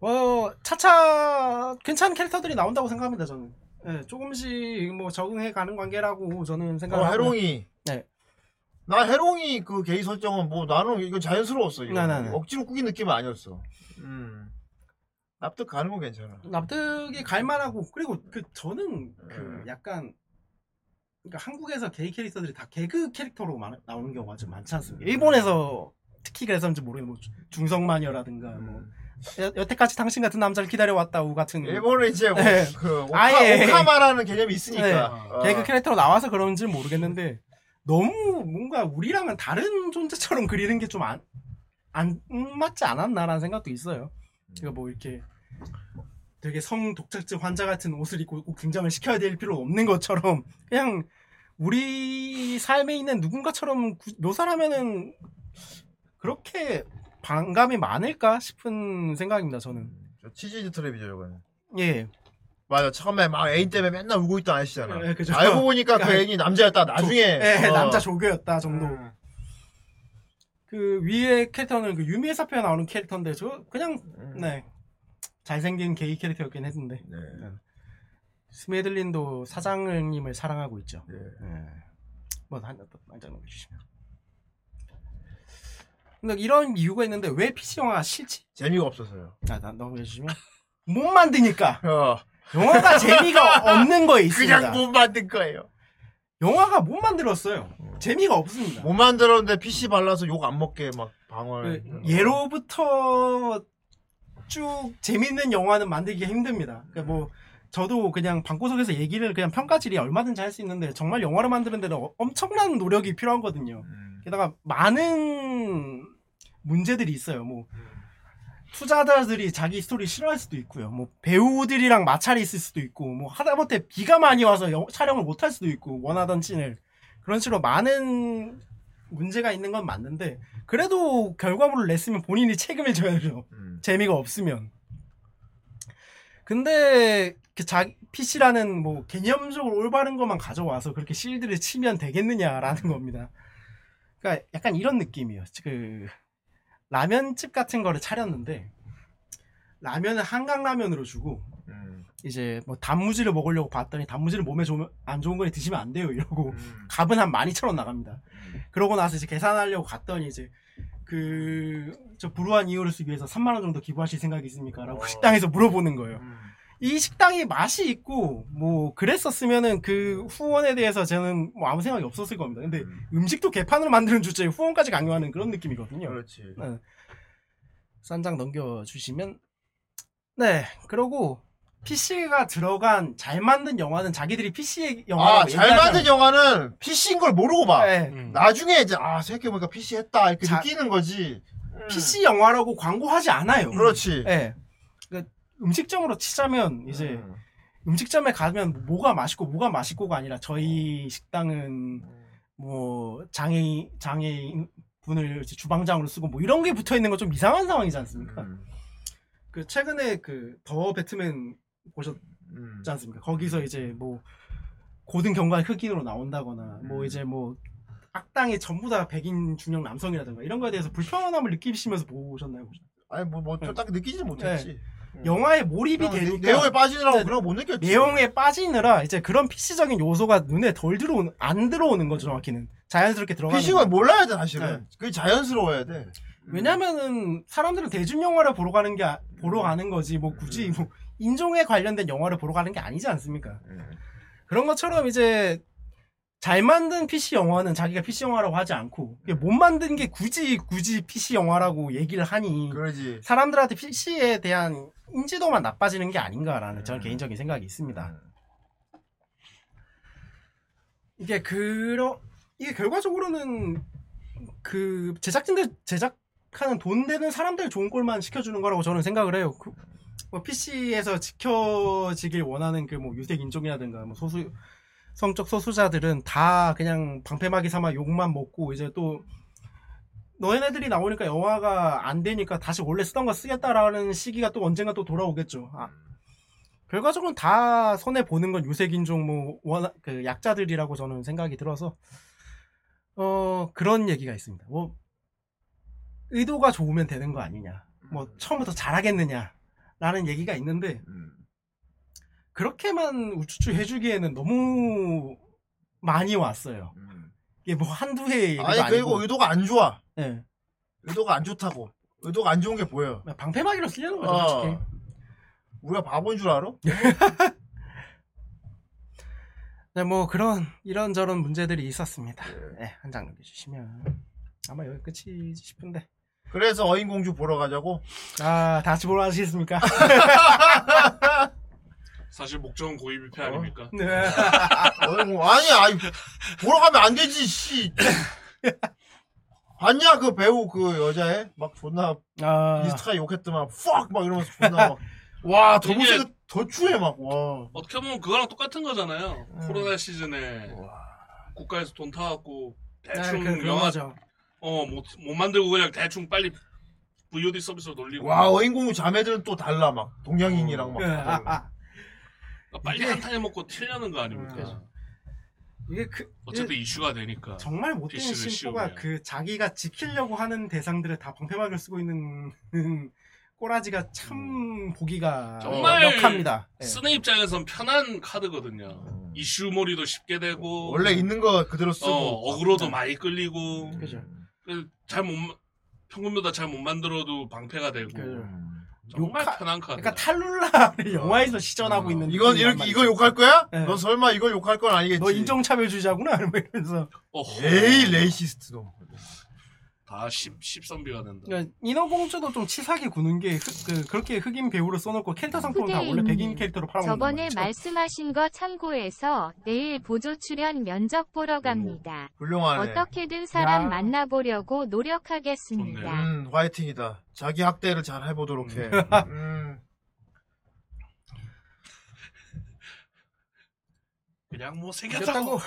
Speaker 5: 뭐 차차 괜찮은 캐릭터들이 나온다고 생각합니다 저는. 예, 조금씩 뭐 적응해 가는 관계라고 저는
Speaker 4: 어,
Speaker 5: 생각을 하고요.
Speaker 4: 해롱이.
Speaker 5: 네.
Speaker 4: 나 해롱이 그 게이 설정은 뭐 나는 이건 자연스러웠어. 이거.
Speaker 5: 네, 네, 네.
Speaker 4: 억지로 꾸긴 느낌은 아니었어. 음. 납득 가는 건 괜찮아.
Speaker 5: 납득이 갈만하고 그리고 그 저는
Speaker 4: 음.
Speaker 5: 그 약간
Speaker 4: 음.
Speaker 5: 그러니까 한국에서 게이 캐릭터들이 다 개그 캐릭터로 마- 나오는 경우가 좀 많지 않습니까? 일본에서 특히 그래서인지 모르겠뭐 중성 마녀라든가
Speaker 4: 음.
Speaker 5: 뭐 여, 여태까지 당신 같은 남자를 기다려왔다 우 같은
Speaker 4: 일본은 이제 뭐
Speaker 5: 네.
Speaker 4: 그 오카,
Speaker 5: 아예.
Speaker 4: 오카마라는 개념이 있으니까
Speaker 5: 네.
Speaker 4: 어.
Speaker 5: 개그 캐릭터로 나와서 그런지 는 모르겠는데 너무 뭔가 우리랑은 다른 존재처럼 그리는 게 좀 안 안 맞지 않았나라는 생각도 있어요. 그러니까 뭐 이렇게 되게 성 독자증 환자 같은 옷을 입고 꼭 등장을 시켜야 될 필요 없는 것처럼 그냥 우리 삶에 있는 누군가처럼 구- 묘사하면은 그렇게 반감이 많을까 싶은 생각입니다. 저는
Speaker 4: 저 치즈 트랩이죠 저거는
Speaker 5: 예
Speaker 4: 맞아 처음에 막 애인 때문에 맨날 울고 있던 아저씨잖아
Speaker 5: 예, 그죠.
Speaker 4: 알고 보니까 그
Speaker 5: 그러니까
Speaker 4: 애인이 남자였다 나중에
Speaker 5: 조- 예,
Speaker 4: 어.
Speaker 5: 남자 조교였다 정도. 음. 그 위에 캐릭터는 그 유미의 사표에 나오는 캐릭터인데 저 그냥
Speaker 4: 음.
Speaker 5: 네 잘생긴 게이 캐릭터였긴 했는데
Speaker 4: 네.
Speaker 5: 스메들린도 사장님을 사랑하고 있죠. 예. 뭐한잔 넘겨주시면. 근데 이런 이유가 있는데 왜 PC 영화가 싫지?
Speaker 4: 재미가 없어서요.
Speaker 5: 아, 나 넘겨주시면 못 만드니까. 영화가
Speaker 4: 가
Speaker 5: 재미가 없는 거에 있습니다.
Speaker 4: 그냥 못 만든 거예요.
Speaker 5: 영화가 못 만들었어요. 재미가 없습니다.
Speaker 4: 못 만들었는데 PC 발라서 욕 안 먹게 막 방어를.
Speaker 5: 그 예로부터 쭉 재밌는 영화는 만들기 가 힘듭니다. 그러니까 뭐 저도 그냥 방구석에서 얘기를 그냥 평가질이 얼마든지 할 수 있는데 정말 영화를 만드는 데는 어- 엄청난 노력이 필요하거든요. 게다가 많은 문제들이 있어요. 뭐 투자자들이 자기 스토리 싫어할 수도 있고요. 뭐 배우들이랑 마찰이 있을 수도 있고 뭐 하다못해 비가 많이 와서 영- 촬영을 못 할 수도 있고 원하던 씬을 그런 식으로 많은 문제가 있는 건 맞는데 그래도 결과물을 냈으면 본인이 책임을 져야죠.
Speaker 4: 음,
Speaker 5: 재미가 없으면. 근데 그 자기 PC라는 뭐 개념적으로 올바른 것만 가져와서 그렇게 실드를 치면 되겠느냐라는 겁니다. 그러니까 약간 이런 느낌이에요. 그 라면집 같은 거를 차렸는데 라면을 한강 라면으로 주고
Speaker 4: 음,
Speaker 5: 이제 뭐 단무지를 먹으려고 봤더니 단무지를 몸에 좋으면- 안 좋은 거니 드시면 안 돼요 이러고 값은 한 12,000원 나갑니다. 그러고 나서 이제 계산하려고 갔더니 이제 그 저 불우한 이유를 쓰기 위해서 3만 원 정도 기부하실 생각이 있습니까라고 식당에서 물어보는 거예요.
Speaker 4: 음.
Speaker 5: 이 식당이 맛이 있고 뭐 그랬었으면은 그 후원에 대해서 저는 뭐 아무 생각이 없었을 겁니다. 근데 음. 식도 개판으로 만드는 주제에 후원까지 강요하는 그런 느낌이거든요.
Speaker 4: 그렇지.
Speaker 5: 싼장 넘겨주시면 네 그러고 PC가 들어간 잘 만든 영화는 자기들이 PC 영화 네.
Speaker 4: 아, 잘 만든 음. 영화는 PC인 걸 모르고 봐.
Speaker 6: 음.
Speaker 4: 나중에 이제 아 생각해보니까 PC 했다 이렇게 느끼는 거지.
Speaker 5: PC 영화라고 광고하지 않아요.
Speaker 4: 그렇지.
Speaker 5: 예. 그러니까 음식점으로 치자면 이제 음. 식점에 가면 뭐가 맛있고 뭐가 맛있고가 아니라 저희
Speaker 4: 음.
Speaker 5: 식당은 뭐 장애 장애인 분을 이제 주방장으로 쓰고 뭐 이런 게 붙어 있는 건 좀 이상한 상황이지 않습니까? 그 최근에 그 더 배트맨 보셨지
Speaker 4: 음.
Speaker 5: 않습니까? 거기서 이제 뭐 고등 경관 흑인으로 나온다거나 뭐 이제 뭐 악당이 전부 다 백인 중형 남성이라든가 이런 거에 대해서 불편함을 느끼시면서 보셨나요?
Speaker 4: 아니 뭐뭐좀 딱히 느끼지 못했지.
Speaker 5: 네. 영화에 몰입이
Speaker 4: 그냥 내-
Speaker 5: 되니까
Speaker 4: 내용에 빠지느라고
Speaker 5: 네,
Speaker 4: 그런 거 못 느꼈지.
Speaker 5: 내용에 빠지느라 이제 그런 PC적인 요소가 눈에 덜 들어오는 안 들어오는 거죠 정확히는 자연스럽게 들어가는
Speaker 4: PC가
Speaker 5: 거.
Speaker 4: 몰라야 돼 사실은.
Speaker 5: 네.
Speaker 4: 그게 자연스러워야 돼.
Speaker 5: 왜냐면은 사람들은 대중 영화를 보러 가는 게 아- 보러 가는 거지 뭐 굳이 뭐 인종에 관련된 영화를 보러 가는 게 아니지 않습니까?
Speaker 4: 음.
Speaker 5: 그런 것처럼 이제 잘 만든 PC 영화는 자기가 PC 영화라고 하지 않고 이게 못 만든 게 굳이 굳이 PC 영화라고 얘기를 하니
Speaker 4: 그
Speaker 5: 사람들한테 PC에 대한 인지도만 나빠지는 게 아닌가라는 저는 개인적인 생각이 있습니다. 이게 그러 이게 결과적으로는 그 제작진들 제작하는 돈 되는 사람들 좋은 꼴만 시켜주는 거라고 저는 생각을 해요. 그, 뭐 PC에서 지켜지길 원하는 그 뭐 유색 인종이라든가 뭐 소수 성적 소수자들은 다 그냥 방패막이 삼아 욕만 먹고 이제 또 너네들이 나오니까 영화가 안 되니까 다시 원래 쓰던 거 쓰겠다라는 시기가 또 언젠가 또 돌아오겠죠. 아, 결과적으로 다 손해 보는 건 유색 인종 뭐 원, 그 약자들이라고 저는 생각이 들어서 어 그런 얘기가 있습니다. 뭐 의도가 좋으면 되는 거 아니냐. 뭐 처음부터 잘하겠느냐라는 얘기가 있는데 그렇게만 우쭈쭈 해주기에는 너무 많이 왔어요. 이게 뭐 한두 해 얘기가
Speaker 4: 음. 아니 그리고
Speaker 5: 아니고.
Speaker 4: 의도가 안 좋아.
Speaker 5: 네.
Speaker 4: 의도가 안 좋다고. 의도가 안 좋은 게 보여.
Speaker 5: 방패막이로 쓰려는 거죠,
Speaker 4: 어.
Speaker 5: 솔직히.
Speaker 4: 우리가 바보인 줄 알아? 예.
Speaker 5: 네, 뭐 그런 이런저런 문제들이 있었습니다. 네, 한 장 넘겨주시면 아마 여기 끝이지 싶은데.
Speaker 4: 그래서 어인공주 보러 가자고?
Speaker 5: 아, 다시 보러 가시겠습니까?
Speaker 6: 아, 사실 목적은 고위비패
Speaker 5: 어.
Speaker 6: 아닙니까?
Speaker 5: 네.
Speaker 4: 어이구, 아니, 아니, 보러 가면 안 되지, 씨. 봤냐, 그 배우, 그 여자애? 막 존나,
Speaker 5: 아,
Speaker 4: 인스타 욕했더만, fuck! 막 이러면서 존나 막, 와, 더
Speaker 6: 이게-
Speaker 4: 못생겨, 더 추해, 막, 와.
Speaker 6: 어떻게 보면 그거랑 똑같은 거잖아요.
Speaker 5: 음.
Speaker 6: 코로나 시즌에 국가에서 돈 타갖고 대충
Speaker 5: 아, 그- 그런
Speaker 6: 영화
Speaker 5: 거죠.
Speaker 6: 어못 못 만들고 그냥 대충 빨리 VOD 서비스로 돌리고
Speaker 4: 와, 어인공주 자매들은 또 달라, 막, 동양인이랑
Speaker 5: 네,
Speaker 6: 어.
Speaker 4: 막.
Speaker 5: 아,
Speaker 4: 다들.
Speaker 6: 그러니까 빨리 한타임 먹고 튀려는 거
Speaker 5: 음. 네.
Speaker 6: 아닙니까?
Speaker 5: 이게 그
Speaker 6: 어쨌든
Speaker 5: 이게
Speaker 6: 이슈가 되니까
Speaker 5: 정말 못된
Speaker 6: PC를
Speaker 5: 심포가 그 자기가 지키려고 하는 대상들을 다 방패막을 쓰고 있는 꼬라지가 참 보기가
Speaker 6: 음. 정말
Speaker 5: 역합니다. 예.
Speaker 6: 쓰는 입장에선 편한 카드거든요.
Speaker 5: 음.
Speaker 6: 이슈몰이도 쉽게 되고
Speaker 4: 원래 있는 거 그대로 쓰고.
Speaker 5: 뭐
Speaker 6: 어, 어그로도 많이 끌리고
Speaker 5: 그죠.
Speaker 6: 잘못 평균보다 잘 못 만들어도 방패가 되고 정말 편한
Speaker 5: 그
Speaker 6: 카드.
Speaker 5: 그러니까
Speaker 6: 아.
Speaker 5: 탈룰라를 영화에서 시전하고 있는
Speaker 6: 음.
Speaker 4: 이건
Speaker 5: 느낌이란
Speaker 4: 이렇게
Speaker 5: 말이죠.
Speaker 4: 이거 욕할 거야?
Speaker 5: 네.
Speaker 4: 너 설마 이걸 욕할 건 아니겠지?
Speaker 5: 너 인종차별주의자구나 뭐
Speaker 6: 그러니까
Speaker 5: 이러면서
Speaker 4: 에이 레이시스트 너.
Speaker 6: 다 십, 십선비가 된다.
Speaker 5: 그러니까 인어공주도 좀 치사하게 구는 게 흑- 그, 그렇게 흑인 배우로 써놓고 캐릭터 상품은 다 원래
Speaker 11: 후대인님,
Speaker 5: 백인 캐릭터로 팔아먹는
Speaker 11: 저번에
Speaker 5: 거죠.
Speaker 11: 말씀하신 거 참고해서 내일 보조 출연 면접 보러
Speaker 5: 음.
Speaker 11: 갑니다.
Speaker 5: 아,
Speaker 4: 훌륭하네.
Speaker 11: 어떻게든 사람
Speaker 4: 야.
Speaker 11: 만나보려고 노력하겠습니다.
Speaker 4: 음 화이팅이다. 자기 학대를 잘 해보도록 해. 음.
Speaker 6: 그냥 뭐 생겼다고.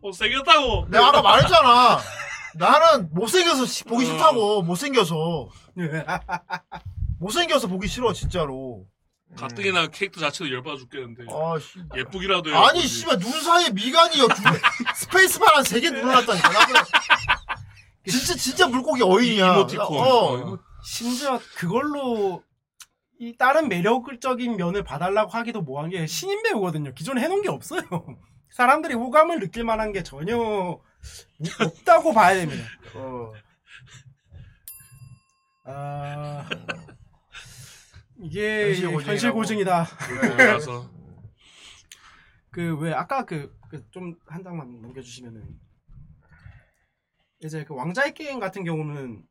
Speaker 6: 뭐 생겼다고.
Speaker 4: 내가 아까 말했잖아. 나는 못생겨서 시- 보기
Speaker 5: 음.
Speaker 4: 싫다고. 못생겨서.
Speaker 5: 예.
Speaker 4: 못생겨서 보기 싫어 진짜로.
Speaker 6: 가뜩이나 캐릭터 자체도 열받아 죽겠는데. 예쁘기라도 해요.
Speaker 4: 어. 아니 씨발 눈 사이에 미간이요. 스페이스바 한 세 개 눌러놨다니까. 나 그냥- 진짜 진짜 물고기 어인이야.
Speaker 5: 이모티콘.
Speaker 4: 어.
Speaker 5: 심지어 그걸로 이 다른 매력적인 면을 봐달라고 하기도 뭐한 게 신인 배우거든요. 기존에 해놓은 게 없어요. 사람들이 호감을 느낄 만한 게 전혀 없다고 봐야 됩니다.
Speaker 4: 어.
Speaker 5: 아, 이게
Speaker 4: 현실 고증이라고.
Speaker 5: 현실 고증이다.
Speaker 4: 네, 알아서.
Speaker 5: 그 왜 아까 그 좀 한 장만 넘겨주시면은 이제 그 왕자의 게임 같은 경우는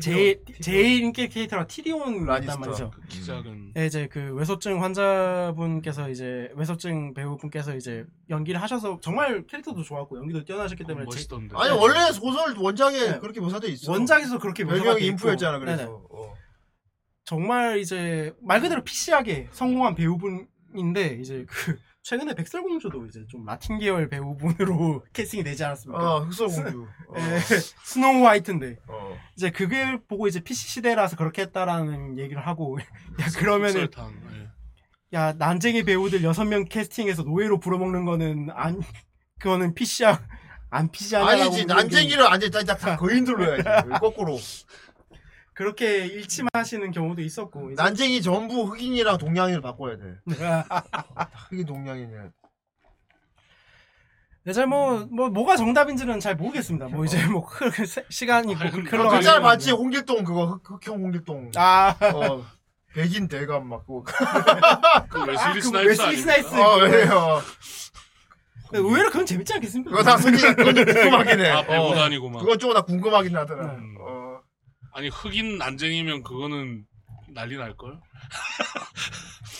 Speaker 5: 제일 제일 인기 캐릭터가 티리온
Speaker 6: 라니스터.
Speaker 5: 란 말이죠.
Speaker 6: 그 키 작은.
Speaker 5: 네, 이제 그 외소증 환자분께서 이제 외소증 배우분께서 이제 연기를 하셔서 정말 캐릭터도 좋았고 연기도 뛰어나셨기 때문에 제-
Speaker 4: 아니
Speaker 5: 네.
Speaker 4: 원래 소설 원작에
Speaker 5: 네.
Speaker 4: 그렇게 묘사돼 있어.
Speaker 5: 원작에서 그렇게 묘사가
Speaker 4: 별명이
Speaker 5: 돼 있고.
Speaker 4: 인프였잖아 그래서.
Speaker 5: 네네.
Speaker 4: 어.
Speaker 5: 정말 이제 말 그대로 PC하게 성공한 배우분인데 이제 그 최근에 백설공주도 이제 좀 라틴 계열 배우분으로 캐스팅이 되지 않았습니까?
Speaker 4: 아, 흑설공주. 어.
Speaker 5: 예, 스노우 화이트인데
Speaker 4: 어.
Speaker 5: 이제 그게 보고 이제 PC 시대라서 그렇게 했다라는 얘기를 하고 야 그러면은
Speaker 6: 흑설탕, 예.
Speaker 5: 야 난쟁이 배우들 여섯 명 캐스팅해서 노예로 불어먹는 거는 안 그거는 PC야 안 PC 하냐라고
Speaker 4: 아니지
Speaker 5: 물은 게-
Speaker 4: 난쟁이를 안돼 딱딱 거인들로 해야지 거꾸로
Speaker 5: 그렇게 일침하시는 경우도 있었고 이제- 아,
Speaker 4: 난쟁이 전부 흑인이랑 동양인을 바꿔야 돼 흑인 동양인을
Speaker 5: 네, 잘뭐뭐 뭐가 정답인지는 잘 모르겠습니다. 뭐 이제 뭐 그- 그 세- 시간이 뭐 흘러가는 건데.
Speaker 4: 글자를 봤지 홍길동 그거 흑, 흑형 홍길동
Speaker 5: 아
Speaker 4: 어, 백인 대감 막 그거
Speaker 6: 그
Speaker 5: 아, 그 웨슬리 스나이스.
Speaker 4: 어 왜요
Speaker 5: 근데 의외로 그건 재밌지 않겠습니까?
Speaker 4: 그거 다 솔직히 그건 좀 궁금하긴 해
Speaker 6: 아, 배우도
Speaker 4: 어.
Speaker 6: 아니구만.
Speaker 4: 그건 조금 나 궁금하긴 하더라 어,
Speaker 6: 아니 흑인 난쟁이면 그거는 난리 날 걸.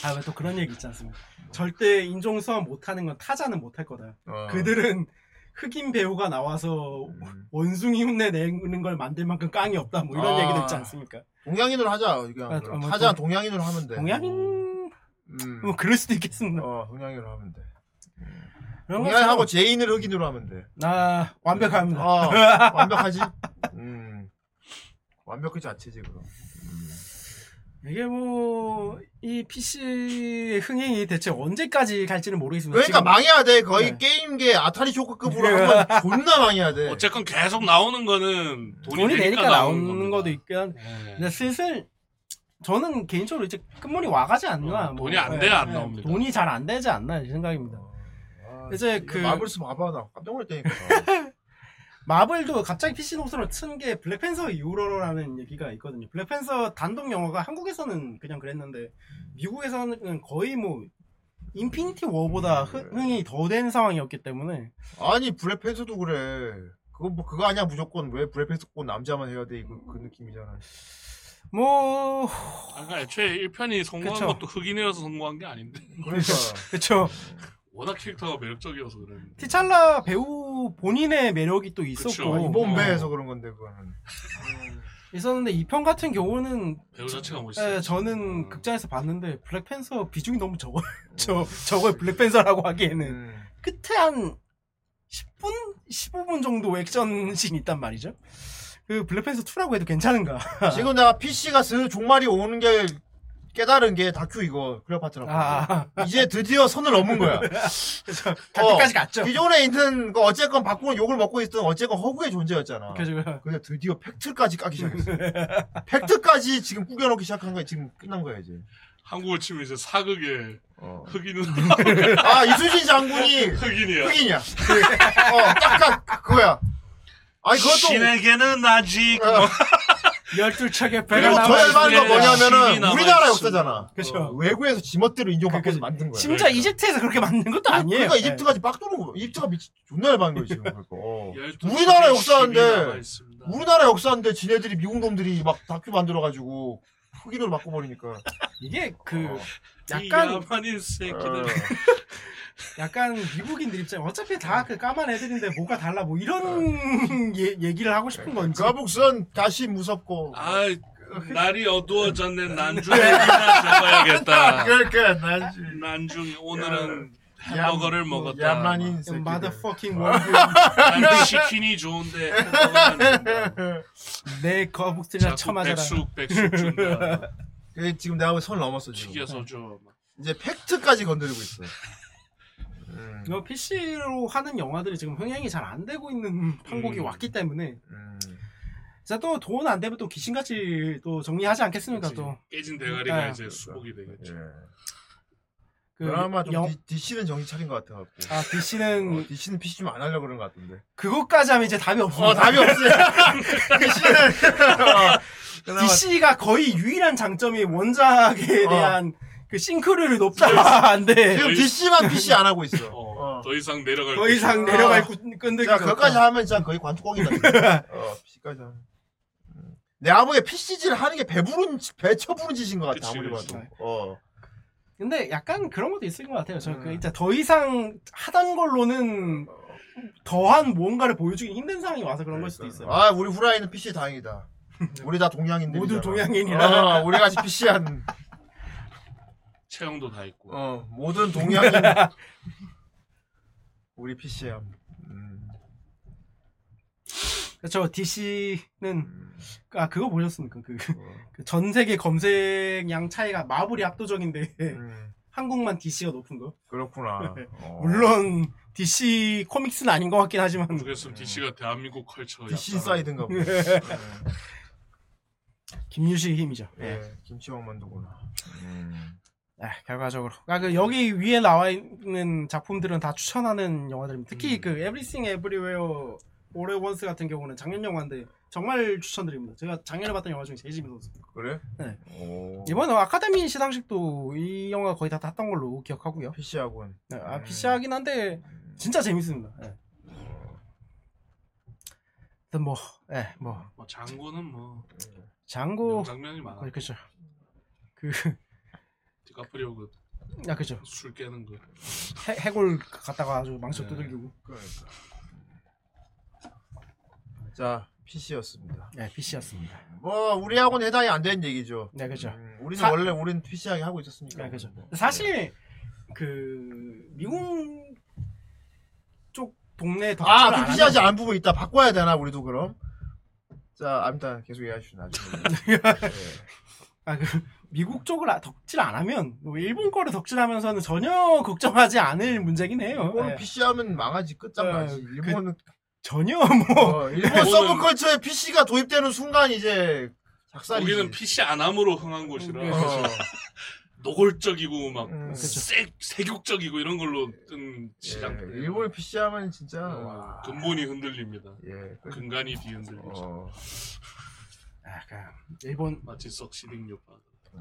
Speaker 5: 아, 또 그런 얘기 있지 않습니까? 절대 인종 수업 못하는 건 타자는 못할 거다.
Speaker 6: 어.
Speaker 5: 그들은 흑인 배우가 나와서
Speaker 4: 음.
Speaker 5: 원숭이 흉내 내는 걸 만들 만큼 깡이 없다. 뭐 이런
Speaker 4: 아.
Speaker 5: 얘기도 있지 않습니까?
Speaker 4: 동양인으로 하자 그냥
Speaker 5: 아,
Speaker 4: 그럼.
Speaker 5: 아마
Speaker 4: 하자
Speaker 5: 동-
Speaker 4: 뭐 동양인으로 하면 돼
Speaker 5: 동양인
Speaker 4: 음.
Speaker 5: 뭐 그럴 수도 있겠습니다.
Speaker 4: 어 동양인으로 하면 돼
Speaker 5: 그런
Speaker 4: 동양인하고
Speaker 5: 것처럼-
Speaker 4: 제인을 흑인으로 하면 돼
Speaker 5: 아 완벽합니다.
Speaker 4: 어, 완벽하지? 음. 완벽 그 자체지 그럼.
Speaker 5: 이게 뭐 이 PC의 흥행이 대체 언제까지 갈지는 모르겠습니다.
Speaker 4: 그러니까
Speaker 5: 지금-
Speaker 4: 망해야 돼. 거의
Speaker 5: 네.
Speaker 4: 게임계 아타리 쇼크급으로 한번 존나 망해야 돼.
Speaker 6: 어쨌건 계속 나오는 거는 돈이,
Speaker 5: 돈이
Speaker 6: 되니까,
Speaker 5: 되니까
Speaker 6: 나오는 예.
Speaker 5: 나오는 것도 네. 있긴 한데 근데 슬슬 저는 개인적으로 이제 끝물이 와가지 않나 뭐,
Speaker 6: 어, 돈이 안
Speaker 5: 예,
Speaker 6: 돼야 안
Speaker 5: 예,
Speaker 6: 나옵니다.
Speaker 5: 돈이 잘 안 되지 않나 이 생각입니다 이제
Speaker 4: 이거
Speaker 5: 그
Speaker 4: 마블스 봐봐 나 깜짝 놀랐다니까.
Speaker 5: 마블도 갑자기 PC 노선을 튼 게 블랙팬서 이후로라는 얘기가 있거든요. 블랙팬서 단독 영화가 한국에서는 그냥 그랬는데 미국에서는 거의 뭐 인피니티
Speaker 6: 네.
Speaker 5: 워보다 흥, 흥이 더 된 상황이었기 때문에
Speaker 4: 아니 브레펜스도 그래. 그거 뭐 그거 아니야 무조건 왜 브레펜스 꼭 남자만 해야 돼 이거 그 느낌이잖아.
Speaker 5: 뭐
Speaker 6: 아까 그러니까 애초에 1편이 성공한
Speaker 5: 그쵸.
Speaker 6: 것도 흑인이라서 성공한 게 아닌데.
Speaker 5: 그러니까. 그쵸.
Speaker 6: 워낙 캐릭터가 매력적이어서 그래.
Speaker 5: 티찰라 배우 본인의 매력이 또 있었고
Speaker 6: 그쵸. 뭐
Speaker 4: 몸매에서 아, 그런 건데 그거는.
Speaker 5: 있었는데 이 편 같은 경우는
Speaker 6: 배우 자체가
Speaker 5: 예,
Speaker 6: 멋있어. 음.
Speaker 5: 저는 극장에서 봤는데 블랙팬서 비중이 너무 적어요. 저 저걸 블랙팬서라고 하기에는
Speaker 4: 음.
Speaker 5: 끝에 한 10분 15분 정도 액션 씬이 있단 말이죠. 그 블랙팬서 2라고 해도 괜찮은가?
Speaker 4: 지금 내가 PC가 슬 종말이 오는 게 깨달은 게 다큐 이거
Speaker 5: 아,
Speaker 4: 클레오파트라. 이제 드디어 선을 넘은 거야.
Speaker 5: 갈 때까지 갔죠.
Speaker 4: 기존에 있는 거 어쨌건 바꾸는 욕을 먹고 있던 어쨌건 허구의 존재였잖아.
Speaker 5: 그
Speaker 4: 근데 드디어 팩트까지 까기 시작했어. 팩트까지 지금 꾸겨놓기 시작한 거야. 지금 끝난 거야 이제.
Speaker 6: 한국을 치면 이제 사극에
Speaker 5: 어.
Speaker 6: 흑인은
Speaker 4: 아 이순신 장군이
Speaker 6: 흑인이야.
Speaker 4: 흑인이야. 어, 딱딱 그거야. 아니 그것도 어,
Speaker 6: 신에게는 아직
Speaker 5: 열둘 척의 배가
Speaker 4: 그리고 더 열받는
Speaker 5: 남아있습니다.
Speaker 4: 건
Speaker 5: 신이
Speaker 4: 뭐냐면은
Speaker 5: 남아있습니다.
Speaker 4: 우리나라 역사잖아.
Speaker 5: 그쵸.
Speaker 4: 어, 외국에서 지멋대로 인정받고 해서 만든 거야.
Speaker 5: 심지어 이집트에서 그렇게 만든 것도 아니에요. 네.
Speaker 4: 그러니까 이집트까지 빡 도는 거야. 이집트가 미치, 존나 열받는 거야 지금. 그거. 어. 우리나라
Speaker 5: 척의 신이
Speaker 4: 역사인데
Speaker 5: 남아있습니다.
Speaker 4: 우리나라 역사인데 지네들이 미국 놈들이 막 다큐 만들어가지고 흑인으로 바꿔버리니까.
Speaker 5: 이게 그
Speaker 6: 이
Speaker 5: 약간
Speaker 6: 야만인
Speaker 5: 아.
Speaker 6: 새끼들.
Speaker 4: 어.
Speaker 5: 약간 미국인들 입장 어차피 다 그 까만 애들인데 뭐가 달라 뭐 이런 예, 얘- 얘기를 하고 싶은 건지
Speaker 4: 가북선 다시 무섭고
Speaker 6: 아 날이 어두워졌네 난중이나 잡아야겠다.
Speaker 4: 그러니까 난중.
Speaker 6: 난중 오늘은 햄버거를 먹었다.
Speaker 5: 야만인 새끼들. Motherfucking world.
Speaker 6: 난 치킨이 좋은데
Speaker 5: 내 거북들이나 쳐맞아라.
Speaker 4: 그게 지금 내가 손을 넘었어 지금.
Speaker 6: 튀겨서 좀.
Speaker 4: 이제 팩트까지 건드리고 있어. 음,
Speaker 5: 이거 PC로 뭐 하는 영화들이 지금 흥행이 잘 안 되고 있는 판국이
Speaker 4: 음.
Speaker 5: 왔기 때문에 자 또 돈 안 되면 또 귀신같이 또 정리하지 않겠습니까 그러니까 또
Speaker 6: 깨진 대가리가
Speaker 5: 네.
Speaker 6: 이제 수복이 되겠죠.
Speaker 5: 그
Speaker 4: 그나마 예. 좀
Speaker 5: 영-
Speaker 4: 디- DC는 정신 차린 것 같아갖고.
Speaker 5: 아 DC는
Speaker 4: DC는 PC 좀 안 하려고 그런 것 같은데.
Speaker 5: 그것까지 하면 이제 답이 없어
Speaker 4: 어, 답이 없어요.
Speaker 5: DC는 DC가 거의 유일한 장점이 원작에
Speaker 4: 어. 네.
Speaker 5: 대한 그 싱크로율이 높다 안돼
Speaker 4: 지금 DC만 PC 안 하고 있어.
Speaker 6: 어, 더 이상 내려갈
Speaker 5: 더 이상
Speaker 6: 곳이
Speaker 5: 내려갈
Speaker 6: 없다.
Speaker 5: 끈들기
Speaker 4: 어. 자, 그것까지 하면 진짜 거의 관뚜껑이다. 진짜. 어, PC까지 하면. 음. 내 아무리 PC질 하는 게 배부른, 짓- 배처부른 짓인 것 같아, 아무리 봐도. 어.
Speaker 5: 근데 약간 그런 것도 있을 것 같아요. 저그
Speaker 4: 음.
Speaker 5: 진짜 더 이상 하던 걸로는
Speaker 4: 어.
Speaker 5: 더한 뭔가를 보여주기 힘든 상황이 와서 그런 걸 수도 있어요.
Speaker 4: 아, 우리 후라이는 PC 다행이다. 우리 다 동양인들.
Speaker 5: 모두 동양인이라.
Speaker 4: 어, 우리 같이 PC한.
Speaker 6: 체형도 다 있고.
Speaker 4: 어, 모든 동양인. 우리 음, PC야.
Speaker 5: 그렇죠. DC는 아 그거 보셨습니까? 그 전 세계 검색량 차이가 마블이 압도적인데 한국만 DC가 높은 거.
Speaker 4: 음, 그렇구나.
Speaker 5: 음.
Speaker 4: 어.
Speaker 5: 물론 DC 코믹스는 아닌 것 같긴 하지만.
Speaker 6: 그랬으면 DC가 대한민국 컬처.
Speaker 4: DC 네. 사이드인가 보네.
Speaker 5: 예. 김유식의 힘이죠. 예.
Speaker 4: 예, 김치왕 만두구나.
Speaker 5: 아, 결과적으로. 아, 그 여기 위에 나와 있는 작품들은 다 추천하는 영화들입니다. 특히 그 Everything Everywhere All at Once 같은 경우는 작년 영화인데 정말 추천드립니다. 제가 작년에 봤던 영화 중에 제일 재밌었어요.
Speaker 4: 그래?
Speaker 5: 네.
Speaker 4: 오.
Speaker 5: 이번 아카데미 시상식도 이 영화 거의 다 탔던 걸로 기억하고요.
Speaker 4: PC하고는.
Speaker 5: 네, 아, PC하긴 한데 진짜 재밌습니다. 예. 일단 뭐, 예, 뭐
Speaker 6: 뭐 장고는 뭐
Speaker 5: 장고
Speaker 6: 장면이 많아.
Speaker 5: 어, 그렇죠. 그,
Speaker 6: 디카프리오 그.
Speaker 5: 아, 그죠.
Speaker 6: 술 깨는 거.
Speaker 5: 해, 해골 갔다가 아주 망치로 두들기고.
Speaker 4: 그러니까. 자, PC였습니다.
Speaker 5: 네, PC였습니다.
Speaker 4: 뭐 우리하고는 해당이 안 되는 얘기죠.
Speaker 5: 네, 그죠.
Speaker 4: 음, 우리는
Speaker 5: 사-
Speaker 4: 원래 우리는 PC하게 하고 있었으니까. 뭐.
Speaker 5: 네, 그죠. 사실 그 미국 쪽 동네 덕질
Speaker 4: 아, 그 PC하지 않은 부분 있다. 바꿔야 되나 우리도 그럼? 자, 아무튼 계속 얘기해 주시죠. 네. 나중에.
Speaker 5: 아그 미국 쪽을 아- 덕질 안 하면 뭐 일본 거를 덕질하면서는 전혀 걱정하지 않을 문제긴 해요. 네.
Speaker 4: 일본은 PC하면 망하지 끝장나지.
Speaker 5: 그
Speaker 4: 일본은
Speaker 5: 전혀 뭐
Speaker 4: 어, 일본 서브컬처에 PC가 도입되는 순간 이제 작살이.
Speaker 6: 우리는 PC 안 함으로 흥한 곳이라.
Speaker 4: 어. 음,
Speaker 6: 노골적이고 막
Speaker 4: 그쵸.
Speaker 6: 세, 세격적이고 이런 걸로 뜬 시장. 어, 네.
Speaker 4: 예, 일본 아. PC 하면 진짜 와.
Speaker 6: 근본이 흔들립니다.
Speaker 4: 예.
Speaker 6: 어.
Speaker 4: 어.
Speaker 6: 근간이 뒤흔들리죠.
Speaker 5: 약간 일본
Speaker 6: 마치 썩시딩 요파.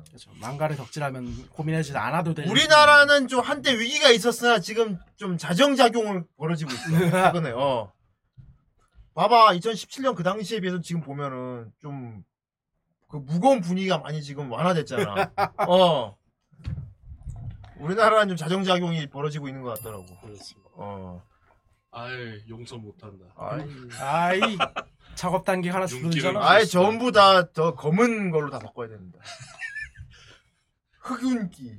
Speaker 5: 그렇죠. 망가를 덕질하면 고민하지 않아도 돼.
Speaker 4: 우리나라는 좀 한때 위기가 있었으나 지금 좀 자정작용을 벌어지고 있어. 최근에 어. 봐봐 2017년 그 당시에 비해서 지금 보면은 좀 그 무거운 분위기가 많이 지금 완화됐잖아. 어. 우리나라는 좀 자정작용이 벌어지고 있는 것 같더라고.
Speaker 6: 그렇습니다.
Speaker 4: 어.
Speaker 6: 아이 용서 못한다.
Speaker 5: 아이 작업 단계 하나 줄이잖아.
Speaker 4: 아예 전부 다 저 검은 걸로 다 바꿔야 됩니다. 흑윤기.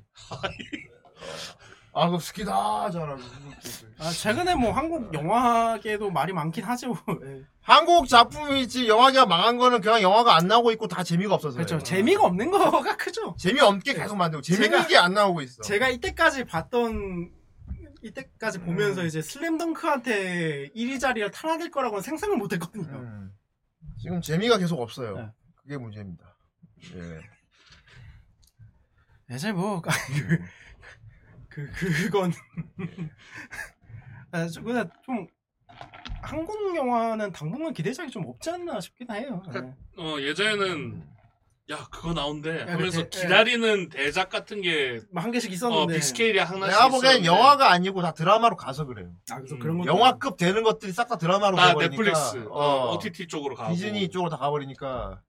Speaker 4: 아, 그럼 스키다 잘하고.
Speaker 5: 아, 최근에 뭐 한국 영화계도 말이 많긴 하죠. 예.
Speaker 4: 한국 작품이 지 영화계가 망한 거는 그냥 영화가 안 나오고 있고 다 재미가 없어서.
Speaker 5: 그렇죠. 재미가 없는 거가 크죠.
Speaker 4: 재미없게 계속 만들고 재밌는
Speaker 5: 제가-
Speaker 4: 게 안 나오고 있어.
Speaker 5: 제가 이때까지 봤던 이때까지
Speaker 4: 음.
Speaker 5: 보면서 이제 슬램덩크한테 1위 자리를 탈환할 거라고는 생각을 못 했거든요.
Speaker 4: 음. 지금 재미가 계속 없어요.
Speaker 5: 네.
Speaker 4: 그게 문제입니다. 예.
Speaker 5: 이제
Speaker 4: 음.
Speaker 5: 뭐 그, 그 그건 아, 좀, 근데 좀 한국 영화는 당분간 기대작이 좀 없지 않나 싶긴 해요. 네.
Speaker 4: 그러니까
Speaker 6: 어 예전에는
Speaker 4: 음.
Speaker 6: 야 그거 나온대 하면서
Speaker 4: 예.
Speaker 5: 그 대-
Speaker 6: 기다리는 대작 같은 게
Speaker 5: 뭐 한 개씩
Speaker 6: 어, 빅스케일이 하나씩
Speaker 4: 네. 내가 보기엔
Speaker 6: 있었는데.
Speaker 4: 영화가 아니고 다 드라마로 가서 그래요.
Speaker 5: 아, 그래서
Speaker 6: 그런 것도-
Speaker 4: 음, 영화급 되는 것들이 싹 다 드라마로
Speaker 6: 아,
Speaker 4: 가버리니까.
Speaker 6: 넷플릭스, 어, OTT 쪽으로 가고.
Speaker 4: 디즈니 쪽으로 다 가버리니까.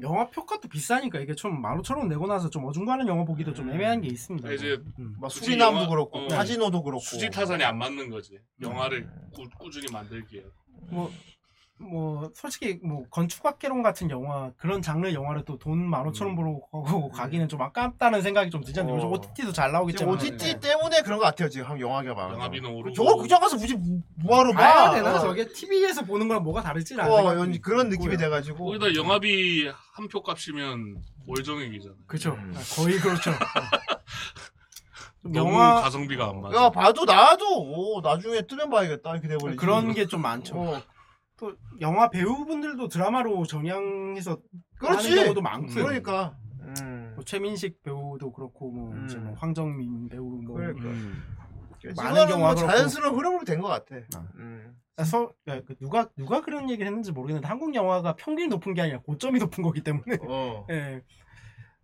Speaker 5: 영화 표값도 비싸니까 이게 좀 15,000원 내고 나서 좀 어중간한 영화 보기도 좀
Speaker 4: 음,
Speaker 5: 애매한 게 있습니다.
Speaker 4: 네,
Speaker 6: 이제
Speaker 4: 막
Speaker 6: 굳이
Speaker 4: 수리남도
Speaker 6: 영화-
Speaker 4: 그렇고
Speaker 6: 어,
Speaker 4: 카지노도 그렇고.
Speaker 6: 수지 타산이 안 맞는 거지 영화를
Speaker 4: 음.
Speaker 6: 꾸, 꾸준히 만들기에
Speaker 5: 뭐, 뭐 솔직히 뭐 건축학개론 같은 영화 그런 장르 영화를 또 돈
Speaker 4: 음.
Speaker 5: 15,000원 보러 가고 가기는 좀 아깝다는 생각이 좀 들지
Speaker 4: 어.
Speaker 5: 않나요? 네. 요즘 OTT도 잘
Speaker 4: 지금
Speaker 5: 나오겠지만
Speaker 4: OTT 때문에 그런 것 같아요. 지금 한국 영화계가 망한
Speaker 6: 네. 영화비는
Speaker 4: 거.
Speaker 6: 오르고.
Speaker 4: 저거 그냥 가서 굳이 뭐하러
Speaker 5: 봐야
Speaker 4: 봐.
Speaker 5: 되나?
Speaker 4: 어.
Speaker 5: 저게 TV에서 보는 거랑 뭐가 다를지
Speaker 4: 어, 연- 그런 느낌이 돼가지고.
Speaker 6: 거기다 영화비 한 표 값이면 월정액이잖아
Speaker 5: 그죠.
Speaker 4: 음.
Speaker 5: 거의 그렇죠.
Speaker 6: 너무
Speaker 4: 영화-
Speaker 6: 가성비가 안 맞아
Speaker 4: 야 봐도 나도 오, 나중에 뜨면 봐야겠다 이렇게 돼버리지.
Speaker 5: 아, 그런 게 좀 많죠.
Speaker 4: 어.
Speaker 5: 또 영화 배우분들도 드라마로 전향해서
Speaker 4: 그렇지.
Speaker 5: 하는 경우도 많고요.
Speaker 4: 그러니까.
Speaker 5: 뭐 최민식 배우도 그렇고 뭐, 이제 뭐 황정민 배우 뭐
Speaker 4: 음. 그러니까.
Speaker 6: 음.
Speaker 5: 많은
Speaker 4: 많은
Speaker 5: 경우가
Speaker 4: 경우
Speaker 5: 그렇고.
Speaker 4: 뭐 자연스러운 흐름으로 된 것 같아. 음.
Speaker 5: 서, 야, 그 누가 누가 그런 얘기를 했는지 모르겠는데 한국 영화가 평균이 높은 게 아니라 고점이 높은 거기 때문에
Speaker 4: 어.
Speaker 5: 예.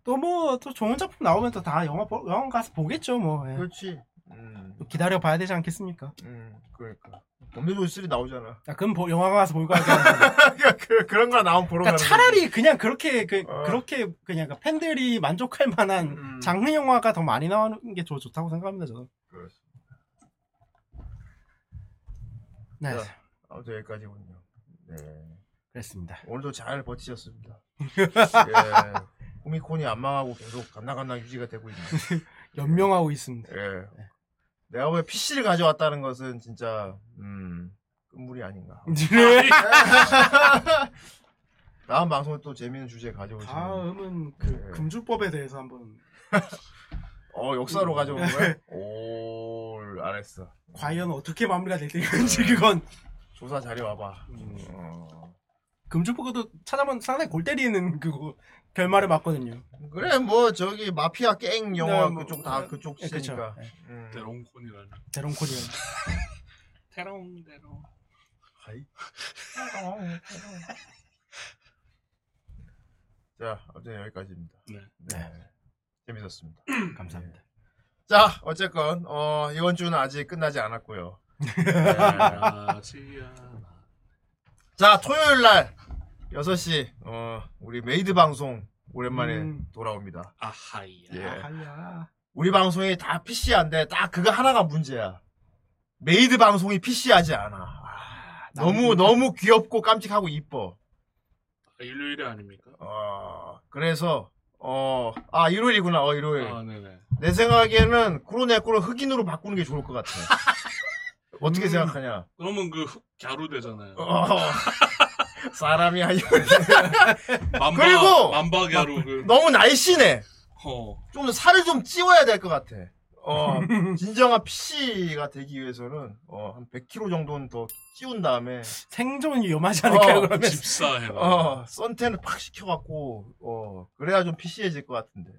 Speaker 5: 또 뭐 또 좋은 작품 나오면 또 다 영화 보- 영화 가서 보겠죠 뭐 예.
Speaker 4: 그렇지. 음.
Speaker 5: 기다려 봐야 되지 않겠습니까?
Speaker 4: 음. 그러니까. 범죄도시 3 나오잖아.
Speaker 5: 아, 그럼 보- 영화 가서 볼 거야.
Speaker 4: 그, 그런 거 나오면 보러
Speaker 5: 그러니까
Speaker 4: 가는
Speaker 5: 차라리 그냥 그렇게 그,
Speaker 4: 어.
Speaker 5: 그렇게 그냥 그 팬들이 만족할 만한
Speaker 4: 음,
Speaker 5: 장르 영화가 더 많이 나오는 게더 좋다고 생각합니다 저는.
Speaker 4: 그렇습니다.
Speaker 5: 네.
Speaker 4: 자, 아무튼 여기까지군요. 네.
Speaker 5: 그랬습니다.
Speaker 4: 오늘도 잘 버티셨습니다. 예. 코미콘이 안 망하고 계속 간나간나 유지가 되고 있는.
Speaker 5: 연명하고 있습니다.
Speaker 4: 예. 내가 왜 PC를 가져왔다는 것은 진짜 음 끝물이 아닌가.
Speaker 5: 네.
Speaker 4: 다음 방송에 또 재밌는 주제 가져오시면.
Speaker 5: 다음은 그 금주법에 대해서 한번
Speaker 4: 어 역사로 가져온 거야?
Speaker 5: 네.
Speaker 4: 오 알았어.
Speaker 5: 과연 어떻게 마무리가 될 텐지 그건
Speaker 4: 조사 자료 와봐.
Speaker 5: 음.
Speaker 4: 어.
Speaker 5: 금주법도 찾아보면 상당히 골 때리는 그거 결말을 맞거든요.
Speaker 4: 그래 뭐 저기 마피아 갱 영화
Speaker 5: 네, 뭐,
Speaker 4: 그쪽 다 그쪽
Speaker 5: 예, 그쵸.
Speaker 4: 시니까. 음.
Speaker 5: 예.
Speaker 6: 대롱콘이라는
Speaker 5: 대롱코리아.
Speaker 6: 대롱 대롱
Speaker 4: 하이 자 어제 여기까지입니다.
Speaker 6: 네.
Speaker 4: 재밌었습니다.
Speaker 5: 감사합니다.
Speaker 4: 자 어쨌건 어, 이번 주는 아직 끝나지 않았고요. 자, 토요일 날 6시 어, 우리 메이드 방송 오랜만에 돌아옵니다.
Speaker 6: 아하이
Speaker 4: 예.
Speaker 5: 아야.
Speaker 4: 우리 방송이 다 PC한데 딱 그거 하나가 문제야. 메이드 방송이 PC하지 않아. 아, 너무 너무 귀엽고 깜찍하고 이뻐. 어,
Speaker 6: 일요일이 아닙니까?
Speaker 4: 그래서 어, 아 일요일이구나. 어 일요일.
Speaker 6: 아 네네
Speaker 4: 내 생각에는 쿠로네코를 흑인으로 바꾸는 게 좋을 것 같아. 어떻게 생각하냐?
Speaker 6: 그러면 그 흑- 갸루 되잖아요
Speaker 4: 어. 사람이 아니고
Speaker 6: 만바,
Speaker 4: 그리고
Speaker 6: 만바 갸루 그
Speaker 4: 너무 날씬해.
Speaker 6: 어.
Speaker 4: 좀 더 살을 좀 찌워야 될 것 같아. 어, 진정한 PC가 되기 위해서는 어, 한 100kg 정도는 더 찌운 다음에
Speaker 5: 생존이 위험하지 않을까요, 그러면?
Speaker 6: 집사해라.
Speaker 4: 어, 선텐을 팍 시켜갖고 어, 그래야 좀 PC해질 것 같은데.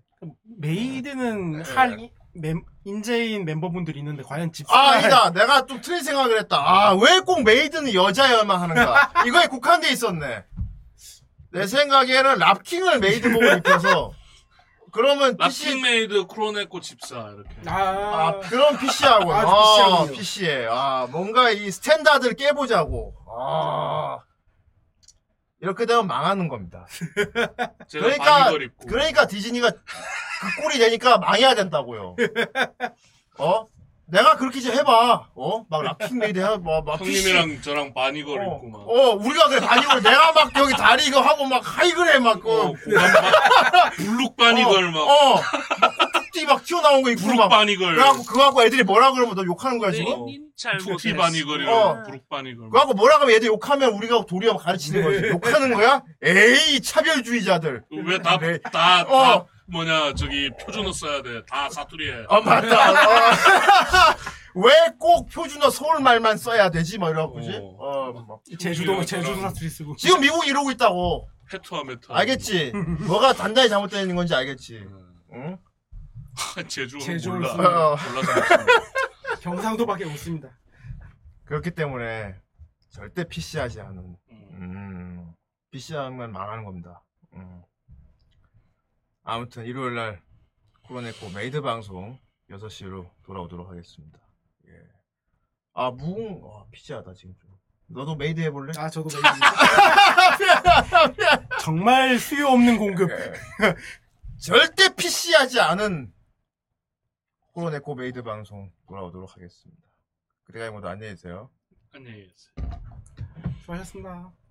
Speaker 5: 메이드는
Speaker 4: 네.
Speaker 5: 할 멤- 인재인 멤버분들이 있는데 과연 집사
Speaker 4: 아, 아니다. 내가 좀 틀린 생각을 했다. 아, 왜 꼭 메이드는 여자여야만 하는가? 이거에 국한돼 있었네. 내 생각에는 랍킹을 메이드복을 입혀서 그러면 PC
Speaker 6: 라핑메이드 크로네코 집사 이렇게.
Speaker 4: 아, 그런 PC하고.
Speaker 6: 아,
Speaker 4: 아,
Speaker 6: PC하군요.
Speaker 4: PC에. 아, 뭔가 이 스탠다드를 깨보자고. 아. 이렇게 되면 망하는 겁니다.
Speaker 6: 제가 많이
Speaker 4: 그러니까,
Speaker 6: 걸 입고.
Speaker 4: 그러니까 디즈니가 그 꼴이 되니까 망해야 된다고요. 어? 내가 그렇게 이제 해봐. 어? 막 락킹메이드 해. 막, 막 PC.
Speaker 6: 형님이랑 저랑 바니걸 입고 막.
Speaker 4: 어, 우리가 그래, 바니고 내가 막 여기 다리 이거 하고 막 하이그레 막, 어,
Speaker 6: 블룩 바니걸 막.
Speaker 4: 어, 뚝띠 막 튀어나온 거 입고 막.
Speaker 6: 바니걸.
Speaker 4: 그래갖고, 그거 갖고 애들이 뭐라 그러면 너 욕하는 거야, 지금?
Speaker 12: 네,
Speaker 6: 투티 바니걸
Speaker 4: 어.
Speaker 6: 이런 블룩 바니걸.
Speaker 4: 그거 갖고 뭐라 그러면 얘들 욕하면 우리가 도리어 가르치는 거지. 욕하는 거야? 에이, 차별주의자들.
Speaker 6: 왜다 다 다
Speaker 4: 어.
Speaker 6: 뭐냐 저기 표준어 써야 돼. 다 사투리에.
Speaker 4: 아, 맞다. 왜 꼭 표준어 서울말만 써야 되지? 막 이러고, 그지? 어, 막.
Speaker 5: 제주도 제주도 사투리 쓰고.
Speaker 4: 지금 미국 이러고 있다고.
Speaker 6: 페토와 메타.
Speaker 4: 알겠지? 뭐가 단단히 잘못되는 건지 알겠지? 응?
Speaker 6: 음.
Speaker 4: 어,
Speaker 6: 제주
Speaker 5: 제주를
Speaker 4: 음.
Speaker 6: 몰라.
Speaker 5: 쓰는 거.
Speaker 6: 몰라서 못 써.
Speaker 5: 경상도밖에 없습니다.
Speaker 4: 그렇기 때문에 절대 PC하지 않은. 음. PC하면 망하는 겁니다. 음. 아무튼 일요일 날 코로네코 메이드 방송 6시로 돌아오도록 하겠습니다. 예. 아, 무궁, 아, 피지하다, 지금 좀. 너도 메이드 해볼래?
Speaker 5: 아, 저도 메이드. 정말 수요 없는 공급.
Speaker 4: 절대 PC하지 않은 코로네코 메이드 방송 돌아오도록 하겠습니다. 그때까지 모두 안녕히 계세요.
Speaker 6: 안녕히 계세요.
Speaker 5: 수고하셨습니다.